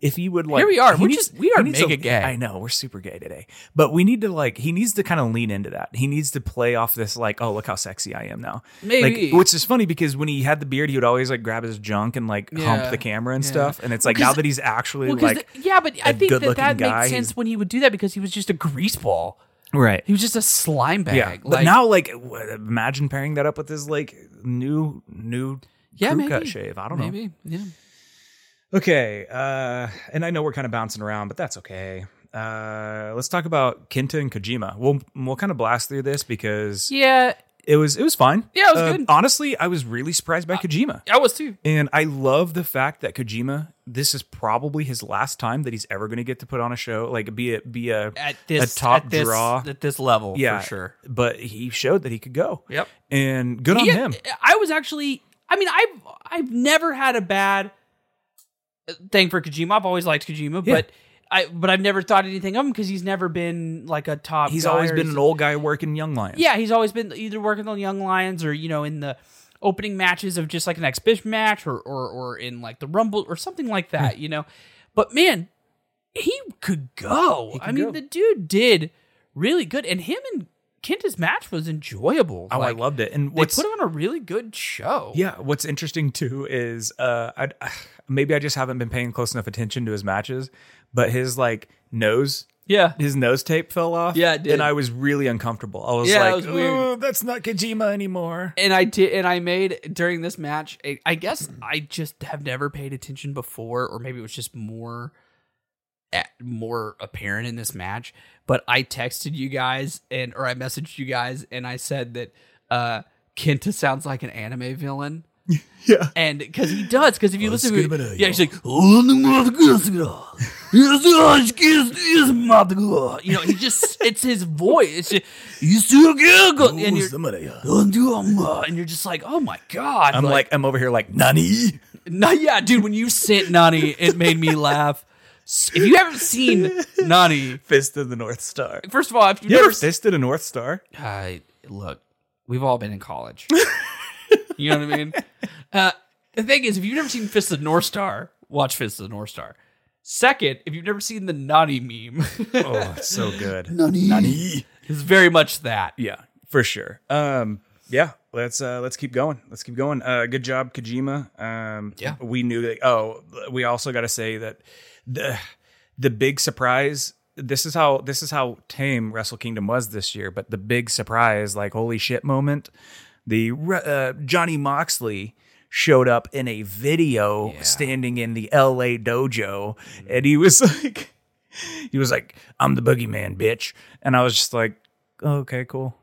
Speaker 1: if he would like
Speaker 2: Here we are.
Speaker 1: he
Speaker 2: We're just- we are
Speaker 1: he needs
Speaker 2: mega
Speaker 1: to-
Speaker 2: gay.
Speaker 1: I know, we're super gay today. But we need to like he needs to kind of lean into that. He needs to play off this like, oh look how sexy I am now.
Speaker 2: Maybe.
Speaker 1: Like, which is funny because when he had the beard, he would always like grab his junk and like
Speaker 2: Yeah.
Speaker 1: hump the camera and stuff. And it's like now that he's actually
Speaker 2: Well, 'cause
Speaker 1: like
Speaker 2: the- yeah, but I
Speaker 1: a
Speaker 2: think that
Speaker 1: good-looking
Speaker 2: that
Speaker 1: guy,
Speaker 2: made sense
Speaker 1: he's-
Speaker 2: when he would do that because he was just a grease ball.
Speaker 1: right.
Speaker 2: He was just a slime bag.
Speaker 1: Yeah,
Speaker 2: like,
Speaker 1: but now like w- imagine pairing that up with his like new new
Speaker 2: yeah,
Speaker 1: crew
Speaker 2: maybe
Speaker 1: cut shave. I don't know.
Speaker 2: maybe. Yeah,
Speaker 1: Okay, uh, and I know we're kind of bouncing around, but that's okay. Uh, let's talk about Kenta and Kojima. We'll we'll kind of blast through this because
Speaker 2: yeah,
Speaker 1: it was it was fine.
Speaker 2: Yeah, it was
Speaker 1: Uh,
Speaker 2: good. Uh,
Speaker 1: Honestly, I was really surprised by Kojima,
Speaker 2: I was too.
Speaker 1: and I love the fact that Kojima. This is probably his last time that he's ever going to get to put on a show, like be a be a
Speaker 2: At this
Speaker 1: a top
Speaker 2: at this,
Speaker 1: draw.
Speaker 2: at this level,
Speaker 1: yeah,
Speaker 2: for sure.
Speaker 1: But he showed that he could go.
Speaker 2: Yep.
Speaker 1: and good on
Speaker 2: Yeah,
Speaker 1: him.
Speaker 2: I was actually. I mean, I've I've never had a bad thing for Kojima. I've always liked Kojima,
Speaker 1: Yeah.
Speaker 2: but I but I've never thought anything of him because he's never been like a top.
Speaker 1: He's
Speaker 2: guy
Speaker 1: always
Speaker 2: or
Speaker 1: been
Speaker 2: he's-
Speaker 1: an old guy working Young Lions.
Speaker 2: Yeah, he's always been either working on Young Lions or you know in the opening matches of just like an exhibition match or or or in like the Rumble or something like that,
Speaker 1: Hmm.
Speaker 2: you know. But man, he could go.
Speaker 1: He could
Speaker 2: I mean,
Speaker 1: go.
Speaker 2: the dude did really good, and him and Kenta's match was enjoyable.
Speaker 1: Oh,
Speaker 2: Like,
Speaker 1: I loved it. And
Speaker 2: They
Speaker 1: what's
Speaker 2: put on a really good show.
Speaker 1: Yeah, what's interesting too is uh, I maybe I just haven't been paying close enough attention to his matches, but his like nose,
Speaker 2: yeah.
Speaker 1: his nose tape fell off.
Speaker 2: Yeah, it did.
Speaker 1: and I was really uncomfortable. I was
Speaker 2: Yeah, it
Speaker 1: like,
Speaker 2: was weird.
Speaker 1: "Ooh, that's not Kojima anymore.
Speaker 2: and I did, and I made during this match. I I guess I just have never paid attention before, or maybe it was just more, eh, more apparent in this match. But I texted you guys, and or I messaged you guys, and I said that uh Kenta sounds like an anime villain.
Speaker 1: Yeah.
Speaker 2: and because he does, because if you listen to
Speaker 1: Skidabada,
Speaker 2: it, yeah,
Speaker 1: yo.
Speaker 2: he's like, "Oh, the motherfucker, yes, yes, yes, yes, motherfucker." you know, he just it's his voice. It's just, you still get go-" and you're "Don't do 'em, uh," and you're just like, oh my god,
Speaker 1: I'm like, I'm over here like nani.
Speaker 2: no, yeah, dude, when you sent Nani, it made me laugh. S- If you haven't seen Nani,
Speaker 1: Fist of the North Star.
Speaker 2: first of all, if you've
Speaker 1: You
Speaker 2: never
Speaker 1: ever
Speaker 2: seen,
Speaker 1: fisted a North Star?
Speaker 2: look, we've all been in college. you know what I mean? Uh, the thing is, if you've never seen Fist of the North Star, watch Fist of the North Star. Second, if you've never seen the Nani meme,
Speaker 1: Oh, it's so good. nani. Nani.
Speaker 2: it's very much that.
Speaker 1: Yeah, for sure. Um, yeah, let's uh, let's keep going. Let's keep going. Uh, good job, Kojima. Um,
Speaker 2: Yeah.
Speaker 1: we knew that. Oh, we also got to say that the the big surprise. This is how this is how tame Wrestle Kingdom was this year. But the big surprise, like holy shit moment, the re- uh, Johnny Moxley showed up in a video standing in the LA dojo, and he was like. He was like, "I'm the boogeyman, bitch," and I was just like, "Okay, cool."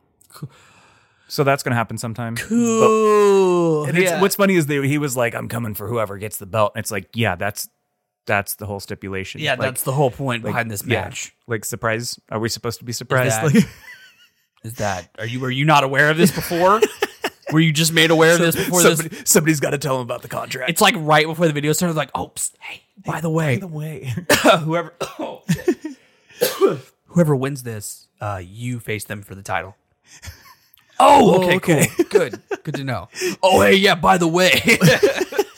Speaker 1: So that's gonna happen sometime.
Speaker 2: Ooh,
Speaker 1: And it's, What's funny is they, he was like, "I'm coming for whoever gets the belt." And it's like, yeah, that's that's the whole stipulation.
Speaker 2: yeah,
Speaker 1: Like-
Speaker 2: that's the whole point
Speaker 1: like,
Speaker 2: behind this
Speaker 1: yeah.
Speaker 2: match.
Speaker 1: Like, surprise? Are we supposed to be surprised?
Speaker 2: That-
Speaker 1: Like,
Speaker 2: Is that are you were you not aware of this before? were you just made aware of this before this
Speaker 1: somebody, somebody's got to tell him about the contract.
Speaker 2: It's like right before the video started, like, oh, psst, hey, by the way,
Speaker 1: the way.
Speaker 2: whoever oh, shit. whoever wins this, uh, you face them for the title. Oh, okay,
Speaker 1: okay.
Speaker 2: cool. Good. Good to know. Oh, hey, yeah, by the way.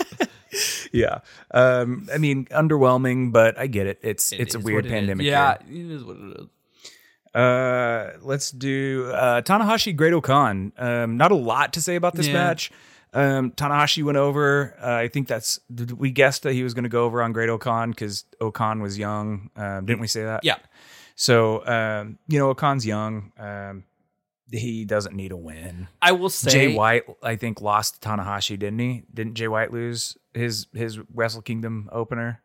Speaker 1: yeah. Um. I mean, underwhelming, but I get it. It's it's a weird pandemic.
Speaker 2: Yeah,
Speaker 1: year.
Speaker 2: it is what it is.
Speaker 1: Uh, let's do uh, Tanahashi Great Okan. Um, not a lot to say about this
Speaker 2: Yeah.
Speaker 1: match. Um, Tanahashi went over. Uh, I think that's we guessed that he was going to go over on Great Okan because Okan was young. Um, didn't we say that?
Speaker 2: Yeah.
Speaker 1: So um, you know, Okan's young. Um, he doesn't need a win.
Speaker 2: I will say
Speaker 1: Jay White, I think, lost to Tanahashi, didn't he? Didn't Jay White lose his his Wrestle Kingdom opener?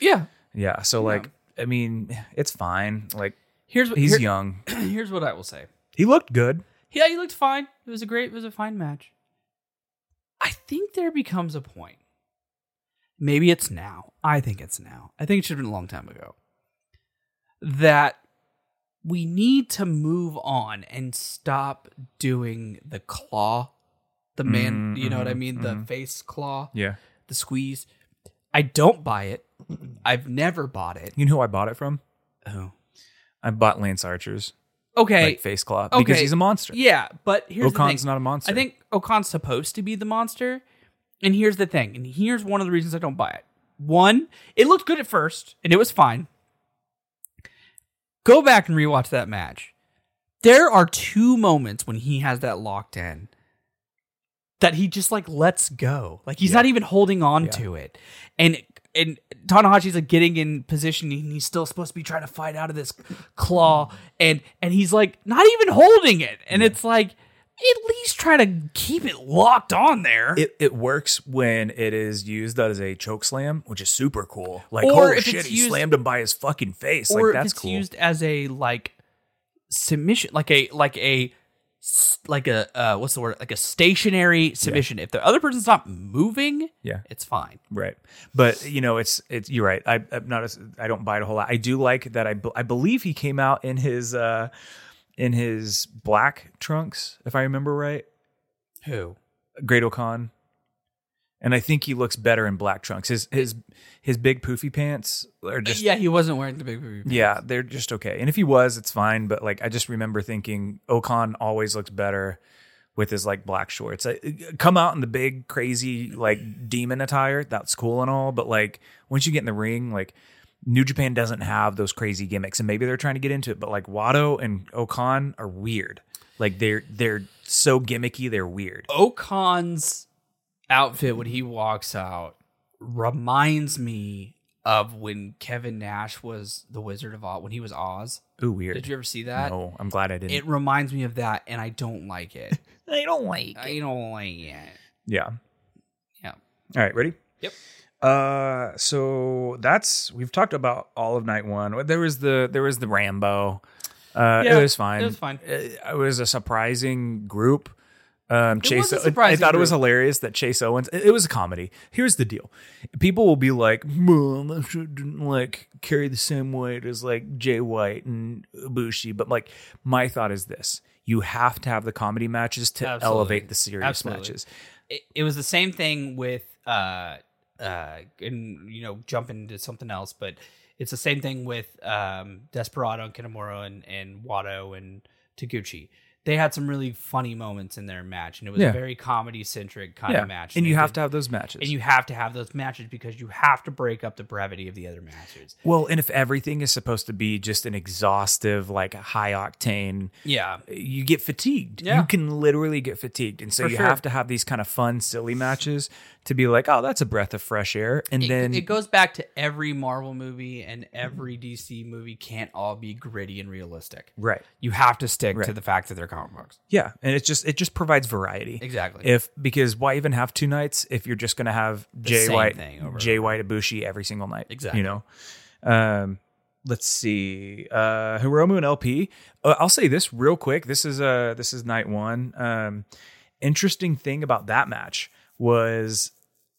Speaker 2: Yeah.
Speaker 1: Yeah. So like, I mean, it's fine. Like
Speaker 2: Here's what
Speaker 1: he's
Speaker 2: here-
Speaker 1: young.
Speaker 2: here's what I will say.
Speaker 1: He looked good.
Speaker 2: Yeah, you looked fine. It was a great, it was a fine match. I think there becomes a point. Maybe it's now. I think it's now. I think it should have been a long time ago. That we need to move on and stop doing the claw, the man,
Speaker 1: Mhm,
Speaker 2: you know what I
Speaker 1: mhm,
Speaker 2: mean? The
Speaker 1: mhm.
Speaker 2: face claw,
Speaker 1: Yeah.
Speaker 2: the squeeze. I don't buy it. I've never bought it.
Speaker 1: You know who I bought it from?
Speaker 2: Oh.
Speaker 1: I bought Lance Archer's
Speaker 2: Okay.
Speaker 1: like face cloth because
Speaker 2: okay.
Speaker 1: he's a monster.
Speaker 2: yeah, but here's the
Speaker 1: Okan's
Speaker 2: thing.
Speaker 1: not a monster.
Speaker 2: I think Okan's supposed to be the monster. And here's the thing. And here's one of the reasons I don't buy it. One, it looked good at first and it was fine. Go back and rewatch that match. There are two moments when he has that locked in that he just like lets go. Like he's not even holding on
Speaker 1: Yeah.
Speaker 2: to it. And and Tanahashi's like getting in position and he's still supposed to be trying to fight out of this claw and and he's like not even holding it. And it's like at least try to keep it locked on there.
Speaker 1: it, it works when it is used as a choke slam, which is super cool. Like,
Speaker 2: Or
Speaker 1: oh
Speaker 2: if
Speaker 1: shit,
Speaker 2: it's
Speaker 1: he
Speaker 2: used-
Speaker 1: slammed him by his fucking face.
Speaker 2: or
Speaker 1: Like
Speaker 2: if
Speaker 1: that's
Speaker 2: it's
Speaker 1: cool.
Speaker 2: used as a like submission like a like a s- like a uh what's the word like a stationary submission if the other person's not moving
Speaker 1: Yeah.
Speaker 2: it's fine
Speaker 1: Right. But you know, it's it's you're right. I I'm not as I don't buy it a whole lot. I do like that I be- I believe he came out in his uh in his black trunks, if I remember right.
Speaker 2: who
Speaker 1: Great Okan. And I think he looks better in black trunks. His his his big poofy pants are just
Speaker 2: yeah he wasn't wearing the big booty pants.
Speaker 1: Yeah, they're just okay. And if he was, it's fine. But like, I just remember thinking Okan always looks better with his like black shorts. I, come out in the big crazy like demon attire. That's cool and all. But like, once you get in the ring, like New Japan doesn't have those crazy gimmicks, and maybe they're trying to get into it. But like Wado and Okan are weird. Like they're they're so gimmicky. They're weird.
Speaker 2: okan's outfit when he walks out reminds me of when kevin nash was the wizard of oz when he was oz
Speaker 1: Ooh, weird.
Speaker 2: did you ever see that
Speaker 1: no, Oh, I'm glad I didn't.
Speaker 2: it reminds me of that and i don't like it
Speaker 1: I don't like.
Speaker 2: i don't like it
Speaker 1: Yeah.
Speaker 2: Yeah.
Speaker 1: All right, ready?
Speaker 2: Yep.
Speaker 1: Uh so that's we've talked about all of night one. There was the there was the Rambo. Uh
Speaker 2: Yeah,
Speaker 1: it was fine.
Speaker 2: it was fine.
Speaker 1: It, it was a surprising group. Um, Chase,
Speaker 2: was a
Speaker 1: I
Speaker 2: surprising
Speaker 1: thought it was
Speaker 2: group.
Speaker 1: hilarious that Chase Owens. It it was a comedy. Here's the deal: people will be like, "Mom, I shouldn't like carry the same weight as like Jay White and Ibushi," but like my thought is this: you have to have the comedy matches to
Speaker 2: Absolutely.
Speaker 1: elevate the serious
Speaker 2: Absolutely.
Speaker 1: matches.
Speaker 2: it, it was the same thing with uh uh and you know jump into something else but it's the same thing with um desperado and kinemura and, and wado and taguchi they had some really funny moments in their match and it was
Speaker 1: Yeah.
Speaker 2: a very comedy centric kind
Speaker 1: Yeah,
Speaker 2: of match
Speaker 1: and
Speaker 2: they
Speaker 1: you have
Speaker 2: did-
Speaker 1: to have those matches.
Speaker 2: and you have to have those matches because you have to break up the brevity of the other matches
Speaker 1: well, and if everything is supposed to be just an exhaustive, like high octane
Speaker 2: yeah
Speaker 1: you get fatigued.
Speaker 2: Yeah.
Speaker 1: You can literally get fatigued. And so
Speaker 2: For
Speaker 1: you
Speaker 2: sure.
Speaker 1: have to have these kind of fun, silly matches to be like, oh, that's a breath of fresh air. And
Speaker 2: it,
Speaker 1: then
Speaker 2: it goes back to every marvel movie and every dc movie can't all be gritty and realistic
Speaker 1: Right.
Speaker 2: you have to stick to
Speaker 1: Right.
Speaker 2: the fact that they're comic books
Speaker 1: Yeah. And it's just it just provides variety.
Speaker 2: Exactly.
Speaker 1: If because why even have two nights if you're just gonna have Jay
Speaker 2: same
Speaker 1: White
Speaker 2: thing over and
Speaker 1: Jay White Ibushi every single night.
Speaker 2: Exactly.
Speaker 1: You know? Um let's see. Uh Hiromu and LP. Uh, I'll say this real quick. This is uh this is night one. Um interesting thing about that match was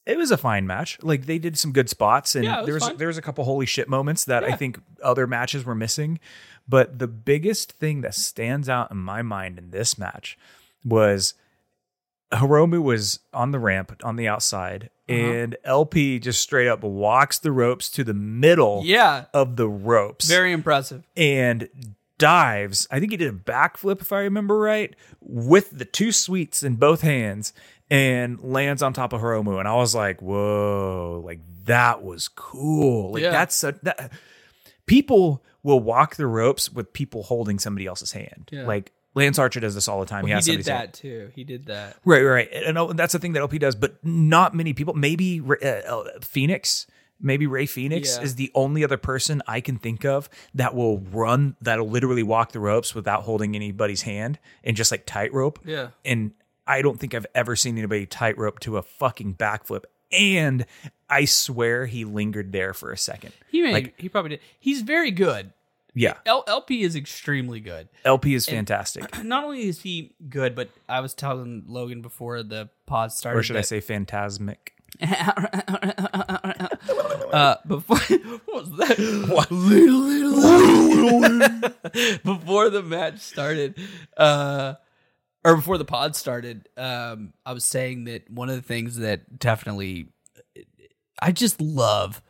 Speaker 1: it was a fine match. Like they did some good spots, and
Speaker 2: Yeah, it was
Speaker 1: there was
Speaker 2: fine.
Speaker 1: there was a couple holy shit moments that I think other matches were missing. But the biggest thing that stands out in my mind in this match was Hiromu was on the ramp on the outside,
Speaker 2: Uh-huh.
Speaker 1: and LP just straight up walks the ropes to the middle
Speaker 2: Yeah,
Speaker 1: of the ropes
Speaker 2: very impressive.
Speaker 1: and dives. I think he did a backflip, if I remember right, with the two sweets in both hands and lands on top of Hiromu. And I was like, whoa, like that was cool. Like
Speaker 2: Yeah.
Speaker 1: that's such that people will walk the ropes with people holding somebody else's hand.
Speaker 2: Yeah.
Speaker 1: Like Lance Archer does this all the time. he
Speaker 2: he
Speaker 1: has
Speaker 2: did
Speaker 1: somebody's hand.
Speaker 2: that too. He did that.
Speaker 1: Right, right, right. And oh, that's the thing that LP does, but not many people. Maybe uh, uh, Phoenix, maybe Ray Phoenix
Speaker 2: Yeah.
Speaker 1: is the only other person I can think of that will run, that'll literally walk the ropes without holding anybody's hand and just like tightrope.
Speaker 2: Yeah.
Speaker 1: And I don't think I've ever seen anybody tightrope to a fucking backflip. And I swear he lingered there for a second.
Speaker 2: He made,
Speaker 1: Like-
Speaker 2: he probably did. He's very good.
Speaker 1: Yeah,
Speaker 2: L- LP is extremely good.
Speaker 1: LP is fantastic.
Speaker 2: Not only is he good, but I was telling Logan before the pod started.
Speaker 1: Or should I say phantasmic?
Speaker 2: that- uh, before what was that? before the match started, uh, or before the pod started, um, I was saying that one of the things that definitely I just love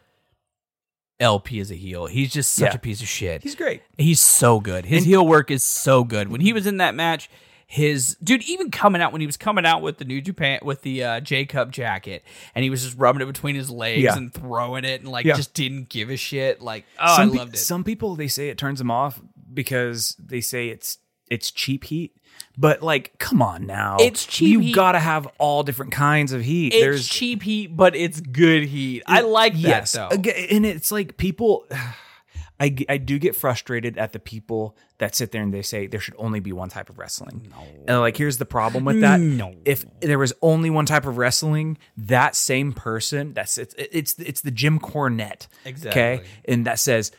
Speaker 2: LP as a heel. He's just such
Speaker 1: Yeah.
Speaker 2: a piece of shit.
Speaker 1: He's great.
Speaker 2: He's so good. His heel work is so good. When he was in that match, his dude even coming out when he was coming out with the New Japan with the uh, J Cup jacket, and he was just rubbing it between his legs
Speaker 1: Yeah.
Speaker 2: and throwing it, and like
Speaker 1: Yeah.
Speaker 2: just didn't give a shit. Like, oh,
Speaker 1: some
Speaker 2: I
Speaker 1: pe-
Speaker 2: loved it.
Speaker 1: Some people they say it turns them off because they say it's it's cheap heat. But like, come on now,
Speaker 2: It's cheap
Speaker 1: You
Speaker 2: heat.
Speaker 1: gotta have all different kinds of heat.
Speaker 2: it's
Speaker 1: There's
Speaker 2: cheap heat, but it's good heat. I like that
Speaker 1: yes,
Speaker 2: though.
Speaker 1: Aga- and it's like people. I, g- I do get frustrated at the people that sit there and they say there should only be one type of wrestling. No. like here's the problem with that.
Speaker 2: No.
Speaker 1: If there was only one type of wrestling, that same person that's it's it's it's the Jim Cornette.
Speaker 2: Exactly.
Speaker 1: And that says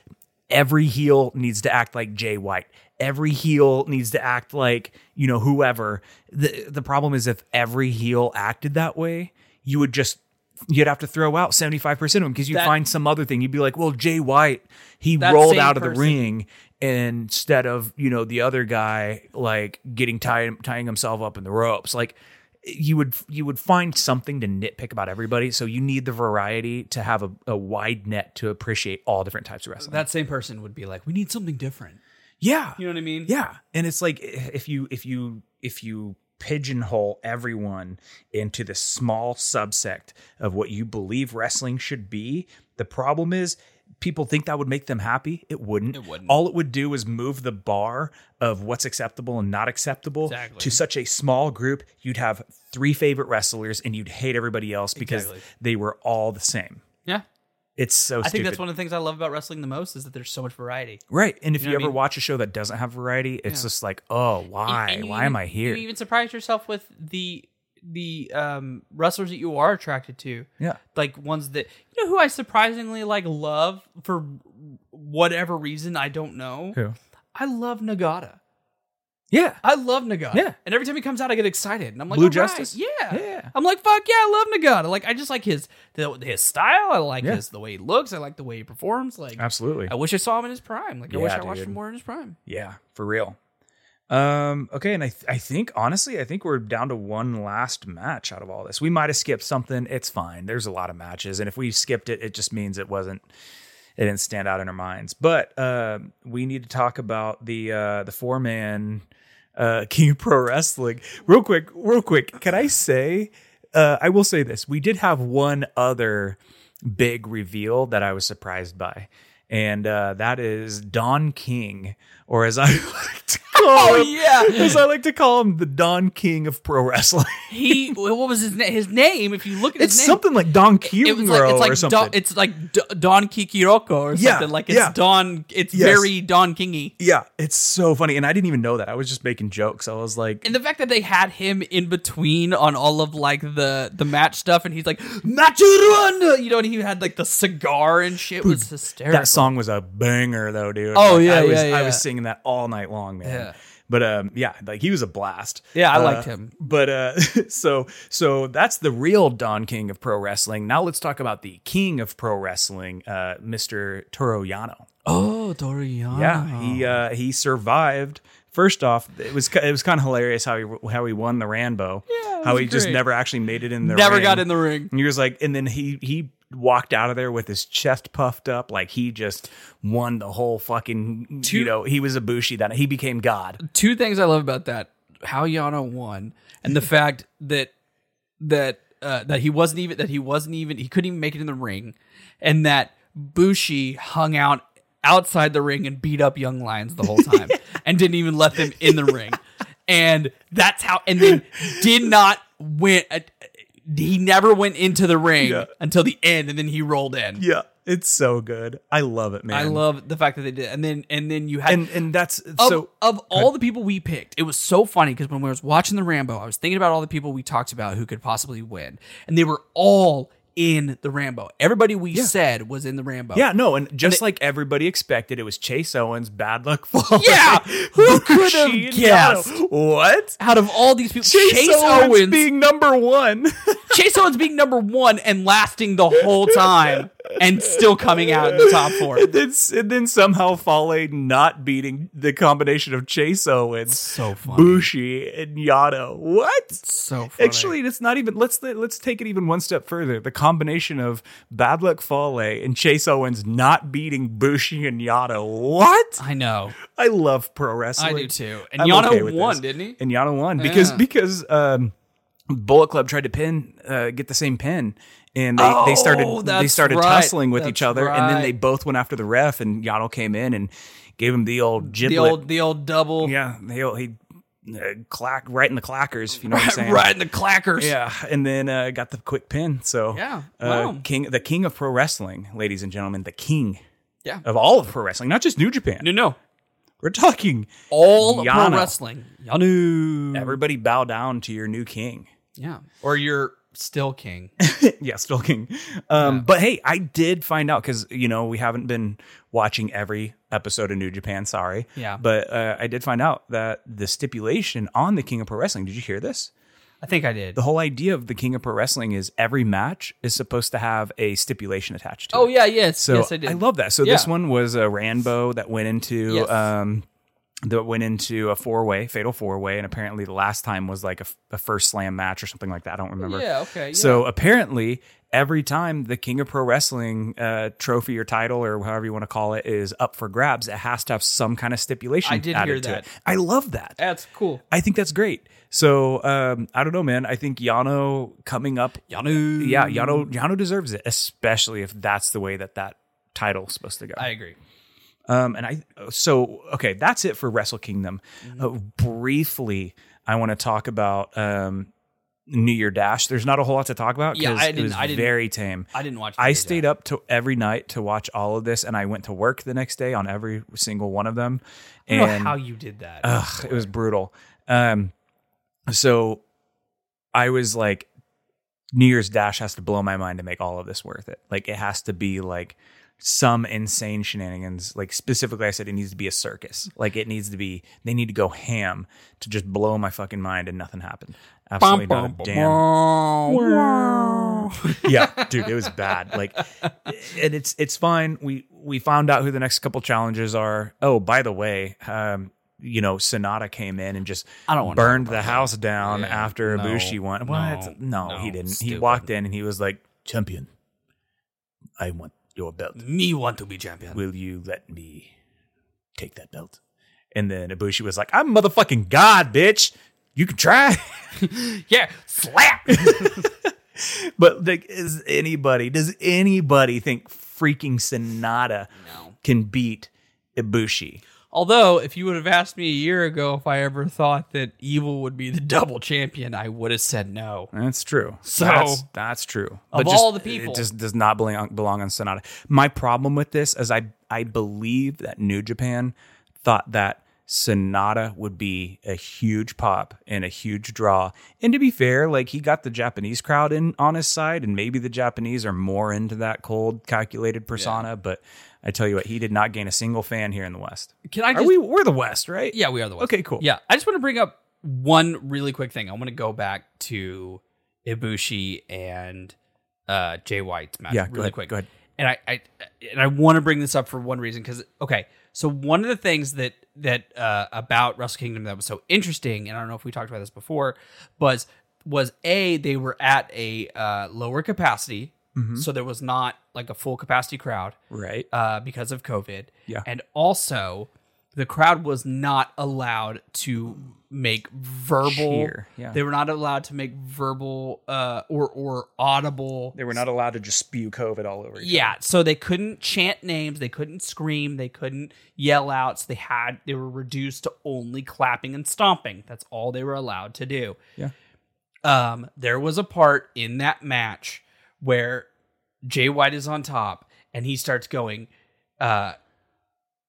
Speaker 1: every heel needs to act like Jay White. Every heel needs to act like, you know, whoever. The the problem is if every heel acted that way, you would just you'd have to throw out 75% of them because you
Speaker 2: That-
Speaker 1: find some other thing. You'd be like, well, Jay White, he
Speaker 2: That
Speaker 1: rolled
Speaker 2: same
Speaker 1: out of the
Speaker 2: person-
Speaker 1: ring instead of, you know, the other guy like getting tied tying himself up in the ropes. Like you would you would find something to nitpick about everybody. So you need the variety to have a, a wide net to appreciate all different types of wrestling.
Speaker 2: that same person would be like, "We need something different."
Speaker 1: yeah.
Speaker 2: You know what I mean?
Speaker 1: Yeah, and it's like eh, if you if you if you pigeonhole everyone into this small subsect of what you believe wrestling should be, the problem is people think that would make them happy. It wouldn't.
Speaker 2: It wouldn't.
Speaker 1: All it would do is move the bar of what's acceptable and not acceptable
Speaker 2: Exactly.
Speaker 1: to such a small group. You'd have three favorite wrestlers and you'd hate everybody else because
Speaker 2: Exactly.
Speaker 1: they were all the same.
Speaker 2: Yeah.
Speaker 1: It's so
Speaker 2: I
Speaker 1: stupid.
Speaker 2: think that's one of the things I love about wrestling the most is that there's so much variety.
Speaker 1: Right. And if
Speaker 2: You
Speaker 1: you,
Speaker 2: know what I
Speaker 1: ever
Speaker 2: mean?
Speaker 1: watch a show that doesn't have variety, it's just like, oh, why?
Speaker 2: And you
Speaker 1: Why am
Speaker 2: even-
Speaker 1: I here?
Speaker 2: You even surprise yourself with the the um, wrestlers that you are attracted to.
Speaker 1: Yeah.
Speaker 2: like ones that you know who I surprisingly like love for whatever reason I don't know.
Speaker 1: Who?
Speaker 2: I love Nagata.
Speaker 1: Yeah.
Speaker 2: I love Nagata.
Speaker 1: Yeah.
Speaker 2: And every time he comes out, I get excited. And I'm like,
Speaker 1: Blue
Speaker 2: "All right,
Speaker 1: Justice?
Speaker 2: Yeah.
Speaker 1: Yeah.
Speaker 2: I'm like, fuck yeah, I love Nagata. Like, I just like his the, his style. I like
Speaker 1: Yeah.
Speaker 2: his the way he looks. I like the way he performs. Like,
Speaker 1: Absolutely.
Speaker 2: I wish I saw him in his prime. Like, I
Speaker 1: Yeah,
Speaker 2: wish I watched
Speaker 1: dude.
Speaker 2: him more in his prime.
Speaker 1: Oh, Yeah, for real. Um, okay, and I th- I think honestly, I think we're down to one last match out of all this. We might have skipped something. It's fine. There's a lot of matches, and if we skipped it, it just means it wasn't it didn't stand out in our minds. But uh, we need to talk about the uh, the four man uh, King of Pro Wrestling real quick. Real quick, can I say? Uh, I will say this: we did have one other big reveal that I was surprised by, and uh, that is Don King, or as I like to call him,
Speaker 2: Oh, yeah.
Speaker 1: as I like to call him, the Don King of pro wrestling.
Speaker 2: He, what was his, na- his name? If you look at his
Speaker 1: It's
Speaker 2: name,
Speaker 1: something like Don
Speaker 2: it
Speaker 1: King
Speaker 2: was like,
Speaker 1: or
Speaker 2: it's like,
Speaker 1: something.
Speaker 2: Don, it's like D- Don Kikiroko or
Speaker 1: Yeah,
Speaker 2: something. Like, it's
Speaker 1: yeah.
Speaker 2: Don, it's
Speaker 1: Yes.
Speaker 2: very Don Kingy.
Speaker 1: yeah, it's so funny, and I didn't even know that. I was just making jokes. I was like,
Speaker 2: and the fact that they had him in between on all of like the the match stuff and he's like match run you know and he had like the cigar and shit was hysterical
Speaker 1: That song was a banger though, dude.
Speaker 2: Oh,
Speaker 1: Like,
Speaker 2: yeah,
Speaker 1: I was,
Speaker 2: yeah,
Speaker 1: I
Speaker 2: yeah.
Speaker 1: was singing that all night long, man.
Speaker 2: Yeah.
Speaker 1: But um, yeah, like he was a blast.
Speaker 2: Yeah, I
Speaker 1: Uh,
Speaker 2: liked him.
Speaker 1: But uh, so so that's the real Don King of pro wrestling. Now let's talk about the King of pro wrestling, uh, Mr. Toro Yano.
Speaker 2: oh Dorian
Speaker 1: Yeah, he
Speaker 2: Oh.
Speaker 1: uh, he survived. First off, it was it was kind of hilarious how he how he won the Rambo.
Speaker 2: it
Speaker 1: how
Speaker 2: was
Speaker 1: he just
Speaker 2: great.
Speaker 1: never actually made it in the
Speaker 2: never
Speaker 1: ring.
Speaker 2: got in the ring
Speaker 1: And he was like, and then he he walked out of there with his chest puffed up, like he just won the whole fucking. you know, he was a bushi that he became god.
Speaker 2: two things I love about that: how Yano won, and the fact that that uh, that he wasn't even that he wasn't even he couldn't even make it in the ring, and that Bushi hung out outside the ring and beat up young lions the whole time and didn't even let them in the ring, and that's how and then did not win. uh, he never went into the ring
Speaker 1: Yeah.
Speaker 2: until the end, and then he rolled in.
Speaker 1: Yeah, it's so good. I love it, man.
Speaker 2: I love the fact that they did, and then and then you had
Speaker 1: and and that's
Speaker 2: of,
Speaker 1: so.
Speaker 2: of all the people we picked, it was so funny because when we was watching the Rambo, I was thinking about all the people we talked about who could possibly win, and they were all in the Rambo. Everybody we said was in the Rambo.
Speaker 1: Yeah, no, and just like everybody expected, it was Chase Owens, Bad Luck Falls.
Speaker 2: Yeah, who could have
Speaker 1: Bushi and
Speaker 2: guessed?
Speaker 1: Yano. What?
Speaker 2: Out of all these people,
Speaker 1: Chase,
Speaker 2: Chase,
Speaker 1: Owens,
Speaker 2: Owens,
Speaker 1: being number one.
Speaker 2: Chase Owens being number one and lasting the whole time, and still coming out in the top four.
Speaker 1: and, then, and then somehow Fale not beating the combination of Chase Owens,
Speaker 2: So funny.
Speaker 1: Bushi, and Yano. What?
Speaker 2: So funny.
Speaker 1: Actually, it's not even. Let's let's take it even one step further. The combination of Bad Luck Fale and Chase Owens not beating Bushi and Yano. What?
Speaker 2: I know.
Speaker 1: I love pro wrestling.
Speaker 2: I do too. And
Speaker 1: I'm
Speaker 2: Yano
Speaker 1: okay with
Speaker 2: won,
Speaker 1: this.
Speaker 2: didn't he?
Speaker 1: And Yano won because
Speaker 2: Yeah.
Speaker 1: because um, Bullet Club tried to pin uh, get the same pin, and they, they started they
Speaker 2: Oh, that's
Speaker 1: started
Speaker 2: right.
Speaker 1: tussling with each
Speaker 2: That's
Speaker 1: other, and then
Speaker 2: right.
Speaker 1: they both went after the ref, and Yano came in and gave him the old
Speaker 2: The
Speaker 1: giblet.
Speaker 2: old, the old double,
Speaker 1: yeah, he he uh, clack right in the clackers, if you know what I'm saying.
Speaker 2: right in the clackers.
Speaker 1: Yeah, and then uh, got the quick pin. So
Speaker 2: Yeah,
Speaker 1: uh,
Speaker 2: wow.
Speaker 1: king the king of pro wrestling, ladies and gentlemen, the king
Speaker 2: Yeah.
Speaker 1: of all of pro wrestling, not just New Japan.
Speaker 2: No, no.
Speaker 1: We're talking
Speaker 2: All
Speaker 1: Yano.
Speaker 2: pro wrestling. Yanu.
Speaker 1: everybody bow down to your new king.
Speaker 2: yeah. Or you're still king.
Speaker 1: yeah, still king. Um, But hey, I did find out because you know we haven't been watching every episode of New Japan. Sorry,
Speaker 2: Yeah.
Speaker 1: but uh, I did find out that the stipulation on the King of Pro Wrestling. Did you hear this?
Speaker 2: I think I did.
Speaker 1: The whole idea of the King of Pro Wrestling is every match is supposed to have a stipulation attached to it.
Speaker 2: Oh, yeah, yes.
Speaker 1: So
Speaker 2: yes, I did.
Speaker 1: love that. So this
Speaker 2: Yeah.
Speaker 1: one was a Rambo that went into
Speaker 2: Yes.
Speaker 1: um that went into a four way, fatal four way, and apparently the last time was like a, f- a first slam match or something like that. I don't remember.
Speaker 2: Yeah, okay, yeah.
Speaker 1: So apparently every time the King of Pro Wrestling uh, trophy or title or however you want to call it is up for grabs, it has to have some kind of stipulation.
Speaker 2: I did
Speaker 1: added
Speaker 2: hear
Speaker 1: to
Speaker 2: that.
Speaker 1: It. I love that.
Speaker 2: That's cool.
Speaker 1: I think that's great. So um, I don't know, man. I think Yano coming up
Speaker 2: Yanu.
Speaker 1: yeah, Yano Yano deserves it, especially if that's the way that that title's supposed to go.
Speaker 2: I agree.
Speaker 1: um, and I so okay, that's it for Wrestle Kingdom.
Speaker 2: Mm-hmm.
Speaker 1: Uh, briefly, I want to talk about um, New Year Dash. There's not a whole lot to talk about
Speaker 2: Yeah,
Speaker 1: because
Speaker 2: I
Speaker 1: it
Speaker 2: didn't-
Speaker 1: was
Speaker 2: I didn't-
Speaker 1: very tame.
Speaker 2: I didn't watch
Speaker 1: I stayed up to every night to watch all of this, and I went to work the next day on every single one of them.
Speaker 2: I
Speaker 1: And
Speaker 2: don't know how you did that.
Speaker 1: Ugh, it was brutal. Um, so I was like, New Year's Dash has to blow my mind to make all of this worth it. Like, it has to be like some insane shenanigans. Like specifically, I said it needs to be a circus. Like it needs to be. They need to go ham to just blow my fucking mind, and nothing happened. Absolutely not a damn. yeah, dude, it was bad. Like, and it's it's fine. We we found out who the next couple challenges are. Oh, by the way, um, you know, Sonata came in and just
Speaker 3: I don't wanna
Speaker 1: burned the house down
Speaker 2: Yeah,
Speaker 1: after
Speaker 2: no,
Speaker 1: Ibushi won. What? No,
Speaker 2: no,
Speaker 1: he didn't. He
Speaker 2: stupid.
Speaker 1: walked in and he was like, "Champion, I want your belt."
Speaker 2: Me want to be champion.
Speaker 1: will you let me take that belt? And then Ibushi was like, I'm motherfucking God, bitch. You can try.
Speaker 2: yeah, slap.
Speaker 1: but like, is anybody, does anybody think freaking Sonata
Speaker 2: No.
Speaker 1: can beat Ibushi?
Speaker 2: Although, if you would have asked me a year ago if I ever thought that evil would be the double champion, I would have said no.
Speaker 1: That's true.
Speaker 2: So-
Speaker 1: that's, that's true.
Speaker 2: Of
Speaker 1: just-
Speaker 2: all the people.
Speaker 1: it just does not belong belong on Sonata. My problem with this is I I believe that New Japan thought that Sonata would be a huge pop and a huge draw. And to be fair, like he got the Japanese crowd in on his side, and maybe the Japanese are more into that cold, calculated persona. But I tell you what, he did not gain a single fan here in the West.
Speaker 2: Can I
Speaker 1: Are
Speaker 2: just?
Speaker 1: we? We're the West, right?
Speaker 2: yeah, we are the ones.
Speaker 1: Okay, cool.
Speaker 2: Yeah, I just want to bring up one really quick thing. I want to go back to Ibushi and uh, Jay White's match.
Speaker 1: Yeah, go
Speaker 2: really
Speaker 1: ahead,
Speaker 2: quick.
Speaker 1: go ahead.
Speaker 2: And I, I and I want to bring this up for one reason because okay, so one of the things that that uh, about Wrestle Kingdom that was so interesting, and I don't know if we talked about this before, was was a they were at a uh, lower capacity,
Speaker 1: Mm-hmm.
Speaker 2: so there was not like a full capacity crowd
Speaker 1: Right.
Speaker 2: uh, because of COVID.
Speaker 1: Yeah.
Speaker 2: And also, the crowd was not allowed to make verbal.
Speaker 1: Cheer, yeah.
Speaker 2: They were not allowed to make verbal uh, or or audible.
Speaker 1: They were not allowed to just spew COVID all over. each
Speaker 2: Yeah, so they couldn't chant names, they couldn't scream, they couldn't yell out. So they had they were reduced to only clapping and stomping. That's all they were allowed to do.
Speaker 1: Yeah.
Speaker 2: Um, there was a part in that match where Jay White is on top and he starts going, uh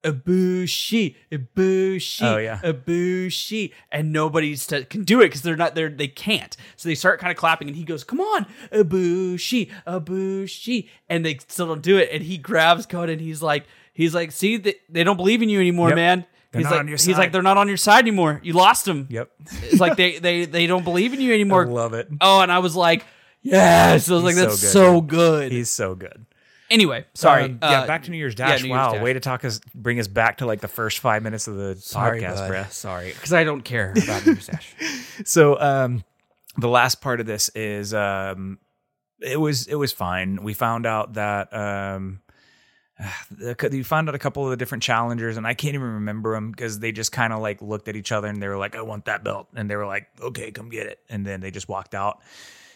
Speaker 2: Ibushi, Ibushi,
Speaker 1: Oh, yeah.
Speaker 2: Ibushi, and nobody st- can do it because they're not there. They can't. So they start kind of clapping, and he goes, "Come on, Ibushi, Ibushi," and they still don't do it. And he grabs Conan, and he's like, he's like, "See, they, they don't believe in you anymore,
Speaker 1: Yep.
Speaker 2: man."
Speaker 1: They're
Speaker 2: he's
Speaker 1: not
Speaker 2: like,
Speaker 1: on your
Speaker 2: he's
Speaker 1: side.
Speaker 2: like, they're not on your side anymore. You lost them.
Speaker 1: Yep.
Speaker 2: It's like they they they don't believe in you anymore.
Speaker 1: Love it.
Speaker 2: oh, and I was like, yes. I was like,
Speaker 1: so
Speaker 2: that's
Speaker 1: good.
Speaker 2: so good.
Speaker 1: He's so good.
Speaker 2: anyway, sorry.
Speaker 1: Um, yeah,
Speaker 2: Uh,
Speaker 1: back to New Year's
Speaker 2: yeah,
Speaker 1: Dash.
Speaker 2: New Year's
Speaker 1: wow,
Speaker 2: Dash.
Speaker 1: way to talk us, bring us back to like the first five minutes of the
Speaker 2: Sorry,
Speaker 1: podcast,
Speaker 2: bud.
Speaker 1: bruh.
Speaker 2: Sorry, because I don't care about your stash.
Speaker 1: So, um, the last part of this is, um, it was it was fine. We found out that um, the- you found out a couple of the different challengers, and I can't even remember them because they just kind of like looked at each other and they were like, "I want that belt," and they were like, "Okay, come get it," and then they just walked out.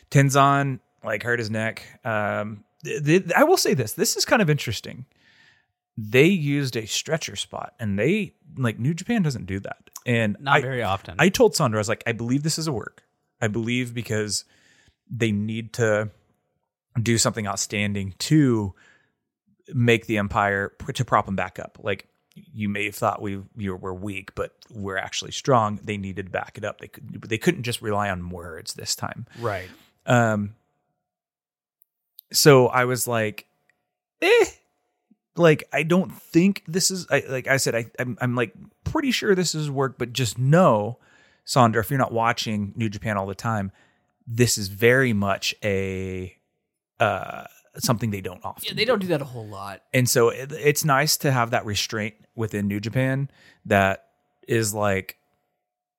Speaker 1: Tenzon like hurt his neck. Um, th- th- I will say this: this is kind of interesting. They used a stretcher spot, and they like New Japan doesn't do that, and
Speaker 2: Not
Speaker 1: I,
Speaker 2: very often.
Speaker 1: I told Sandra, I was like, I believe this is a work. I believe because they need to do something outstanding to make the empire to prop them back up. Like you may have thought we you were weak, but we're actually strong. They needed to back it up. They could, they couldn't just rely on words this time.
Speaker 2: right.
Speaker 1: Um, so I was like, eh, like I don't think this is. I like I said, I I'm, I'm like pretty sure this is work, but just know, Sandra, if you're not watching New Japan all the time, this is very much a uh something they don't often.
Speaker 2: Yeah, they don't do that a whole lot.
Speaker 1: And so it, it's nice to have that restraint within New Japan that is like,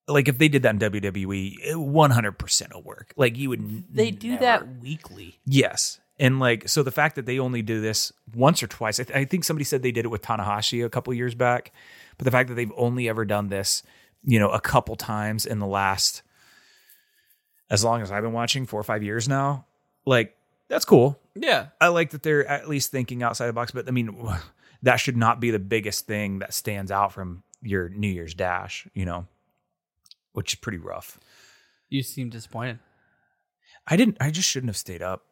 Speaker 1: like if they did that in WWE, one hundred percent will work. Like you would, n-
Speaker 2: They do
Speaker 1: never-
Speaker 2: that weekly.
Speaker 1: Yes. And like, so the fact that they only do this once or twice, I, th- I think somebody said they did it with Tanahashi a couple years back, but the fact that they've only ever done this, you know, a couple times in the last, as long as I've been watching, four or five years now, like, that's cool.
Speaker 2: Yeah.
Speaker 1: I like that they're at least thinking outside the box, but I mean, that should not be the biggest thing that stands out from your New Year's dash, you know, which is pretty rough.
Speaker 2: You seem disappointed.
Speaker 1: I didn't, I just shouldn't have stayed up.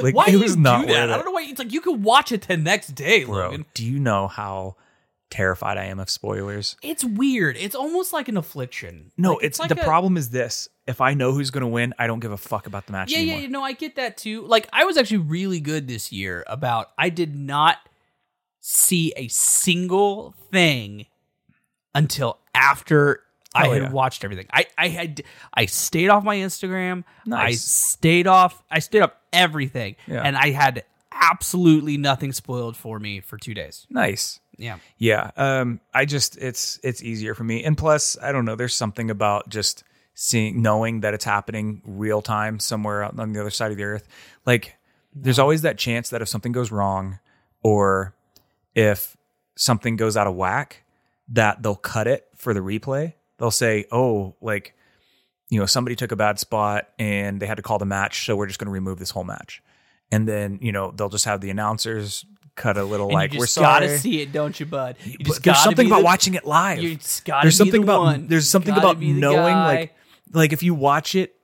Speaker 1: Like,
Speaker 2: why
Speaker 1: it
Speaker 2: do
Speaker 1: was
Speaker 2: you
Speaker 1: not
Speaker 2: do that?
Speaker 1: worth
Speaker 2: I
Speaker 1: it.
Speaker 2: don't know why. It's like you could watch it the next day,
Speaker 1: bro
Speaker 2: Logan.
Speaker 1: do you know how terrified I am of spoilers.
Speaker 2: It's weird. It's almost like an affliction.
Speaker 1: No,
Speaker 2: Like,
Speaker 1: it's,
Speaker 2: like
Speaker 1: the
Speaker 2: a-
Speaker 1: problem is this. If I know who's going to win, I don't give a fuck about the match
Speaker 2: Yeah,
Speaker 1: anymore.
Speaker 2: yeah, no, I get that too. Like I was actually really good this year about I did not see a single thing until after I
Speaker 1: Oh,
Speaker 2: had
Speaker 1: yeah.
Speaker 2: watched everything. I I had I stayed off my Instagram. I
Speaker 1: Nice.
Speaker 2: stayed off I stayed up everything
Speaker 1: Yeah.
Speaker 2: and I had absolutely nothing spoiled for me for 2 days.
Speaker 1: Nice.
Speaker 2: Yeah.
Speaker 1: Yeah. Um, I just it's it's easier for me. And plus, I don't know, there's something about just seeing knowing that it's happening real time somewhere out on the other side of the earth. Like there's always that chance that if something goes wrong or if something goes out of whack, that they'll cut it for the replay. They'll say, "Oh, like you know, somebody took a bad spot and they had to call the match, so we're just going to remove this whole match." And then, you know, they'll just have the announcers cut a little like
Speaker 2: you
Speaker 1: we're
Speaker 2: just
Speaker 1: sorry.
Speaker 2: gotta see it, don't you, bud? You
Speaker 1: But
Speaker 2: just
Speaker 1: there's
Speaker 2: gotta
Speaker 1: something
Speaker 2: be
Speaker 1: about
Speaker 2: the-
Speaker 1: watching it live.
Speaker 2: you just gotta
Speaker 1: there's
Speaker 2: be the
Speaker 1: something about
Speaker 2: one.
Speaker 1: there's
Speaker 2: You
Speaker 1: something
Speaker 2: gotta
Speaker 1: about
Speaker 2: be the
Speaker 1: knowing
Speaker 2: guy.
Speaker 1: like like if you watch it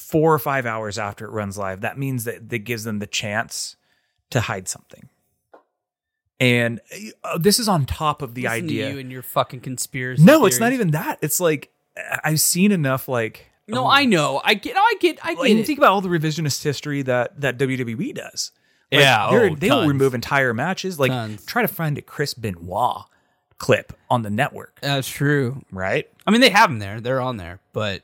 Speaker 1: four or five hours after it runs live, that means that that gives them the chance to hide something. And uh, this is on top of the
Speaker 2: Listen to
Speaker 1: idea.
Speaker 2: you and your fucking conspiracy.
Speaker 1: no, it's not
Speaker 2: theories.
Speaker 1: even that. It's like I- I've seen enough like
Speaker 2: No, I know. I get. I get. I get.
Speaker 1: like, and
Speaker 2: it.
Speaker 1: think about all the revisionist history that that WWE does. Like,
Speaker 2: Yeah,
Speaker 1: they're-
Speaker 2: oh,
Speaker 1: they will
Speaker 2: tons.
Speaker 1: remove entire matches. Like
Speaker 2: Tons.
Speaker 1: try to find a Chris Benoit clip on the network,
Speaker 2: That's true.
Speaker 1: right?
Speaker 2: I mean, they have them there. They're on there, but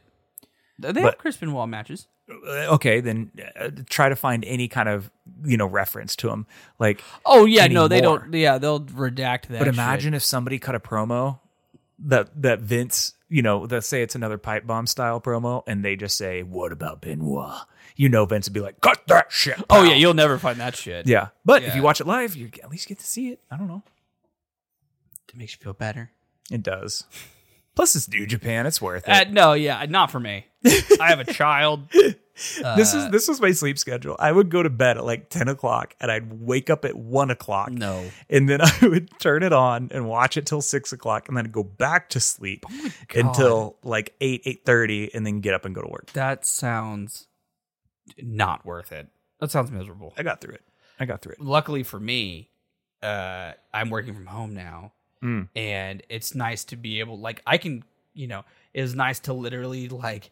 Speaker 2: they
Speaker 1: But-
Speaker 2: have Crispin Wall matches.
Speaker 1: Uh, Okay, then uh, try to find any kind of you know reference to him. Like,
Speaker 2: Oh yeah, no, they
Speaker 1: Anymore.
Speaker 2: don't. Yeah, they'll redact that.
Speaker 1: but imagine if somebody cut a promo that that Vince, you know, let's say it's another pipe bomb style promo, and they just say, "What about Benoit?" You know, Vince would be like, "Cut that shit."
Speaker 2: Oh
Speaker 1: pal."
Speaker 2: yeah, you'll never find that shit.
Speaker 1: yeah. But if
Speaker 2: Yeah.
Speaker 1: you watch it live, you at least get to see it. I don't know.
Speaker 2: it makes you feel better.
Speaker 1: It does. Plus, it's New Japan. It's worth it.
Speaker 2: Uh, no, yeah, not for me. I have a child. Uh,
Speaker 1: this is this was my sleep schedule. I would go to bed at like ten o'clock, and I'd wake up at one o'clock.
Speaker 2: No.
Speaker 1: and then I would turn it on and watch it till six o'clock, and then I'd go back to sleep
Speaker 2: Oh,
Speaker 1: until like eight eight thirty, and then get up and go to work.
Speaker 2: That sounds not worth it. That sounds miserable.
Speaker 1: I got through it. I got through it.
Speaker 2: luckily for me, uh, I'm working from home now,
Speaker 1: Mm.
Speaker 2: and it's nice to be able, like, I can, you know, it's nice to literally like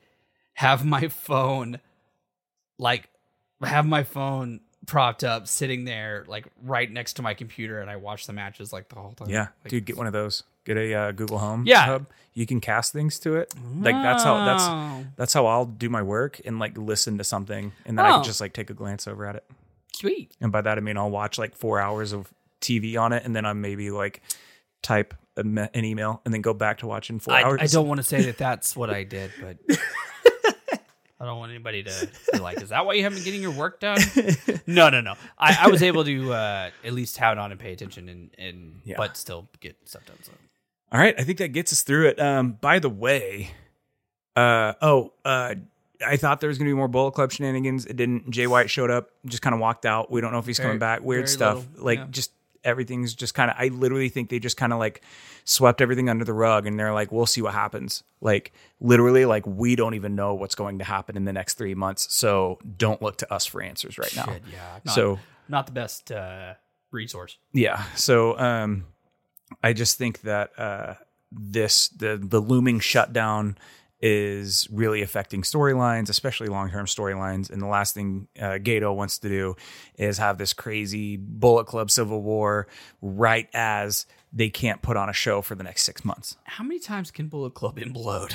Speaker 2: have my phone, like, have my phone propped up, sitting there, like, right next to my computer, and I watch the matches like the whole time.
Speaker 1: Yeah,
Speaker 2: Like,
Speaker 1: dude, get one of those. Get a uh, Google Home.
Speaker 2: Yeah.
Speaker 1: Hub. you can cast things to it. Like that's how that's
Speaker 2: oh,
Speaker 1: that's how I'll do my work and like listen to something, and then I
Speaker 2: Oh.
Speaker 1: can just like take a glance over at it.
Speaker 2: sweet.
Speaker 1: And by that I mean I'll watch like four hours of TV on it, and then I maybe like type a me- an email, and then go back to watching four
Speaker 2: I,
Speaker 1: hours.
Speaker 2: I don't want to say that that's what I did, but I don't want anybody to be like, is that why you haven't been getting your work done? No, no, no. I, I was able to uh, at least have it on and pay attention and, and
Speaker 1: Yeah.
Speaker 2: but still get stuff done. So.
Speaker 1: All right, I think that gets us through it. Um, by the way, uh, oh, uh, I thought there was gonna be more Bullet Club shenanigans. It didn't. Jay White showed up, just kind of walked out. We don't know if he's
Speaker 2: Very-
Speaker 1: coming back. Weird
Speaker 2: very
Speaker 1: stuff.
Speaker 2: little,
Speaker 1: like
Speaker 2: yeah.
Speaker 1: just everything's just kind of. I literally think they just kind of like swept everything under the rug, and they're like, "We'll see what happens." Like literally, like we don't even know what's going to happen in the next three months. So don't look to us for answers right now.
Speaker 2: Shit, yeah. Not,
Speaker 1: Oh. So
Speaker 2: not the best uh, resource.
Speaker 1: yeah so um i just think that uh this the the looming shutdown is really affecting storylines especially long-term storylines and the last thing uh, gato wants to do is have this crazy bullet club civil war right as they can't put on a show for the next six months
Speaker 2: How many times can Bullet Club implode?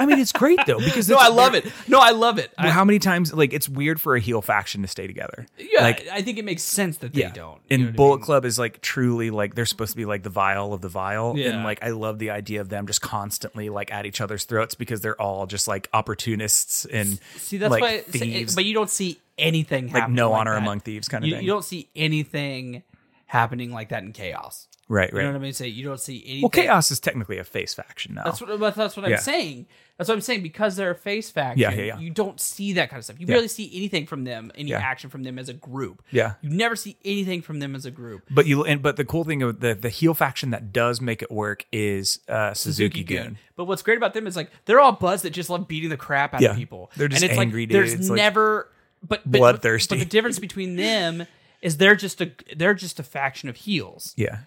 Speaker 1: i mean it's great though because
Speaker 2: no,
Speaker 1: it's-
Speaker 2: I love it. No, I love it. I,
Speaker 1: how many times like it's weird for a heel faction to stay together
Speaker 2: yeah,
Speaker 1: like
Speaker 2: I think it makes sense that they don't. you
Speaker 1: And
Speaker 2: know what I
Speaker 1: Bullet
Speaker 2: mean?
Speaker 1: Club is like truly like they're supposed to be like the vile of the vile.
Speaker 2: Yeah.
Speaker 1: And like I love the idea of them just constantly like at each other's throats because they're all just like opportunists and
Speaker 2: See, that's
Speaker 1: like
Speaker 2: why. it's-
Speaker 1: thieves.
Speaker 2: It, but you don't see anything
Speaker 1: like
Speaker 2: happening
Speaker 1: no honor
Speaker 2: that.
Speaker 1: among thieves kind of
Speaker 2: you,
Speaker 1: thing.
Speaker 2: you don't see anything happening like that in chaos.
Speaker 1: right,
Speaker 2: You
Speaker 1: right.
Speaker 2: know what I mean? Say you don't see anything.
Speaker 1: well, chaos is technically a face faction now.
Speaker 2: That's what but that's what I'm
Speaker 1: Yeah.
Speaker 2: saying. That's what I'm saying because they're a face faction.
Speaker 1: Yeah, yeah, yeah.
Speaker 2: You don't see that kind of stuff. You barely see anything from them, any
Speaker 1: Yeah.
Speaker 2: action from them as a group.
Speaker 1: Yeah.
Speaker 2: You never see anything from them as a group.
Speaker 1: but you and but the cool thing of the the heel faction that does make it work is uh Suzuki Goon.
Speaker 2: But what's great about them is like they're all buzzed that just love beating the crap out
Speaker 1: Yeah.
Speaker 2: of people.
Speaker 1: They're just
Speaker 2: and it's
Speaker 1: angry
Speaker 2: like, There's
Speaker 1: dudes, like,
Speaker 2: never but, but
Speaker 1: bloodthirsty.
Speaker 2: But, the difference between them is they're just a they're just a faction of heels.
Speaker 1: Yeah.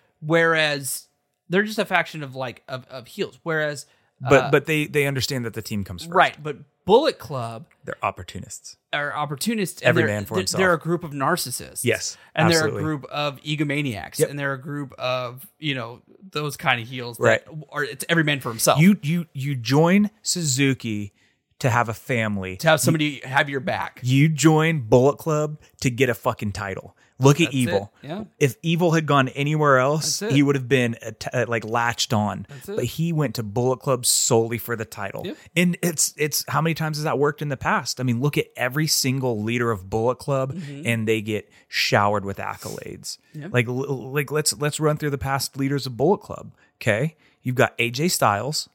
Speaker 2: Whereas they're just a faction of like of, of heels. Whereas
Speaker 1: But
Speaker 2: uh,
Speaker 1: but they they understand that the team comes first.
Speaker 2: right, but Bullet Club
Speaker 1: They're opportunists.
Speaker 2: are opportunists. and
Speaker 1: Every
Speaker 2: they're-
Speaker 1: man for
Speaker 2: they're-
Speaker 1: himself.
Speaker 2: They're a group of narcissists.
Speaker 1: Yes,
Speaker 2: and they're
Speaker 1: absolutely.
Speaker 2: a group of egomaniacs, and they're a group of you know those kind of heels.
Speaker 1: Right.
Speaker 2: that are it's every man for himself.
Speaker 1: You you you join Suzuki to have a family.
Speaker 2: to have somebody have your back.
Speaker 1: You join Bullet Club to get a fucking title. Look at Evil.
Speaker 2: it, yeah.
Speaker 1: If Evil had gone anywhere else,
Speaker 2: That's it.
Speaker 1: he would have been at- uh, like latched on. But he went to Bullet Club solely for the title. And it's it's how many times has that worked in the past? I mean, look at every single leader of Bullet Club,
Speaker 2: Mm-hmm.
Speaker 1: and they get showered with accolades. Like l- l- like let's let's run through the past leaders of Bullet Club. Okay, you've got AJ Styles.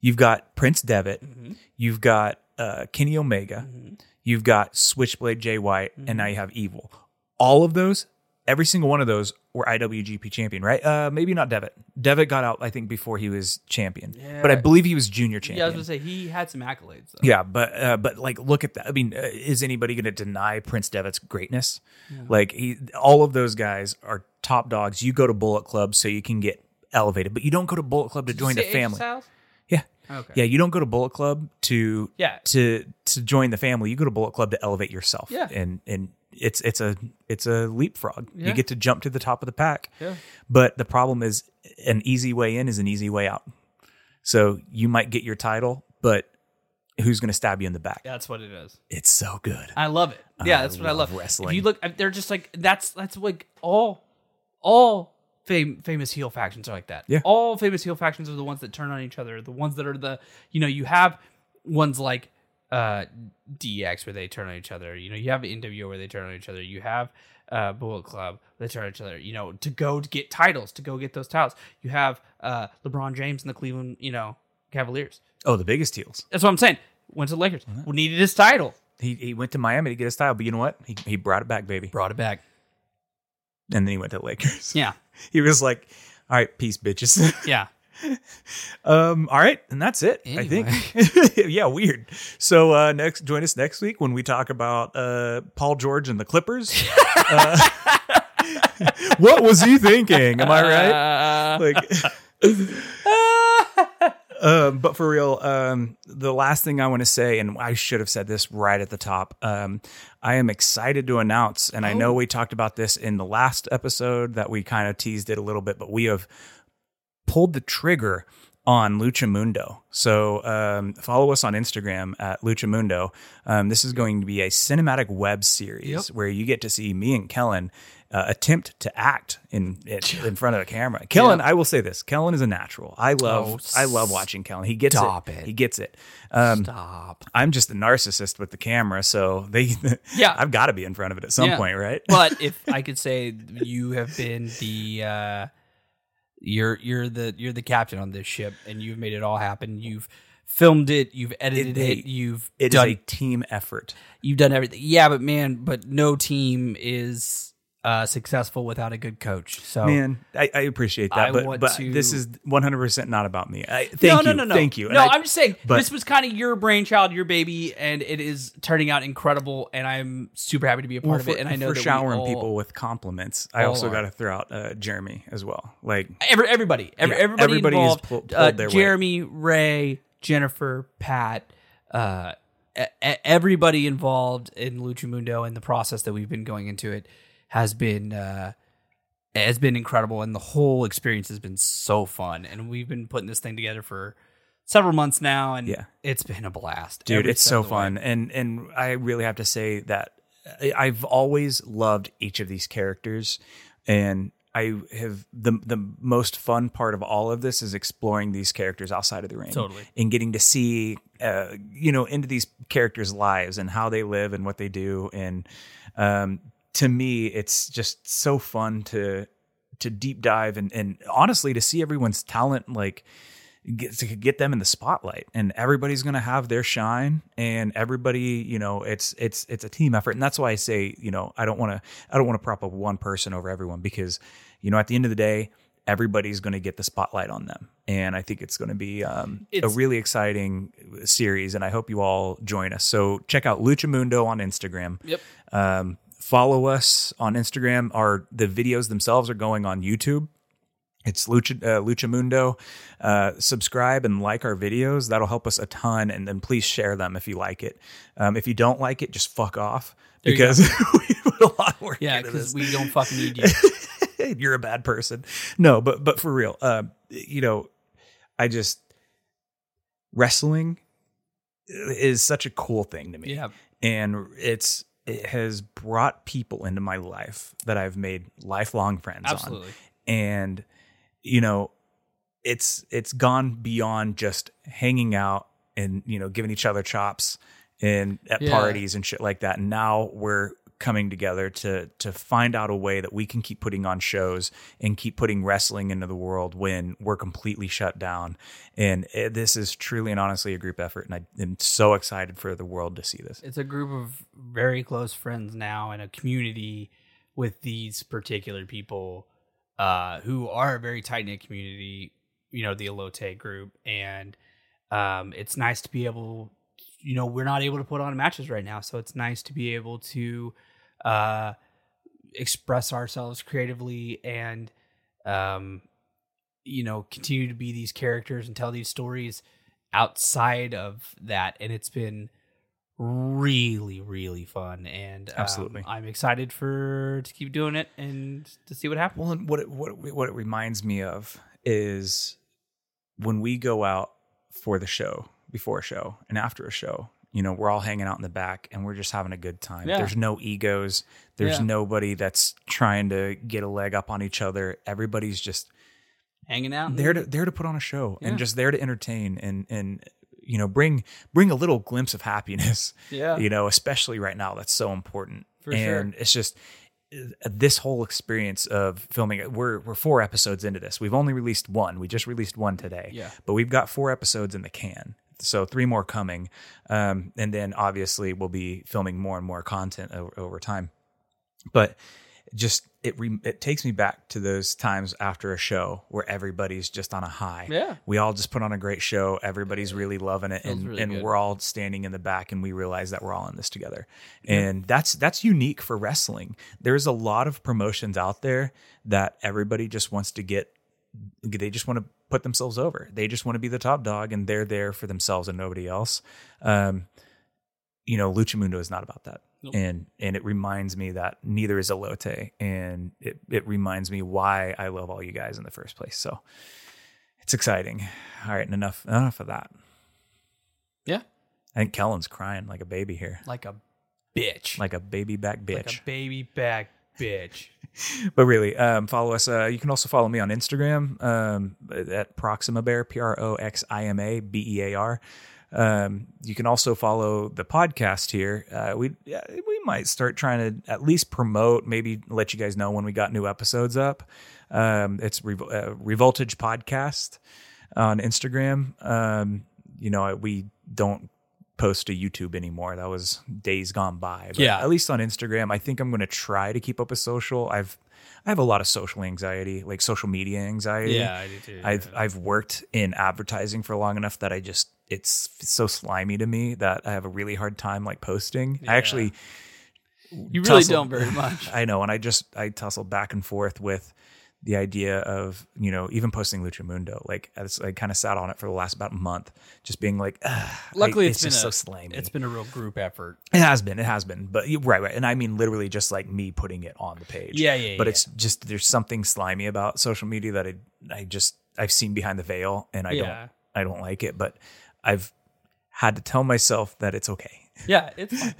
Speaker 1: You've got Prince Devitt.
Speaker 2: Mm-hmm.
Speaker 1: You've got uh, Kenny Omega. You've got Switchblade Jay White,
Speaker 2: Mm-hmm.
Speaker 1: and now you have Evil. All of those, every single one of those were IWGP champion, right? Uh, maybe not Devitt. Devitt got out, I think, before he was champion, but I believe he was junior champion.
Speaker 2: Yeah, I was gonna say he had some accolades. Though.
Speaker 1: Yeah, but uh, but like, look at that. I mean, uh, is anybody going to deny Prince Devitt's greatness? Like, he, all of those guys are top dogs. You go to Bullet Club so you can get elevated, but you don't go to Bullet Club to join the
Speaker 2: Did you say AJ
Speaker 1: family.
Speaker 2: Styles?
Speaker 1: Yeah.
Speaker 2: Okay.
Speaker 1: Yeah, you don't go to Bullet Club to
Speaker 2: Yeah.
Speaker 1: to to join the family. You go to Bullet Club to elevate yourself.
Speaker 2: Yeah.
Speaker 1: And and it's it's a it's a leapfrog.
Speaker 2: Yeah.
Speaker 1: You get to jump to the top of the pack. Yeah. But the problem is an easy way in is an easy way out. So you might get your title, but who's going to stab you in the back?
Speaker 2: That's what it is.
Speaker 1: It's so good.
Speaker 2: I love it. Yeah, that's what I
Speaker 1: love
Speaker 2: love.
Speaker 1: wrestling.
Speaker 2: If you look, they're just like that's that's like all all fam- famous heel factions are like that.
Speaker 1: Yeah.
Speaker 2: all famous heel factions are the ones that turn on each other. The ones that are the you know you have ones like uh DX where they turn on each other. You know you have NWO where they turn on each other. You have uh Bullet Club where they turn on each other. You know to go to get titles to go get those titles. You have uh LeBron James and the Cleveland you know Cavaliers.
Speaker 1: Oh, the biggest heels.
Speaker 2: That's what I'm saying. Went to the Lakers. Needed his title.
Speaker 1: He, he went to Miami to get his title, but you know what? He, he brought it back, baby.
Speaker 2: Brought it back.
Speaker 1: And then he went to the Lakers.
Speaker 2: Yeah.
Speaker 1: He was like, all right, peace, bitches.
Speaker 2: Yeah.
Speaker 1: Um, all right, and that's it. I think. yeah, weird. So uh next join us next week when we talk about uh Paul George and the Clippers. Uh, what was he thinking? Am I right?
Speaker 2: Uh,
Speaker 1: Like um, but for real, um, the last thing I want to say, and I should have said this right at the top, um, I am excited to announce, and I know we talked about this in the last episode that we kind of teased it a little bit, but we have pulled the trigger on Lucha Mundo. So um, follow us on Instagram at Lucha Mundo. Um, this is going to be a cinematic web series where you get to see me and Kellen uh, attempt to act in in in front of a camera. Kellen, I will say this: Kellen is a natural. I love I love watching Kellen. He gets
Speaker 2: stop it.
Speaker 1: He gets it. Um,
Speaker 2: Stop.
Speaker 1: I'm just a narcissist with the camera, so they
Speaker 2: Yeah.
Speaker 1: I've got to be in front of it at some
Speaker 2: Yeah.
Speaker 1: point, right?
Speaker 2: But if I could say you have been the uh you're you're the you're the captain on this ship and you've made it all happen. You've filmed it, you've edited
Speaker 1: they-
Speaker 2: it, you've
Speaker 1: It is
Speaker 2: done
Speaker 1: a team effort.
Speaker 2: you've done everything. Yeah, but man, but no team is uh successful without a good coach. So
Speaker 1: Man, I, I appreciate that,
Speaker 2: I
Speaker 1: but
Speaker 2: want
Speaker 1: but
Speaker 2: to-
Speaker 1: this is 100 percent not about me. I, thank
Speaker 2: no,
Speaker 1: you,
Speaker 2: no, no, no.
Speaker 1: thank you. And
Speaker 2: No,
Speaker 1: I-
Speaker 2: I'm just saying
Speaker 1: but-
Speaker 2: this was kind of your brainchild, your baby, and it is turning out incredible. And I'm super happy to be a part
Speaker 1: Well,
Speaker 2: of it. And I know
Speaker 1: for
Speaker 2: that we
Speaker 1: showering
Speaker 2: all-
Speaker 1: people with compliments, I
Speaker 2: all
Speaker 1: also
Speaker 2: are.
Speaker 1: got to throw out uh, Jeremy as well. Like
Speaker 2: Every, everybody, every,
Speaker 1: Yeah,
Speaker 2: everybody,
Speaker 1: everybody has
Speaker 2: involved.
Speaker 1: pull- pulled
Speaker 2: uh,
Speaker 1: their weight.
Speaker 2: Jeremy, Ray, Jennifer, Pat, uh, e- e- everybody involved in Lucha Mundo and the process that we've been going into it has been uh, has been incredible, and the whole experience has been so fun. And we've been putting this thing together for several months now, and
Speaker 1: Yeah.
Speaker 2: it's been a blast,
Speaker 1: dude
Speaker 2: Every
Speaker 1: it's
Speaker 2: step
Speaker 1: so
Speaker 2: of the way.
Speaker 1: fun and and i really have to say that I- i've always loved each of these characters and i have the the most fun part of all of this is exploring these characters outside of the ring
Speaker 2: Totally.
Speaker 1: and getting to see uh, you know into these characters lives and how they live and what they do and um to me it's just so fun to to deep dive and and honestly to see everyone's talent like get, to get them in the spotlight and everybody's going to have their shine and everybody you know it's it's it's a team effort and that's why i say you know i don't want to i don't want to prop up one person over everyone because you know at the end of the day everybody's going to get the spotlight on them and i think it's going to be um, a
Speaker 2: It's-
Speaker 1: really exciting series and i hope you all join us so check out lucha mundo on instagram
Speaker 2: Yep.
Speaker 1: um, follow us on instagram our the videos themselves are going on youtube It's Lucha, uh, Lucha Mundo. Uh, subscribe and like our videos. That'll help us a ton. And then please share them if you like it. Um, if you don't like it, just fuck off
Speaker 2: you go.
Speaker 1: because we put a lot of work
Speaker 2: Yeah,
Speaker 1: into this.
Speaker 2: because we don't fucking need you.
Speaker 1: You're a bad person. No, but but for real, uh, you know, I just wrestling is such a cool thing to me
Speaker 2: yeah.
Speaker 1: and it's it has brought people into my life that I've made lifelong friends on
Speaker 2: Absolutely.
Speaker 1: and you know it's it's gone beyond just hanging out and you know giving each other chops and at
Speaker 2: Yeah.
Speaker 1: parties and shit like that and now we're coming together to to find out a way that we can keep putting on shows and keep putting wrestling into the world when we're completely shut down and eh, this is truly and honestly a group effort and I am so excited for the world to see this
Speaker 2: It's a group of very close friends now and a community with these particular people uh, who are a very tight knit community, you know, the Elote group. And um, it's nice to be able, you know, we're not able to put on matches right now. So it's nice to be able to uh, express ourselves creatively and, um, you know, continue to be these characters and tell these stories outside of that. And it's been really really fun and um,
Speaker 1: Absolutely.
Speaker 2: i'm excited for to keep doing it and to see what happens
Speaker 1: Well, and what it, what it- what it reminds me of is when we go out for the show, before a show, and after a show. You know, we're all hanging out in the back and we're just having a good time.
Speaker 2: Yeah.
Speaker 1: There's no egos. There's
Speaker 2: Yeah.
Speaker 1: nobody that's trying to get a leg up on each other. Everybody's just
Speaker 2: hanging out
Speaker 1: there to there to put on a show
Speaker 2: Mm-hmm. Yeah.
Speaker 1: and just there to entertain and and you know bring bring a little glimpse of happiness
Speaker 2: yeah
Speaker 1: you know, especially right now. That's so important.
Speaker 2: For sure.
Speaker 1: and it's just uh, this whole experience of filming it. We're we're four episodes into this. We've only released one. We just released one today.
Speaker 2: Yeah.
Speaker 1: But we've got four episodes in the can. So three more coming. Um, and then obviously we'll be filming more and more content over, over time. But just it re- it takes me back to those times after a show where everybody's just on a high.
Speaker 2: Yeah.
Speaker 1: We all just put on a great show. Everybody's really loving it
Speaker 2: Feels
Speaker 1: and,
Speaker 2: really
Speaker 1: and
Speaker 2: good.
Speaker 1: we're all standing in the back and we realize that we're all in this together and that's that's unique for wrestling there's a lot of promotions out there that everybody just wants to get they just want to put themselves over they just want to be the top dog and they're there for themselves and nobody else um you know lucha mundo is not about that
Speaker 2: Nope.
Speaker 1: and and it reminds me that neither is elote and it it reminds me why i love all you guys in the first place so it's exciting all right and enough enough of that
Speaker 2: yeah
Speaker 1: I think Kellen's crying like a baby here,
Speaker 2: like a bitch
Speaker 1: like a baby back bitch.
Speaker 2: like a baby back bitch
Speaker 1: but really, um, follow us. Uh, you can also follow me on Instagram um, at Proxima Bear, P R O X I M A B E A R. Um, you can also follow the podcast here. Uh, we yeah, we might start trying to at least promote, maybe let you guys know when we got new episodes up. Um, it's Revol- uh, Revoltage Podcast on Instagram. Um, you know, we don't post to YouTube anymore. That was days gone by. But
Speaker 2: Yeah.
Speaker 1: At least on Instagram, I think I'm going to try to keep up with social. I've I have a lot of social anxiety, like social media anxiety.
Speaker 2: yeah i do too
Speaker 1: I've I've worked in advertising for long enough that I just it's so slimy to me that I have a really hard time like posting. I actually
Speaker 2: you really
Speaker 1: tussle-
Speaker 2: don't very much
Speaker 1: I know, and I just I tussle back and forth with the idea of you know even posting Lucha Mundo. Like I, just- I kind of sat on it for the last about a month, just being like, "Ugh,
Speaker 2: luckily
Speaker 1: I-
Speaker 2: it's been
Speaker 1: just so
Speaker 2: a,
Speaker 1: slimy.
Speaker 2: it's been a real group effort
Speaker 1: it has been, it has been, but you- right, right, and I mean literally just like me putting it on the page.
Speaker 2: Yeah, yeah,
Speaker 1: But
Speaker 2: yeah.
Speaker 1: it's just there's something slimy about social media that I I just I've seen behind the veil, and I
Speaker 2: Yeah.
Speaker 1: don't I don't like it, but I've had to tell myself that it's okay,
Speaker 2: yeah it's fine.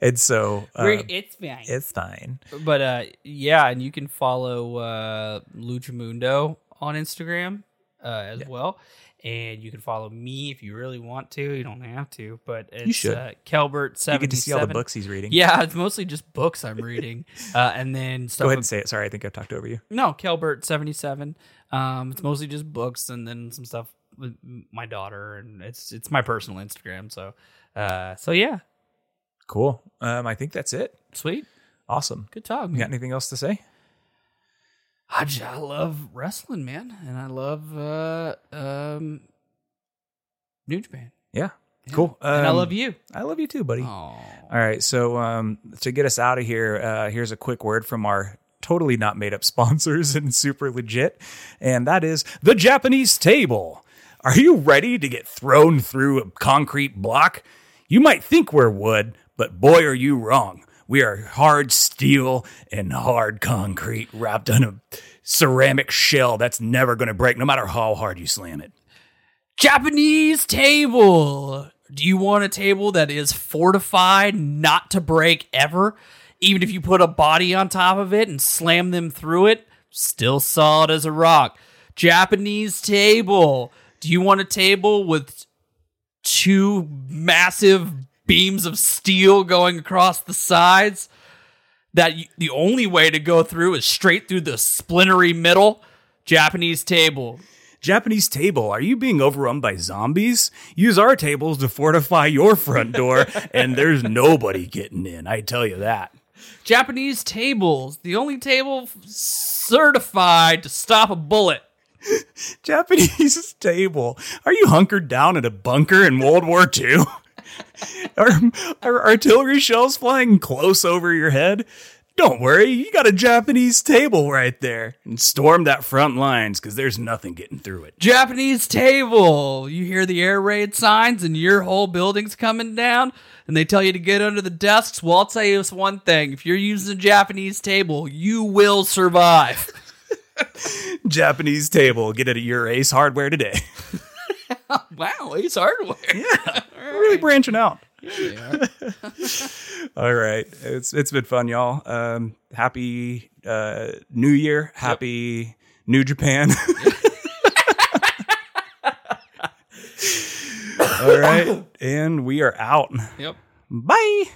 Speaker 1: and so uh,
Speaker 2: it's fine
Speaker 1: it's fine.
Speaker 2: but uh yeah and you can follow uh lucha mundo on instagram uh as well and you can follow me if you really want to you don't have to but it's
Speaker 1: should.
Speaker 2: uh kelbert 77
Speaker 1: You get to see all the books he's reading.
Speaker 2: yeah it's mostly just books i'm reading uh and then stuff
Speaker 1: Go ahead and say it. Sorry, I think I've talked over you.
Speaker 2: no kelbert 77 um it's mostly just books and then some stuff with my daughter and it's it's my personal instagram so uh so yeah
Speaker 1: Cool. Um, I think that's it.
Speaker 2: sweet
Speaker 1: Awesome.
Speaker 2: good talk
Speaker 1: You
Speaker 2: man.
Speaker 1: got anything else to say?
Speaker 2: I, j- I love wrestling, man, and I love uh um New Japan,
Speaker 1: Yeah. Cool.
Speaker 2: and I
Speaker 1: Um,
Speaker 2: love you.
Speaker 1: I love you too, buddy.
Speaker 2: Oh,
Speaker 1: All right. So um, to get us out of here, uh, here's a quick word from our totally not made up sponsors and super legit, and that is the Japanese table. Are you ready to get thrown through a concrete block? You might think we're wood, but boy, are you wrong. We are hard steel and hard concrete wrapped in a ceramic shell that's never going to break, no matter how hard you slam it.
Speaker 2: Japanese table. Do you want a table that is fortified not to break ever? Even if you put a body on top of it and slam them through it, still solid as a rock. Japanese table. Do you want a table with two massive beams of steel going across the sides that y- the only way to go through is straight through the splintery middle? Japanese table.
Speaker 1: Japanese table, are you being overrun by zombies? Use our tables to fortify your front door, and there's nobody getting in. I tell you that.
Speaker 2: Japanese tables, the only table f- certified to stop a bullet.
Speaker 1: Japanese table, are you hunkered down in a bunker in World War II? are, are artillery shells flying close over your head? Don't worry, you got a Japanese table right there. And storm that front lines because there's nothing getting through it.
Speaker 2: Japanese table, you hear the air raid signs and your whole building's coming down, and they tell you to get under the desks. Well, I'll tell you this one thing if you're using a Japanese table, you will survive.
Speaker 1: Japanese table, get it at your Ace Hardware today.
Speaker 2: wow, Ace Hardware.
Speaker 1: We're really branching out. All right, it's it's been fun, y'all. Um, happy uh, New Year, happy New Japan. All right, and we are out.
Speaker 2: Yep.
Speaker 1: Bye.